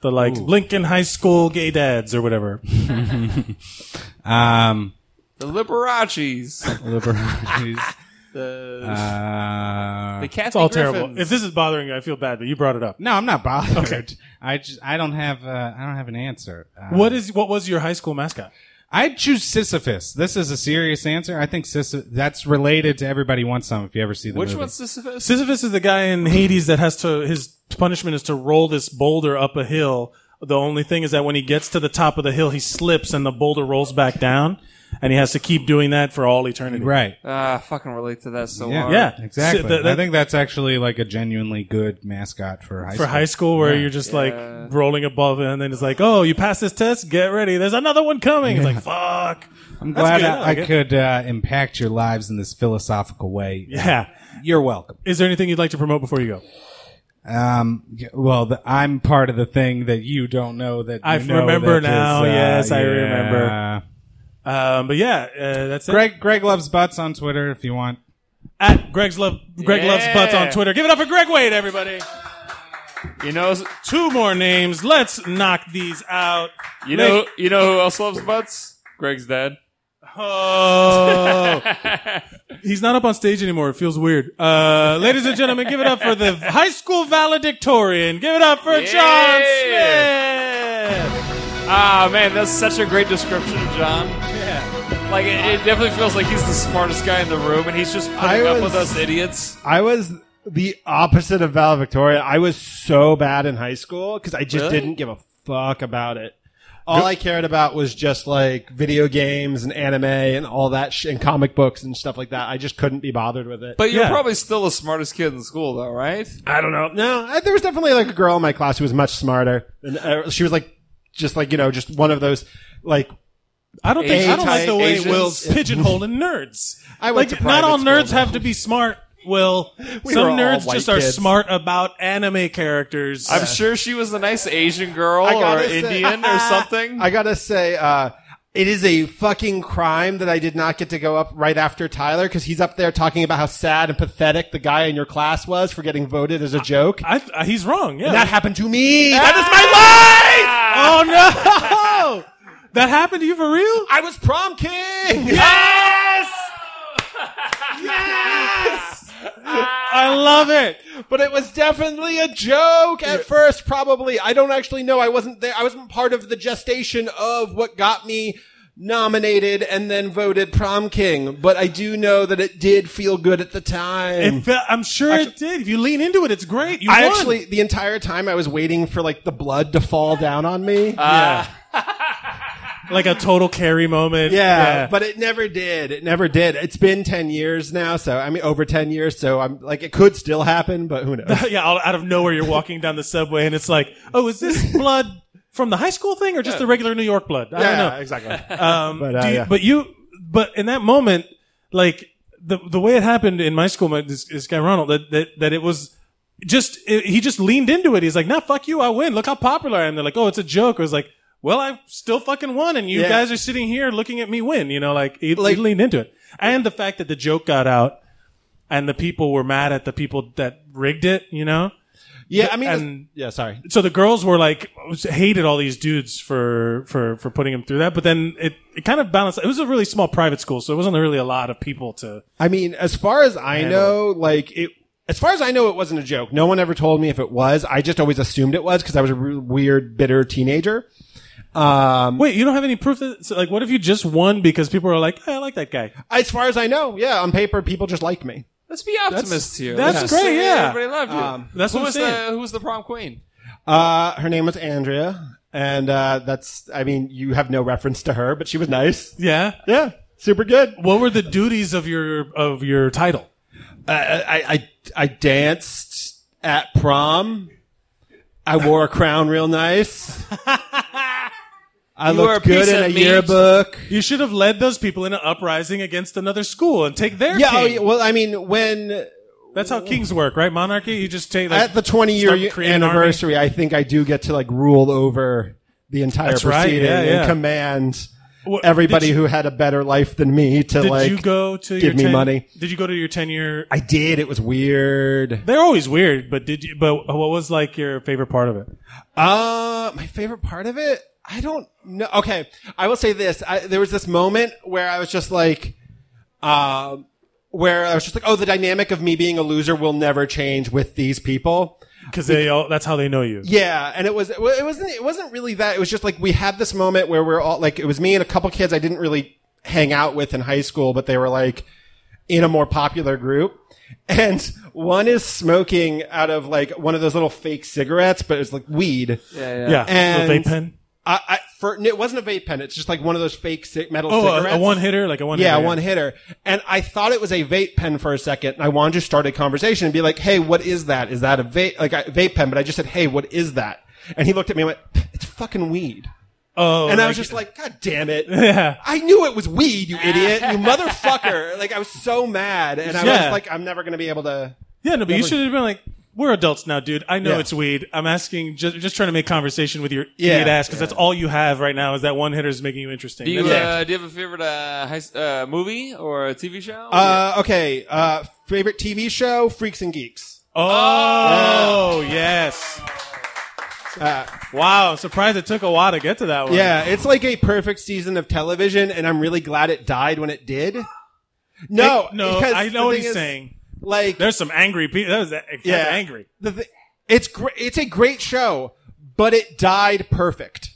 [SPEAKER 1] The like Lincoln High School gay dads or whatever.
[SPEAKER 10] um,
[SPEAKER 2] the Liberaces,
[SPEAKER 10] liberties.
[SPEAKER 2] the
[SPEAKER 10] Uh,
[SPEAKER 2] the Kathy
[SPEAKER 1] It's all
[SPEAKER 2] Griffins.
[SPEAKER 1] terrible. If this is bothering you, I feel bad, but you brought it up.
[SPEAKER 10] no, I'm not bothered. I just I don't have uh, I don't have an answer. Uh,
[SPEAKER 1] What is what was your high school mascot?
[SPEAKER 10] I'd choose Sisyphus. This is a serious answer. I think Sisyphus, that's related to Everybody Wants Some if you ever see the
[SPEAKER 2] Which
[SPEAKER 10] movie.
[SPEAKER 2] one's Sisyphus?
[SPEAKER 1] Sisyphus is the guy in Hades that has to his punishment is to roll this boulder up a hill. The only thing is that when he gets to the top of the hill, he slips and the boulder rolls back down, and he has to keep doing that for all eternity.
[SPEAKER 10] Right.
[SPEAKER 2] Ah, I fucking relate to that so
[SPEAKER 10] Yeah,
[SPEAKER 2] hard.
[SPEAKER 1] Yeah.
[SPEAKER 10] Exactly.
[SPEAKER 1] So that- that-
[SPEAKER 10] I think that's actually like a genuinely good mascot for high
[SPEAKER 1] For
[SPEAKER 10] school.
[SPEAKER 1] high school, where
[SPEAKER 10] Yeah.
[SPEAKER 1] you're just like rolling above, it, and then it's like, oh, you pass this test, get ready. There's another one coming. It's like, fuck.
[SPEAKER 10] I'm
[SPEAKER 1] That's
[SPEAKER 10] glad
[SPEAKER 1] good.
[SPEAKER 10] I, I
[SPEAKER 1] like it.
[SPEAKER 10] could uh, impact your lives in this philosophical way.
[SPEAKER 1] Yeah.
[SPEAKER 10] You're welcome.
[SPEAKER 1] Is there anything you'd like to promote before you go?
[SPEAKER 10] Um, y- well, the, I'm part of the thing that you don't know that you
[SPEAKER 1] I
[SPEAKER 10] know
[SPEAKER 1] remember
[SPEAKER 10] that
[SPEAKER 1] now.
[SPEAKER 10] is, uh,
[SPEAKER 1] Yes, I
[SPEAKER 10] yeah.
[SPEAKER 1] remember. Um, but yeah, uh, that's it.
[SPEAKER 10] Greg, Greg loves butts on Twitter if you want.
[SPEAKER 1] At Greg's love, Greg loves butts on Twitter. Give it up for Greg Wade, everybody.
[SPEAKER 2] You know,
[SPEAKER 1] Two more names. Let's knock these out.
[SPEAKER 2] you know, you know who else loves butts? Greg's dad.
[SPEAKER 1] Oh, he's not up on stage anymore. It feels weird. Uh, ladies and gentlemen, give it up for the high school valedictorian. Give it up for John Smith.
[SPEAKER 2] Ah, man, that's such a great description of John. Yeah. Like, it, it definitely feels like he's the smartest guy in the room, and he's just
[SPEAKER 11] I
[SPEAKER 2] putting up
[SPEAKER 11] was-
[SPEAKER 2] with us idiots.
[SPEAKER 11] I was the opposite of Val Victoria. I was so bad in high school because I just
[SPEAKER 2] Really?
[SPEAKER 11] didn't give a fuck about it. All I cared about was just like video games and anime and all that sh- and comic books and stuff like that. I just couldn't be bothered with it.
[SPEAKER 2] But you're
[SPEAKER 1] Yeah.
[SPEAKER 2] probably still the smartest kid in school, though, right?
[SPEAKER 11] I don't know. Oh, No, I, there was definitely like a girl in my class who was much smarter, and uh, she was like, just like you know, just one of those like
[SPEAKER 1] I don't think I don't like the way
[SPEAKER 2] Asians.
[SPEAKER 1] Will's pigeonholing nerds.
[SPEAKER 11] I went
[SPEAKER 1] like
[SPEAKER 11] to
[SPEAKER 1] not
[SPEAKER 11] private
[SPEAKER 1] all
[SPEAKER 11] school,
[SPEAKER 1] nerds
[SPEAKER 11] though.
[SPEAKER 1] have to be smart. Will
[SPEAKER 11] were
[SPEAKER 1] some
[SPEAKER 11] all
[SPEAKER 1] nerds
[SPEAKER 11] white
[SPEAKER 1] just are
[SPEAKER 11] kids.
[SPEAKER 1] smart about anime characters?
[SPEAKER 2] I'm sure she was a nice Asian girl
[SPEAKER 11] I
[SPEAKER 2] or
[SPEAKER 11] gotta say-
[SPEAKER 2] Indian or something.
[SPEAKER 11] I gotta say, uh, it is a fucking crime that I did not get to go up right after Tyler because he's up there talking about how sad and pathetic the guy in your class was for getting voted as a joke.
[SPEAKER 1] I, I, he's wrong. Yeah.
[SPEAKER 11] and that happened to me. That is my
[SPEAKER 1] oh no! That happened to you for real?
[SPEAKER 11] I was prom king.
[SPEAKER 2] yes!
[SPEAKER 1] I love it.
[SPEAKER 11] But it was definitely a joke at first, probably. I don't actually know. I wasn't there. I wasn't part of the gestation of what got me nominated and then voted prom king. But I do know that it did feel good at the time.
[SPEAKER 1] It fe- I'm sure it did. If you lean into it, it's great. You
[SPEAKER 11] I
[SPEAKER 1] won.
[SPEAKER 11] actually, the entire time I was waiting for like the blood to fall down on me.
[SPEAKER 1] like a total carry moment.
[SPEAKER 11] yeah, but it never did. It never did. It's been 10 years now. So I mean, over 10 years. So I'm like, it could still happen, but who knows?
[SPEAKER 1] yeah. All, out of nowhere, you're walking down the subway, and it's like, oh, is this blood from the high school thing or just the regular New York blood? I don't know.
[SPEAKER 11] yeah, exactly.
[SPEAKER 1] Um,
[SPEAKER 11] But, uh,
[SPEAKER 1] do you-
[SPEAKER 11] yeah.
[SPEAKER 1] but you, but in that moment, like the the way it happened in my school, my, this, this guy Ronald, that that that it was just it, he just leaned into it. He's like, "Nah, fuck you, I win. Look how popular I am." They're like, "Oh, it's a joke." I was like, "Well, I still fucking won, and you
[SPEAKER 11] Yeah.
[SPEAKER 1] guys are sitting here looking at me win." You know, like he, he leaned into it, and the fact that the joke got out. And the people were mad at the people that rigged it, you know.
[SPEAKER 11] Yeah. I mean,
[SPEAKER 1] And-
[SPEAKER 11] yeah, sorry.
[SPEAKER 1] So the girls were like hated all these dudes for for for putting them through that. But then it it kind of balanced. It was a really small private school, so it wasn't really a lot of people to.
[SPEAKER 11] I mean, as far as I know, like it. As far as I know, it wasn't a joke. No one ever told me if it was. I just always assumed it was because I was a re- weird, bitter teenager. Um,
[SPEAKER 1] Wait, you don't have any proof that so, like what if you just won because people are like, "Hey, I like that guy.
[SPEAKER 11] as far as I know, yeah, on paper, people just like me.
[SPEAKER 2] Let's be optimists here.
[SPEAKER 1] that's
[SPEAKER 2] Let's
[SPEAKER 1] great,
[SPEAKER 2] say
[SPEAKER 1] yeah.
[SPEAKER 2] Everybody loved you.
[SPEAKER 11] Um,
[SPEAKER 1] that's
[SPEAKER 2] who
[SPEAKER 1] what I'm
[SPEAKER 2] was
[SPEAKER 1] saying.
[SPEAKER 2] the who was the prom queen?
[SPEAKER 11] Uh, her name was Andrea, and uh, that's. I mean, you have no reference to her, but she was nice.
[SPEAKER 1] Yeah.
[SPEAKER 11] Yeah, super good.
[SPEAKER 1] What were the duties of your of your title?
[SPEAKER 11] I Uh, I I, I danced at prom. I wore a crown real nice. I
[SPEAKER 2] You were
[SPEAKER 11] looked
[SPEAKER 2] a piece
[SPEAKER 11] good in
[SPEAKER 2] of
[SPEAKER 11] a
[SPEAKER 2] meat.
[SPEAKER 11] yearbook.
[SPEAKER 1] You should have led those people in an uprising against another school and take their
[SPEAKER 11] Yeah,
[SPEAKER 1] king.
[SPEAKER 11] oh, yeah, well, I mean, when
[SPEAKER 1] That's how kings work, right? Monarchy. You just take like,
[SPEAKER 11] at the 20 year
[SPEAKER 1] start creating an army.
[SPEAKER 11] anniversary, I think I do get to like rule over the entire
[SPEAKER 1] That's right,
[SPEAKER 11] proceeding
[SPEAKER 1] yeah, yeah.
[SPEAKER 11] and command
[SPEAKER 1] What-
[SPEAKER 11] everybody
[SPEAKER 1] did you-
[SPEAKER 11] who had a better life than me to
[SPEAKER 1] Did
[SPEAKER 11] like
[SPEAKER 1] you go to your
[SPEAKER 11] give me
[SPEAKER 1] 10
[SPEAKER 11] money.
[SPEAKER 1] Did you go to your ten year?
[SPEAKER 11] I did. It was weird.
[SPEAKER 1] They're always weird, but did you? But what was like your favorite part of it?
[SPEAKER 11] Uh, my favorite part of it, I don't know. Okay, I will say this. I, there was this moment where I was just like, um, where I was just like, oh, the dynamic of me being a loser will never change with these people.
[SPEAKER 1] Because they all, that's how they know you.
[SPEAKER 11] Yeah, and it was it wasn't it wasn't really that. It was just like we had this moment where we're all like it was me and a couple kids I didn't really hang out with in high school, but they were like in a more popular group. And one is smoking out of like one of those little fake cigarettes, but it's like weed.
[SPEAKER 1] yeah. Yeah,
[SPEAKER 11] And
[SPEAKER 1] little vape pen?
[SPEAKER 11] I, I for it wasn't a vape pen. It's just like one of those fake ci- metal
[SPEAKER 1] Oh, a- a
[SPEAKER 11] cigarettes.
[SPEAKER 1] one-hitter? Like a one-hitter,
[SPEAKER 11] Yeah,
[SPEAKER 1] yeah.
[SPEAKER 11] one hitter. And I thought it was a vape pen for a second. And I wanted to start a conversation and be like, "Hey, what is that? Is that a vape like a vape pen?" But I just said, "Hey, what is that?" And he looked at me and went, "It's fucking weed."
[SPEAKER 1] Oh,
[SPEAKER 11] and I
[SPEAKER 1] like-
[SPEAKER 11] was just like, "God damn it!
[SPEAKER 1] Yeah.
[SPEAKER 11] I knew it was weed, you idiot, you motherfucker!" Like I was so mad, and I was
[SPEAKER 1] Yeah.
[SPEAKER 11] just like, "I'm never gonna be able to."
[SPEAKER 1] Yeah, no, but you
[SPEAKER 11] Never-
[SPEAKER 1] should have been like, we're adults now, dude. I know
[SPEAKER 11] Yeah.
[SPEAKER 1] it's weed. I'm asking, just, just trying to make conversation with your
[SPEAKER 11] Yeah.
[SPEAKER 1] idiot ass because that's all you have right now is that one hitter is making you interesting.
[SPEAKER 2] Do you,
[SPEAKER 1] That's it.
[SPEAKER 2] uh, do you have a favorite uh, high, s- uh, movie or a TV show?
[SPEAKER 11] Uh, okay. Uh, favorite TV show: Freaks and Geeks.
[SPEAKER 1] Oh, yes. wow, surprised it took a while to get to that one.
[SPEAKER 11] Yeah, it's like a perfect season of television, and I'm really glad it died when it did. No,
[SPEAKER 1] It- no,
[SPEAKER 11] because
[SPEAKER 1] I
[SPEAKER 11] the
[SPEAKER 1] know what
[SPEAKER 11] thing
[SPEAKER 1] he's
[SPEAKER 11] is,
[SPEAKER 1] saying.
[SPEAKER 11] Like,
[SPEAKER 1] there's some angry people. That was that's
[SPEAKER 11] Yeah.
[SPEAKER 1] angry.
[SPEAKER 11] The th- it's great. It's a great show, but it died perfect.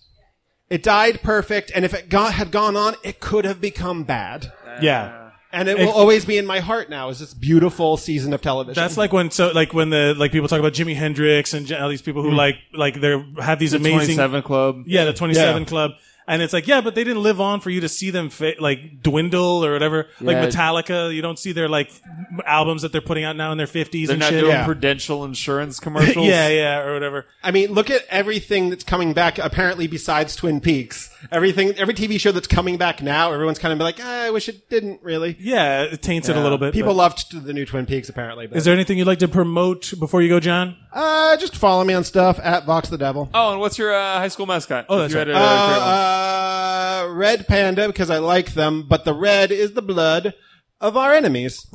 [SPEAKER 11] It died perfect, and if it got, had gone on, it could have become bad.
[SPEAKER 2] Uh,
[SPEAKER 1] Yeah.
[SPEAKER 11] and it, will always be in my heart now. Is this beautiful season of television?
[SPEAKER 1] That's like when so like when the like people talk about Jimi Hendrix and j- all these people who
[SPEAKER 11] Mm.
[SPEAKER 1] like like they have these
[SPEAKER 2] The
[SPEAKER 1] amazing
[SPEAKER 2] 27 Club.
[SPEAKER 1] Yeah, the Twenty Seven
[SPEAKER 2] Yeah.
[SPEAKER 1] Club, and it's like yeah, but they didn't live on for you to see them fa- like dwindle or whatever. Like
[SPEAKER 2] Yeah.
[SPEAKER 1] Metallica, you don't see their like m- albums that they're putting out now in their fifties
[SPEAKER 2] They're
[SPEAKER 1] and
[SPEAKER 2] not
[SPEAKER 1] shit.
[SPEAKER 2] doing Prudential insurance commercials.
[SPEAKER 1] yeah, yeah, or whatever.
[SPEAKER 11] I mean, look at everything that's coming back. Apparently, besides Twin Peaks, everything, every TV show that's coming back now, everyone's kind of like, "Ah, I wish it didn't really.
[SPEAKER 1] Yeah, it taints it a little bit.
[SPEAKER 11] People
[SPEAKER 1] but-
[SPEAKER 11] loved the new Twin Peaks, apparently. But.
[SPEAKER 1] Is there anything you'd like to promote before you go, John?
[SPEAKER 11] Uh, just follow me on stuff at Vox the Devil.
[SPEAKER 2] Oh, and what's your uh, high school mascot?
[SPEAKER 11] Oh,
[SPEAKER 2] If
[SPEAKER 11] that's
[SPEAKER 2] you
[SPEAKER 11] right.
[SPEAKER 2] had a, uh, great one.
[SPEAKER 11] Uh, red Panda because I like them, but the red is the blood of our enemies.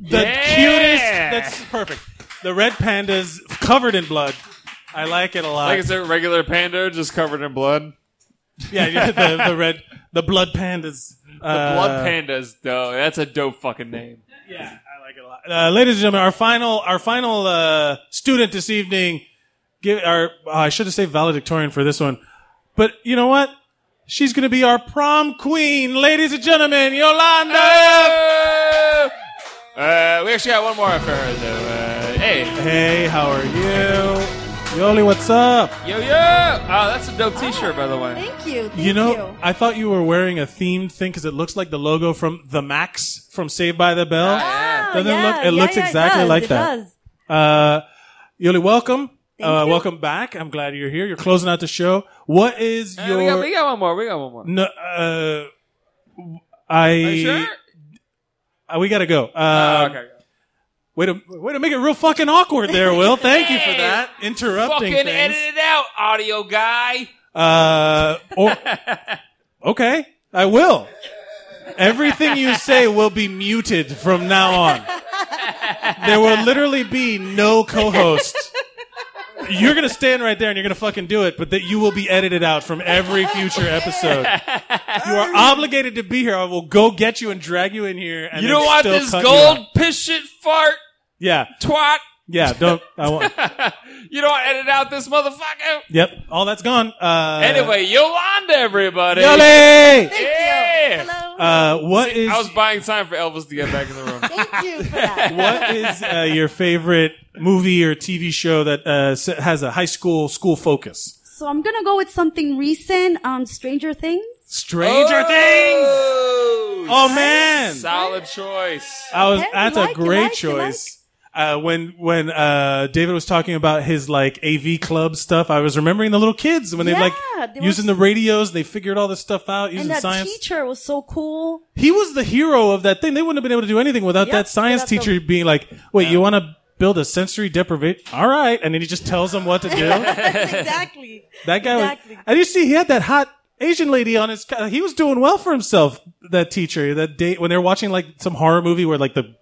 [SPEAKER 1] The cutest. That's perfect. The red pandas covered in blood. I like it a lot.
[SPEAKER 2] like it's a regular panda just covered in blood.
[SPEAKER 1] yeah, yeah, the, the red, the blood pandas. uh,
[SPEAKER 2] The blood pandas, though. That's a dope fucking name.
[SPEAKER 1] Yeah, I like it a lot. Uh, ladies and gentlemen, our final, our final uh, student this evening. Give our. oh, I should have said valedictorian for this one, but you know what? She's going to be our prom queen, ladies and gentlemen, Yolanda.
[SPEAKER 2] Uh, we actually got one more after her, though. Uh, hey.
[SPEAKER 1] Hey, how are you? Yoli, what's up?
[SPEAKER 2] Yo, yo! Oh, that's a dope t-shirt, by the way.
[SPEAKER 12] Thank you. Thank
[SPEAKER 1] You know, I thought you were wearing a themed thing because it looks like the logo from The Max from Saved by the
[SPEAKER 2] Ah,
[SPEAKER 1] Bell. Doesn't it
[SPEAKER 12] yeah,
[SPEAKER 1] look? It
[SPEAKER 12] yeah,
[SPEAKER 1] looks
[SPEAKER 12] yeah, it
[SPEAKER 1] exactly
[SPEAKER 12] does,
[SPEAKER 1] like
[SPEAKER 12] it
[SPEAKER 1] that. Uh, Yuli, welcome. uh, Welcome back. I'm glad you're here. You're closing out the show. What is
[SPEAKER 2] Uh,
[SPEAKER 1] your?
[SPEAKER 2] we, got, we got one more. We got one more.
[SPEAKER 1] No, uh, I.
[SPEAKER 2] sure? Oh,
[SPEAKER 1] Uh, we gotta go. Um,
[SPEAKER 2] okay.
[SPEAKER 1] Way to way to make it real fucking awkward there, Will. Thank you for that interrupting
[SPEAKER 2] Fucking
[SPEAKER 1] things.
[SPEAKER 2] edit it out, audio guy.
[SPEAKER 1] Uh, or, okay, I will. Everything you say will be muted from now on. There will literally be no co-host. You're gonna stand right there and you're gonna fucking do it, but that you will be edited out from every future episode. You are obligated to be here. I will go get you and drag you in here. And
[SPEAKER 2] you
[SPEAKER 1] then
[SPEAKER 2] don't want
[SPEAKER 1] still
[SPEAKER 2] this
[SPEAKER 1] cut you out.
[SPEAKER 2] gold piss shit fart
[SPEAKER 1] Yeah,
[SPEAKER 2] twat.
[SPEAKER 1] yeah. Don't. I want.
[SPEAKER 2] You don't edit out this motherfucker.
[SPEAKER 1] Yep. All that's gone. Uh,
[SPEAKER 2] anyway, Yolanda, everybody.
[SPEAKER 1] Yoli! Thank
[SPEAKER 2] yeah.
[SPEAKER 1] Uh, what is?
[SPEAKER 2] I was buying time for Elvis to get back in the room.
[SPEAKER 12] Thank you for
[SPEAKER 1] what is uh, your favorite movie or TV show that uh, s- has a high school school focus?
[SPEAKER 12] So I'm gonna go with something recent. Um, Stranger Things. Oh.
[SPEAKER 1] Stranger Things. Oh man,
[SPEAKER 2] Solid choice.
[SPEAKER 1] I was.
[SPEAKER 12] Okay, you
[SPEAKER 1] That's
[SPEAKER 12] like,
[SPEAKER 1] a
[SPEAKER 12] you
[SPEAKER 1] great
[SPEAKER 12] like, you
[SPEAKER 1] choice. Uh, when when uh, David was talking about his like AV club stuff, I was remembering the little kids when they like
[SPEAKER 12] Yeah, they were
[SPEAKER 1] using the radios. They figured all this stuff out using
[SPEAKER 12] and that
[SPEAKER 1] science.
[SPEAKER 12] teacher was so cool.
[SPEAKER 1] he was the hero of that thing. They wouldn't have been able to do anything without
[SPEAKER 12] Yep,
[SPEAKER 1] that science
[SPEAKER 12] without the-
[SPEAKER 1] teacher being like, "Wait, you want to build a sensory deprivation? All right," and then he just tells them what to do.
[SPEAKER 12] exactly.
[SPEAKER 1] That guy
[SPEAKER 12] Exactly.
[SPEAKER 1] was. And you see, he had that hot Asian lady on his. He was doing well for himself. That teacher, that date when they were watching like some horror movie where like the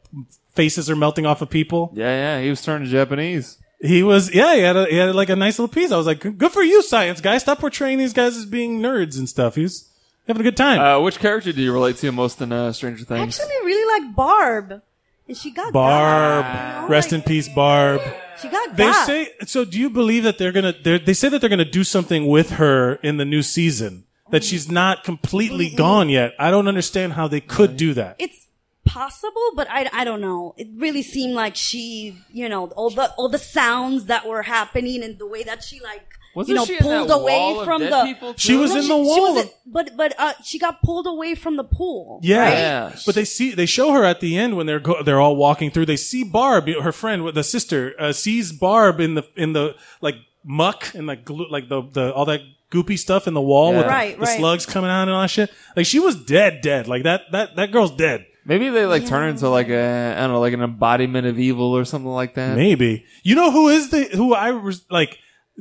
[SPEAKER 1] faces are melting off of people.
[SPEAKER 2] Yeah, yeah. He was turning Japanese.
[SPEAKER 1] He was, yeah, he had a, he had like a nice little piece. I was like, good for you, science guy. Stop portraying these guys as being nerds and stuff. He was having a good time.
[SPEAKER 2] Uh, which character do you relate to most in uh, Stranger Things?
[SPEAKER 12] Actually, I really like Barb. and she got
[SPEAKER 1] Barb,
[SPEAKER 12] got, you know,
[SPEAKER 1] rest in
[SPEAKER 12] like,
[SPEAKER 1] peace, Barb.
[SPEAKER 12] She got
[SPEAKER 1] They
[SPEAKER 12] got.
[SPEAKER 1] say so. Do you believe that they're gonna? They're, they say that they're gonna do something with her in the new season. That she's not
[SPEAKER 2] Mm-hmm.
[SPEAKER 1] completely gone yet. I don't understand how they could do that.
[SPEAKER 12] it's possible, but I, I don't know. It really seemed like she, you know, all the all the sounds that were happening and the way that she like.
[SPEAKER 2] Wasn't
[SPEAKER 12] you know,
[SPEAKER 2] she in
[SPEAKER 12] pulled
[SPEAKER 2] that
[SPEAKER 12] away
[SPEAKER 2] wall of
[SPEAKER 12] from
[SPEAKER 2] dead
[SPEAKER 12] the.
[SPEAKER 2] people, She too? was in the
[SPEAKER 12] She
[SPEAKER 1] wall
[SPEAKER 12] was
[SPEAKER 1] of-
[SPEAKER 12] in- but but uh, she got pulled away from the pool.
[SPEAKER 1] Yeah.
[SPEAKER 12] right?
[SPEAKER 1] But they see they show her at the end when they're go, they're all walking through. They see Barb, her friend, with the sister, uh, sees Barb in the in the like muck and like glue, like the the all that goopy stuff in the wall with
[SPEAKER 2] Yeah.
[SPEAKER 1] the-
[SPEAKER 2] Right,
[SPEAKER 1] the
[SPEAKER 2] right.
[SPEAKER 1] slugs coming out and all that shit. Like she was dead, dead. Like that that that girl's dead.
[SPEAKER 2] Maybe they like turn into like a I don't know like an embodiment of evil or something like that.
[SPEAKER 1] Maybe you know who is the who I res- like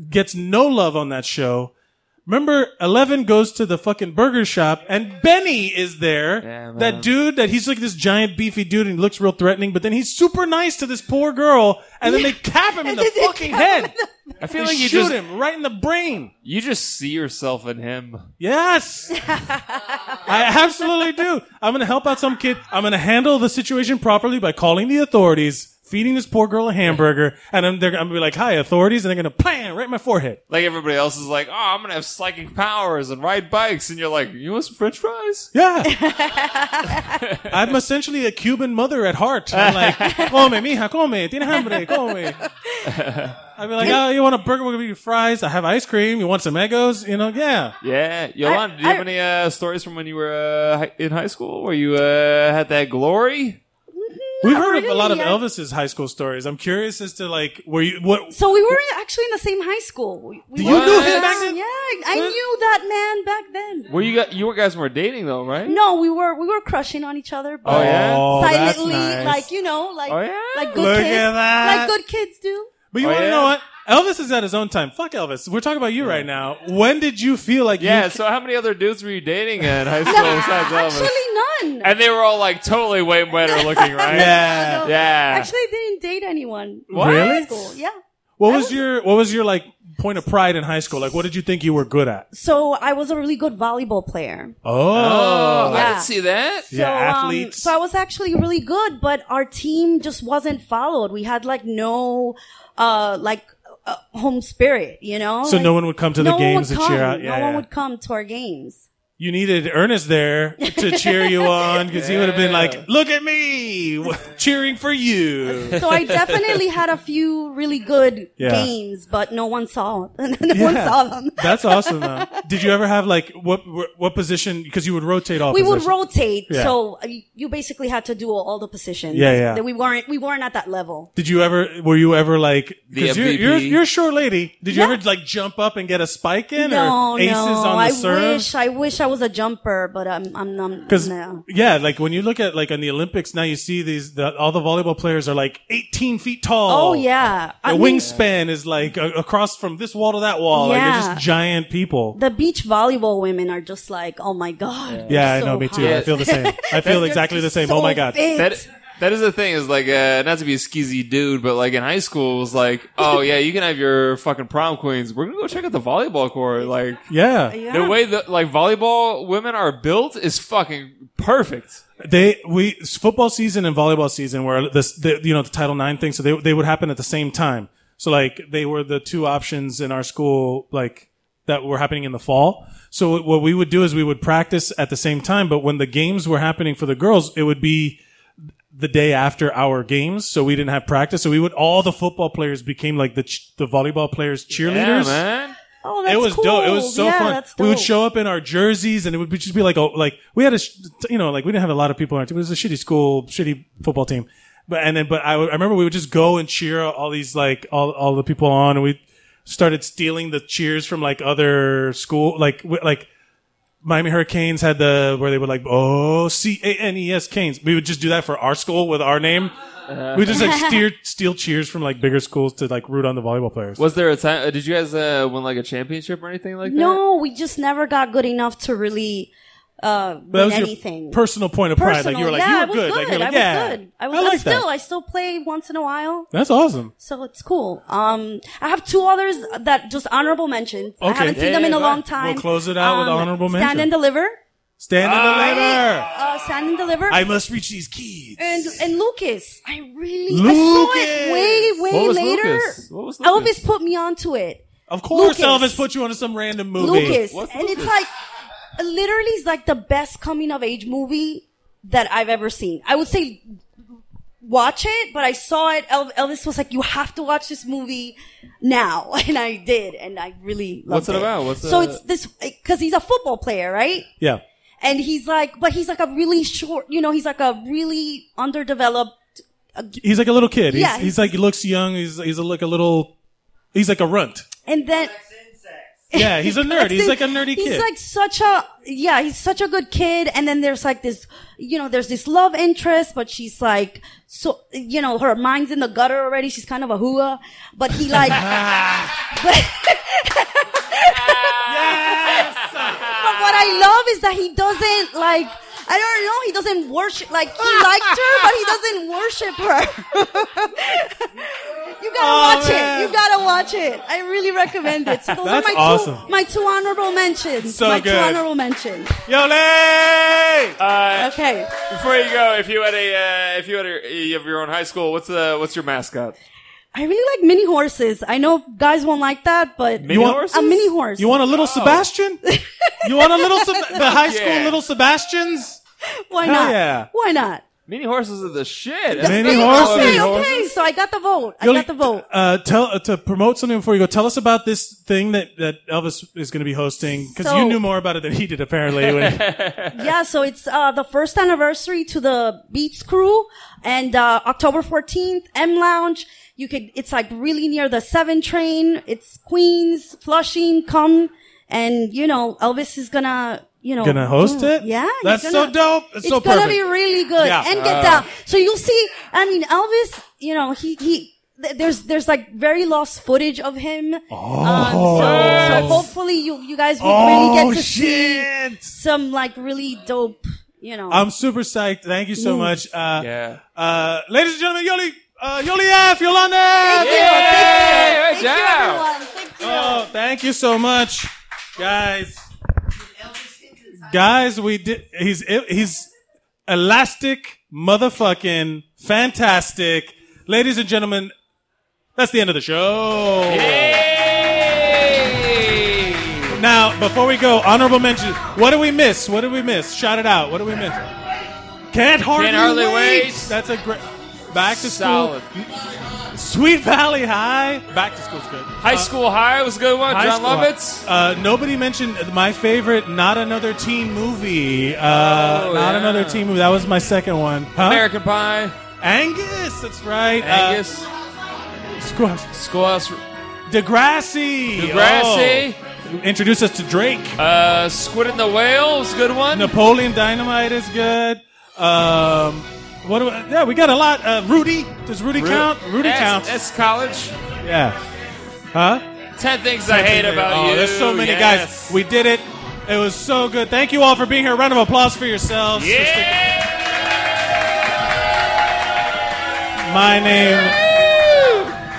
[SPEAKER 1] gets no love on that show. Remember, Eleven goes to the fucking burger shop and Benny is there. that dude that he's like this giant beefy dude and he looks real threatening, but then he's super nice to this poor girl and then they cap him in the fucking head.
[SPEAKER 2] I feel
[SPEAKER 1] They
[SPEAKER 2] like you
[SPEAKER 1] shoot
[SPEAKER 2] just
[SPEAKER 1] him right in the brain.
[SPEAKER 2] you just see yourself in him.
[SPEAKER 1] Yes. I absolutely do. I'm going to help out some kid. I'm going to handle the situation properly by calling the authorities, feeding this poor girl a hamburger, and I'm, they're, I'm going to be like, hi, authorities, and they're going to plan right in my forehead.
[SPEAKER 2] Like everybody else is like, oh, I'm gonna have psychic powers and ride bikes, and you're like, you want some French fries?
[SPEAKER 1] Yeah. I'm essentially a Cuban mother at heart. I'm like, come, mija, come, tiene hambre, come. I'd be like, oh, you want a burger? We'll give you fries. I have ice cream. You want some Egos? You know, yeah.
[SPEAKER 2] Yeah, Yolanda, do you have any uh, stories from when you were uh, hi- in high school where you uh, had that glory?
[SPEAKER 1] We've heard of a lot of
[SPEAKER 12] really, I-
[SPEAKER 1] Elvis's high school stories. I'm curious as to like, were you what?
[SPEAKER 12] So we were actually in the same high school. We, we
[SPEAKER 1] You
[SPEAKER 12] were-
[SPEAKER 1] knew him back then?
[SPEAKER 12] Yeah, I, I knew that man back then.
[SPEAKER 2] Well, you got you guys were dating though, right?
[SPEAKER 12] No, we were we were crushing on each other, but
[SPEAKER 2] Oh, yeah? Oh, that's
[SPEAKER 12] silently,
[SPEAKER 2] nice.
[SPEAKER 12] like you know, like
[SPEAKER 2] Oh, yeah?
[SPEAKER 12] like good
[SPEAKER 1] Look
[SPEAKER 12] kids,
[SPEAKER 1] at that.
[SPEAKER 12] like good kids do.
[SPEAKER 1] But you
[SPEAKER 2] Oh,
[SPEAKER 1] want to
[SPEAKER 2] yeah?
[SPEAKER 1] know what? Elvis is at his own time. Fuck Elvis. We're talking about you right now. When did you feel like
[SPEAKER 2] Yeah.
[SPEAKER 1] you?
[SPEAKER 2] So how many other dudes were you dating in high school besides Elvis?
[SPEAKER 12] Actually, none.
[SPEAKER 2] and they were all like totally way better looking, right?
[SPEAKER 1] Yeah.
[SPEAKER 2] yeah.
[SPEAKER 12] Actually, I didn't date anyone. in
[SPEAKER 1] What?
[SPEAKER 12] high
[SPEAKER 1] Really?
[SPEAKER 12] School. Yeah.
[SPEAKER 1] What was your what was your like point of pride in high school? Like, what did you think you were good at?
[SPEAKER 12] So I was a really good volleyball player.
[SPEAKER 1] Oh,
[SPEAKER 12] I didn't see
[SPEAKER 2] that.
[SPEAKER 1] Yeah, athletes.
[SPEAKER 12] so I was actually really good, but our team just wasn't followed. We had like no, uh, like uh, home spirit, you know.
[SPEAKER 1] So
[SPEAKER 12] Like,
[SPEAKER 1] no one would come to the
[SPEAKER 12] no one
[SPEAKER 1] games
[SPEAKER 12] would
[SPEAKER 1] and cheer
[SPEAKER 12] come.
[SPEAKER 1] out?
[SPEAKER 12] No
[SPEAKER 1] Yeah,
[SPEAKER 12] one
[SPEAKER 1] yeah.
[SPEAKER 12] would come to our games.
[SPEAKER 1] you needed Ernest there to cheer you on because he would have been like, "Look at me, cheering for you."
[SPEAKER 12] So I definitely had a few really good
[SPEAKER 1] Yeah.
[SPEAKER 12] games, but no one saw. no one
[SPEAKER 1] Yeah.
[SPEAKER 12] saw them.
[SPEAKER 1] That's awesome. Though. Did you ever have like what what- what position? Because you would rotate all.
[SPEAKER 12] we would
[SPEAKER 1] positions.
[SPEAKER 12] rotate,
[SPEAKER 1] Yeah.
[SPEAKER 12] so uh, you basically had to do all, all the positions.
[SPEAKER 1] Yeah, yeah.
[SPEAKER 12] That we weren't we weren't at that level.
[SPEAKER 1] Did you ever? Were you ever like?
[SPEAKER 2] The
[SPEAKER 1] Because you're,
[SPEAKER 2] MVP.
[SPEAKER 1] you're you're a short lady. Did you ever like jump up and get a spike in
[SPEAKER 12] no,
[SPEAKER 1] or aces
[SPEAKER 12] no.
[SPEAKER 1] on the
[SPEAKER 12] I
[SPEAKER 1] serve?
[SPEAKER 12] wish I wish I was a jumper, but I'm I'm not.
[SPEAKER 1] Because
[SPEAKER 12] no.
[SPEAKER 1] yeah, like when you look at like on the Olympics now, you see these the, all the volleyball players are like 18 feet tall.
[SPEAKER 12] Oh yeah,
[SPEAKER 1] Their
[SPEAKER 12] I mean,
[SPEAKER 1] wingspan is like a, across from this wall to that wall. Like they're
[SPEAKER 12] Yeah.
[SPEAKER 1] just giant people.
[SPEAKER 12] The beach volleyball women are just like, oh my god.
[SPEAKER 1] Yeah, I
[SPEAKER 12] so
[SPEAKER 1] know. Me too. I
[SPEAKER 2] hot.
[SPEAKER 1] feel the same. I feel exactly the same. oh my god.
[SPEAKER 12] fit.
[SPEAKER 2] That that is the thing is like uh, not to be a skeezy dude, but like in high school it was like, oh yeah, you can have your fucking prom queens. We're gonna go check out the volleyball court. Like
[SPEAKER 1] Yeah.
[SPEAKER 2] the way that like volleyball women are built is fucking perfect.
[SPEAKER 1] They we football season and volleyball season were this the, you know the Title IX thing, so they they would happen at the same time. So like they were the two options in our school like that were happening in the fall. So what we would do is we would practice at the same time, but when the games were happening for the girls, it would be the day after our games, so we didn't have practice. So we would all the football players became like the ch- the volleyball players cheerleaders.
[SPEAKER 2] Yeah, man.
[SPEAKER 12] Oh, that's
[SPEAKER 1] it was
[SPEAKER 12] cool.
[SPEAKER 1] dope. It was so
[SPEAKER 12] yeah,
[SPEAKER 1] fun.
[SPEAKER 12] That's
[SPEAKER 1] We would
[SPEAKER 12] dope.
[SPEAKER 1] show up in our jerseys, and it would be- just be like, oh, like we had a, sh- you know, like we didn't have a lot of people on our team. It was a shitty school, shitty football team. But and then, but I, would- I remember we would just go and cheer all these like all all the people on, and we started stealing the cheers from like other school, like w- like Miami Hurricanes had the where they would like oh C A N E S Canes. We would just do that for our school with our name. we just like steer steal cheers from like bigger schools to like root on the volleyball players.
[SPEAKER 2] Was there a time? Uh, did you guys uh, win like a championship or anything like that?
[SPEAKER 12] No, we just never got good enough to really uh,
[SPEAKER 1] But that
[SPEAKER 12] win
[SPEAKER 1] was
[SPEAKER 12] anything.
[SPEAKER 1] your personal point of pride. Like you were like,
[SPEAKER 12] yeah,
[SPEAKER 1] you
[SPEAKER 12] I
[SPEAKER 1] were
[SPEAKER 12] was
[SPEAKER 1] good. Like, you're like,
[SPEAKER 12] I was
[SPEAKER 1] yeah,
[SPEAKER 12] good. I was
[SPEAKER 1] I
[SPEAKER 12] I'm
[SPEAKER 1] like
[SPEAKER 12] still.
[SPEAKER 1] that.
[SPEAKER 12] I still play once in a while.
[SPEAKER 1] That's awesome.
[SPEAKER 12] So it's cool. Um, I have two others that just honorable mentions. I
[SPEAKER 1] Okay.
[SPEAKER 12] haven't seen
[SPEAKER 1] Yeah,
[SPEAKER 12] them in
[SPEAKER 1] yeah,
[SPEAKER 12] a
[SPEAKER 1] yeah.
[SPEAKER 12] long time. Um,
[SPEAKER 1] We'll close it out with honorable
[SPEAKER 12] Stand
[SPEAKER 1] mention.
[SPEAKER 12] and deliver.
[SPEAKER 1] Stand in the letter.
[SPEAKER 12] Uh, stand and deliver.
[SPEAKER 1] I must reach these keys.
[SPEAKER 12] And and Lucas, I really I saw
[SPEAKER 1] Lucas!
[SPEAKER 12] it way way
[SPEAKER 1] What was
[SPEAKER 12] later.
[SPEAKER 1] Lucas? What was Lucas?
[SPEAKER 12] Elvis put me onto it.
[SPEAKER 1] Of course,
[SPEAKER 12] Lucas.
[SPEAKER 1] Elvis put you onto some random movie.
[SPEAKER 12] Lucas, and it's like literally it's like the best coming of age movie that I've ever seen. I would say watch it, but I saw it. El- Elvis was like, "You have to watch this movie now," and I did, and I really loved
[SPEAKER 2] What's it about? What's
[SPEAKER 12] so
[SPEAKER 2] the-
[SPEAKER 12] it's this because he's a football player, right?
[SPEAKER 1] yeah.
[SPEAKER 12] and he's like, but he's like a really short, you know, he's like a really underdeveloped. uh,
[SPEAKER 1] He's like a little kid. He's,
[SPEAKER 12] Yeah,
[SPEAKER 1] he's like he looks young. He's he's a, like a little. He's like a runt.
[SPEAKER 12] And then,
[SPEAKER 1] Yeah, he's a nerd. He's like a nerdy
[SPEAKER 12] he's
[SPEAKER 1] kid.
[SPEAKER 12] like such a, yeah, he's such a good kid. And then there's like this, you know, there's this love interest, but she's like, so, you know, her mind's in the gutter already. She's kind of a hua, but he like, But what I love is that he doesn't like. I don't know. He doesn't worship. Like he liked her, but he doesn't worship her. you gotta
[SPEAKER 13] Oh,
[SPEAKER 12] watch
[SPEAKER 13] man.
[SPEAKER 12] it. You gotta watch it. I really recommend it. So those
[SPEAKER 1] That's
[SPEAKER 12] are my
[SPEAKER 1] awesome.
[SPEAKER 12] two my two honorable mentions.
[SPEAKER 2] So
[SPEAKER 12] my two
[SPEAKER 2] good.
[SPEAKER 12] honorable mentions.
[SPEAKER 1] Yole!
[SPEAKER 2] Uh,
[SPEAKER 12] okay.
[SPEAKER 2] Before you go, if you had a, uh, if you had a, you have your own high school, what's the, what's your mascot?
[SPEAKER 12] I really like mini horses. I know guys won't like that, but
[SPEAKER 2] Mini You want- horses?
[SPEAKER 12] a mini horse.
[SPEAKER 1] You want a little Sebastian? you want a little Seb- the high school
[SPEAKER 2] Yeah.
[SPEAKER 1] little Sebastians?
[SPEAKER 12] Why
[SPEAKER 1] Hell
[SPEAKER 12] not?
[SPEAKER 1] yeah.
[SPEAKER 12] Why not?
[SPEAKER 2] Mini horses are the shit.
[SPEAKER 1] That's Mini
[SPEAKER 2] Mini
[SPEAKER 1] horses.
[SPEAKER 12] Okay,
[SPEAKER 1] Mini
[SPEAKER 12] okay. So I got the vote. I
[SPEAKER 1] Yoli,
[SPEAKER 12] got the vote.
[SPEAKER 1] Uh, tell uh, to promote something before you go. Tell us about this thing that, that Elvis is going to be hosting because
[SPEAKER 12] So-
[SPEAKER 1] you knew more about it than he did apparently. when-
[SPEAKER 12] yeah, so it's uh, the first anniversary to the Beats Crew, and uh, October fourteenth, M Lounge. You could, it's like really near the Seven Train. It's Queens, Flushing, come, and you know Elvis is gonna, you know,
[SPEAKER 1] Gonna host
[SPEAKER 12] do-
[SPEAKER 1] it?
[SPEAKER 12] Yeah, he's
[SPEAKER 1] That's so
[SPEAKER 12] gonna-
[SPEAKER 1] dope. It's so
[SPEAKER 12] gonna
[SPEAKER 1] perfect.
[SPEAKER 12] be really good.
[SPEAKER 1] Yeah.
[SPEAKER 12] And get
[SPEAKER 1] Uh.
[SPEAKER 12] down. So you'll see. I mean, Elvis, you know, he he. th- There's there's like very lost footage of him. Um, so, so hopefully you you guys will really
[SPEAKER 1] Oh,
[SPEAKER 12] get to see some like really dope, you know.
[SPEAKER 1] I'm super psyched. Thank you so
[SPEAKER 12] Mm.
[SPEAKER 1] much. Uh,
[SPEAKER 2] yeah.
[SPEAKER 1] Uh, ladies and gentlemen, Yoli, uh, Yoli F, Yolanda. F.
[SPEAKER 2] you, thank you. Thank you,
[SPEAKER 1] Yeah.
[SPEAKER 2] everyone.
[SPEAKER 1] Oh, thank you so much, guys. Guys, we did. He's he's elastic, motherfucking fantastic, ladies and gentlemen. That's the end of the show. Now, before we go, honorable mention. What did we miss? What did we miss? Shout it out. What did we miss? Can't hardly,
[SPEAKER 2] Can't hardly
[SPEAKER 1] wait.
[SPEAKER 2] wait.
[SPEAKER 1] That's a great. Back to
[SPEAKER 2] Solid.
[SPEAKER 1] school. Sweet Valley High. Back to school's good. Uh,
[SPEAKER 2] High school high was a good one.
[SPEAKER 1] High
[SPEAKER 2] John
[SPEAKER 1] School
[SPEAKER 2] Lovitz.
[SPEAKER 1] High. Uh, nobody mentioned my favorite, not another teen movie. Uh, not
[SPEAKER 2] Oh, yeah.
[SPEAKER 1] another teen movie. That was my second one. Huh?
[SPEAKER 2] American Pie.
[SPEAKER 1] Angus, that's right. Uh,
[SPEAKER 2] Angus.
[SPEAKER 1] Squash.
[SPEAKER 2] Squash.
[SPEAKER 1] Degrassi.
[SPEAKER 2] Degrassi.
[SPEAKER 1] Oh. Introduce us to Drake.
[SPEAKER 2] Uh, Squid and the Whale is a good one.
[SPEAKER 1] Napoleon Dynamite is good. Um, what? Do I, yeah, we got a lot. Uh, Rudy. Does Rudy
[SPEAKER 2] Ru-
[SPEAKER 1] count? Rudy
[SPEAKER 2] S-
[SPEAKER 1] counts.
[SPEAKER 2] S college.
[SPEAKER 1] yeah. Huh?
[SPEAKER 2] Ten things I hate about
[SPEAKER 1] oh,
[SPEAKER 2] you.
[SPEAKER 1] There's so many
[SPEAKER 2] Yes.
[SPEAKER 1] guys. We did it. It was so good. Thank you all for being here. Round of applause for yourselves. Yeah. My name.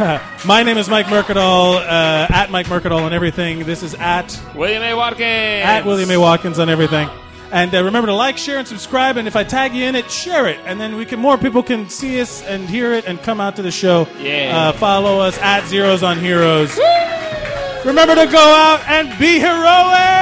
[SPEAKER 1] My name is Mike Mercadal, uh, at Mike Mercadal on everything. This is at
[SPEAKER 2] William A. Watkins.
[SPEAKER 1] at William A. Watkins on everything. And uh, remember to like, share, and subscribe. And if I tag you in it, share it, and then we can more people can see us and hear it and come out to the show.
[SPEAKER 2] Yeah.
[SPEAKER 1] Uh, follow us at Zeros on Heroes. Remember to go out and be heroic.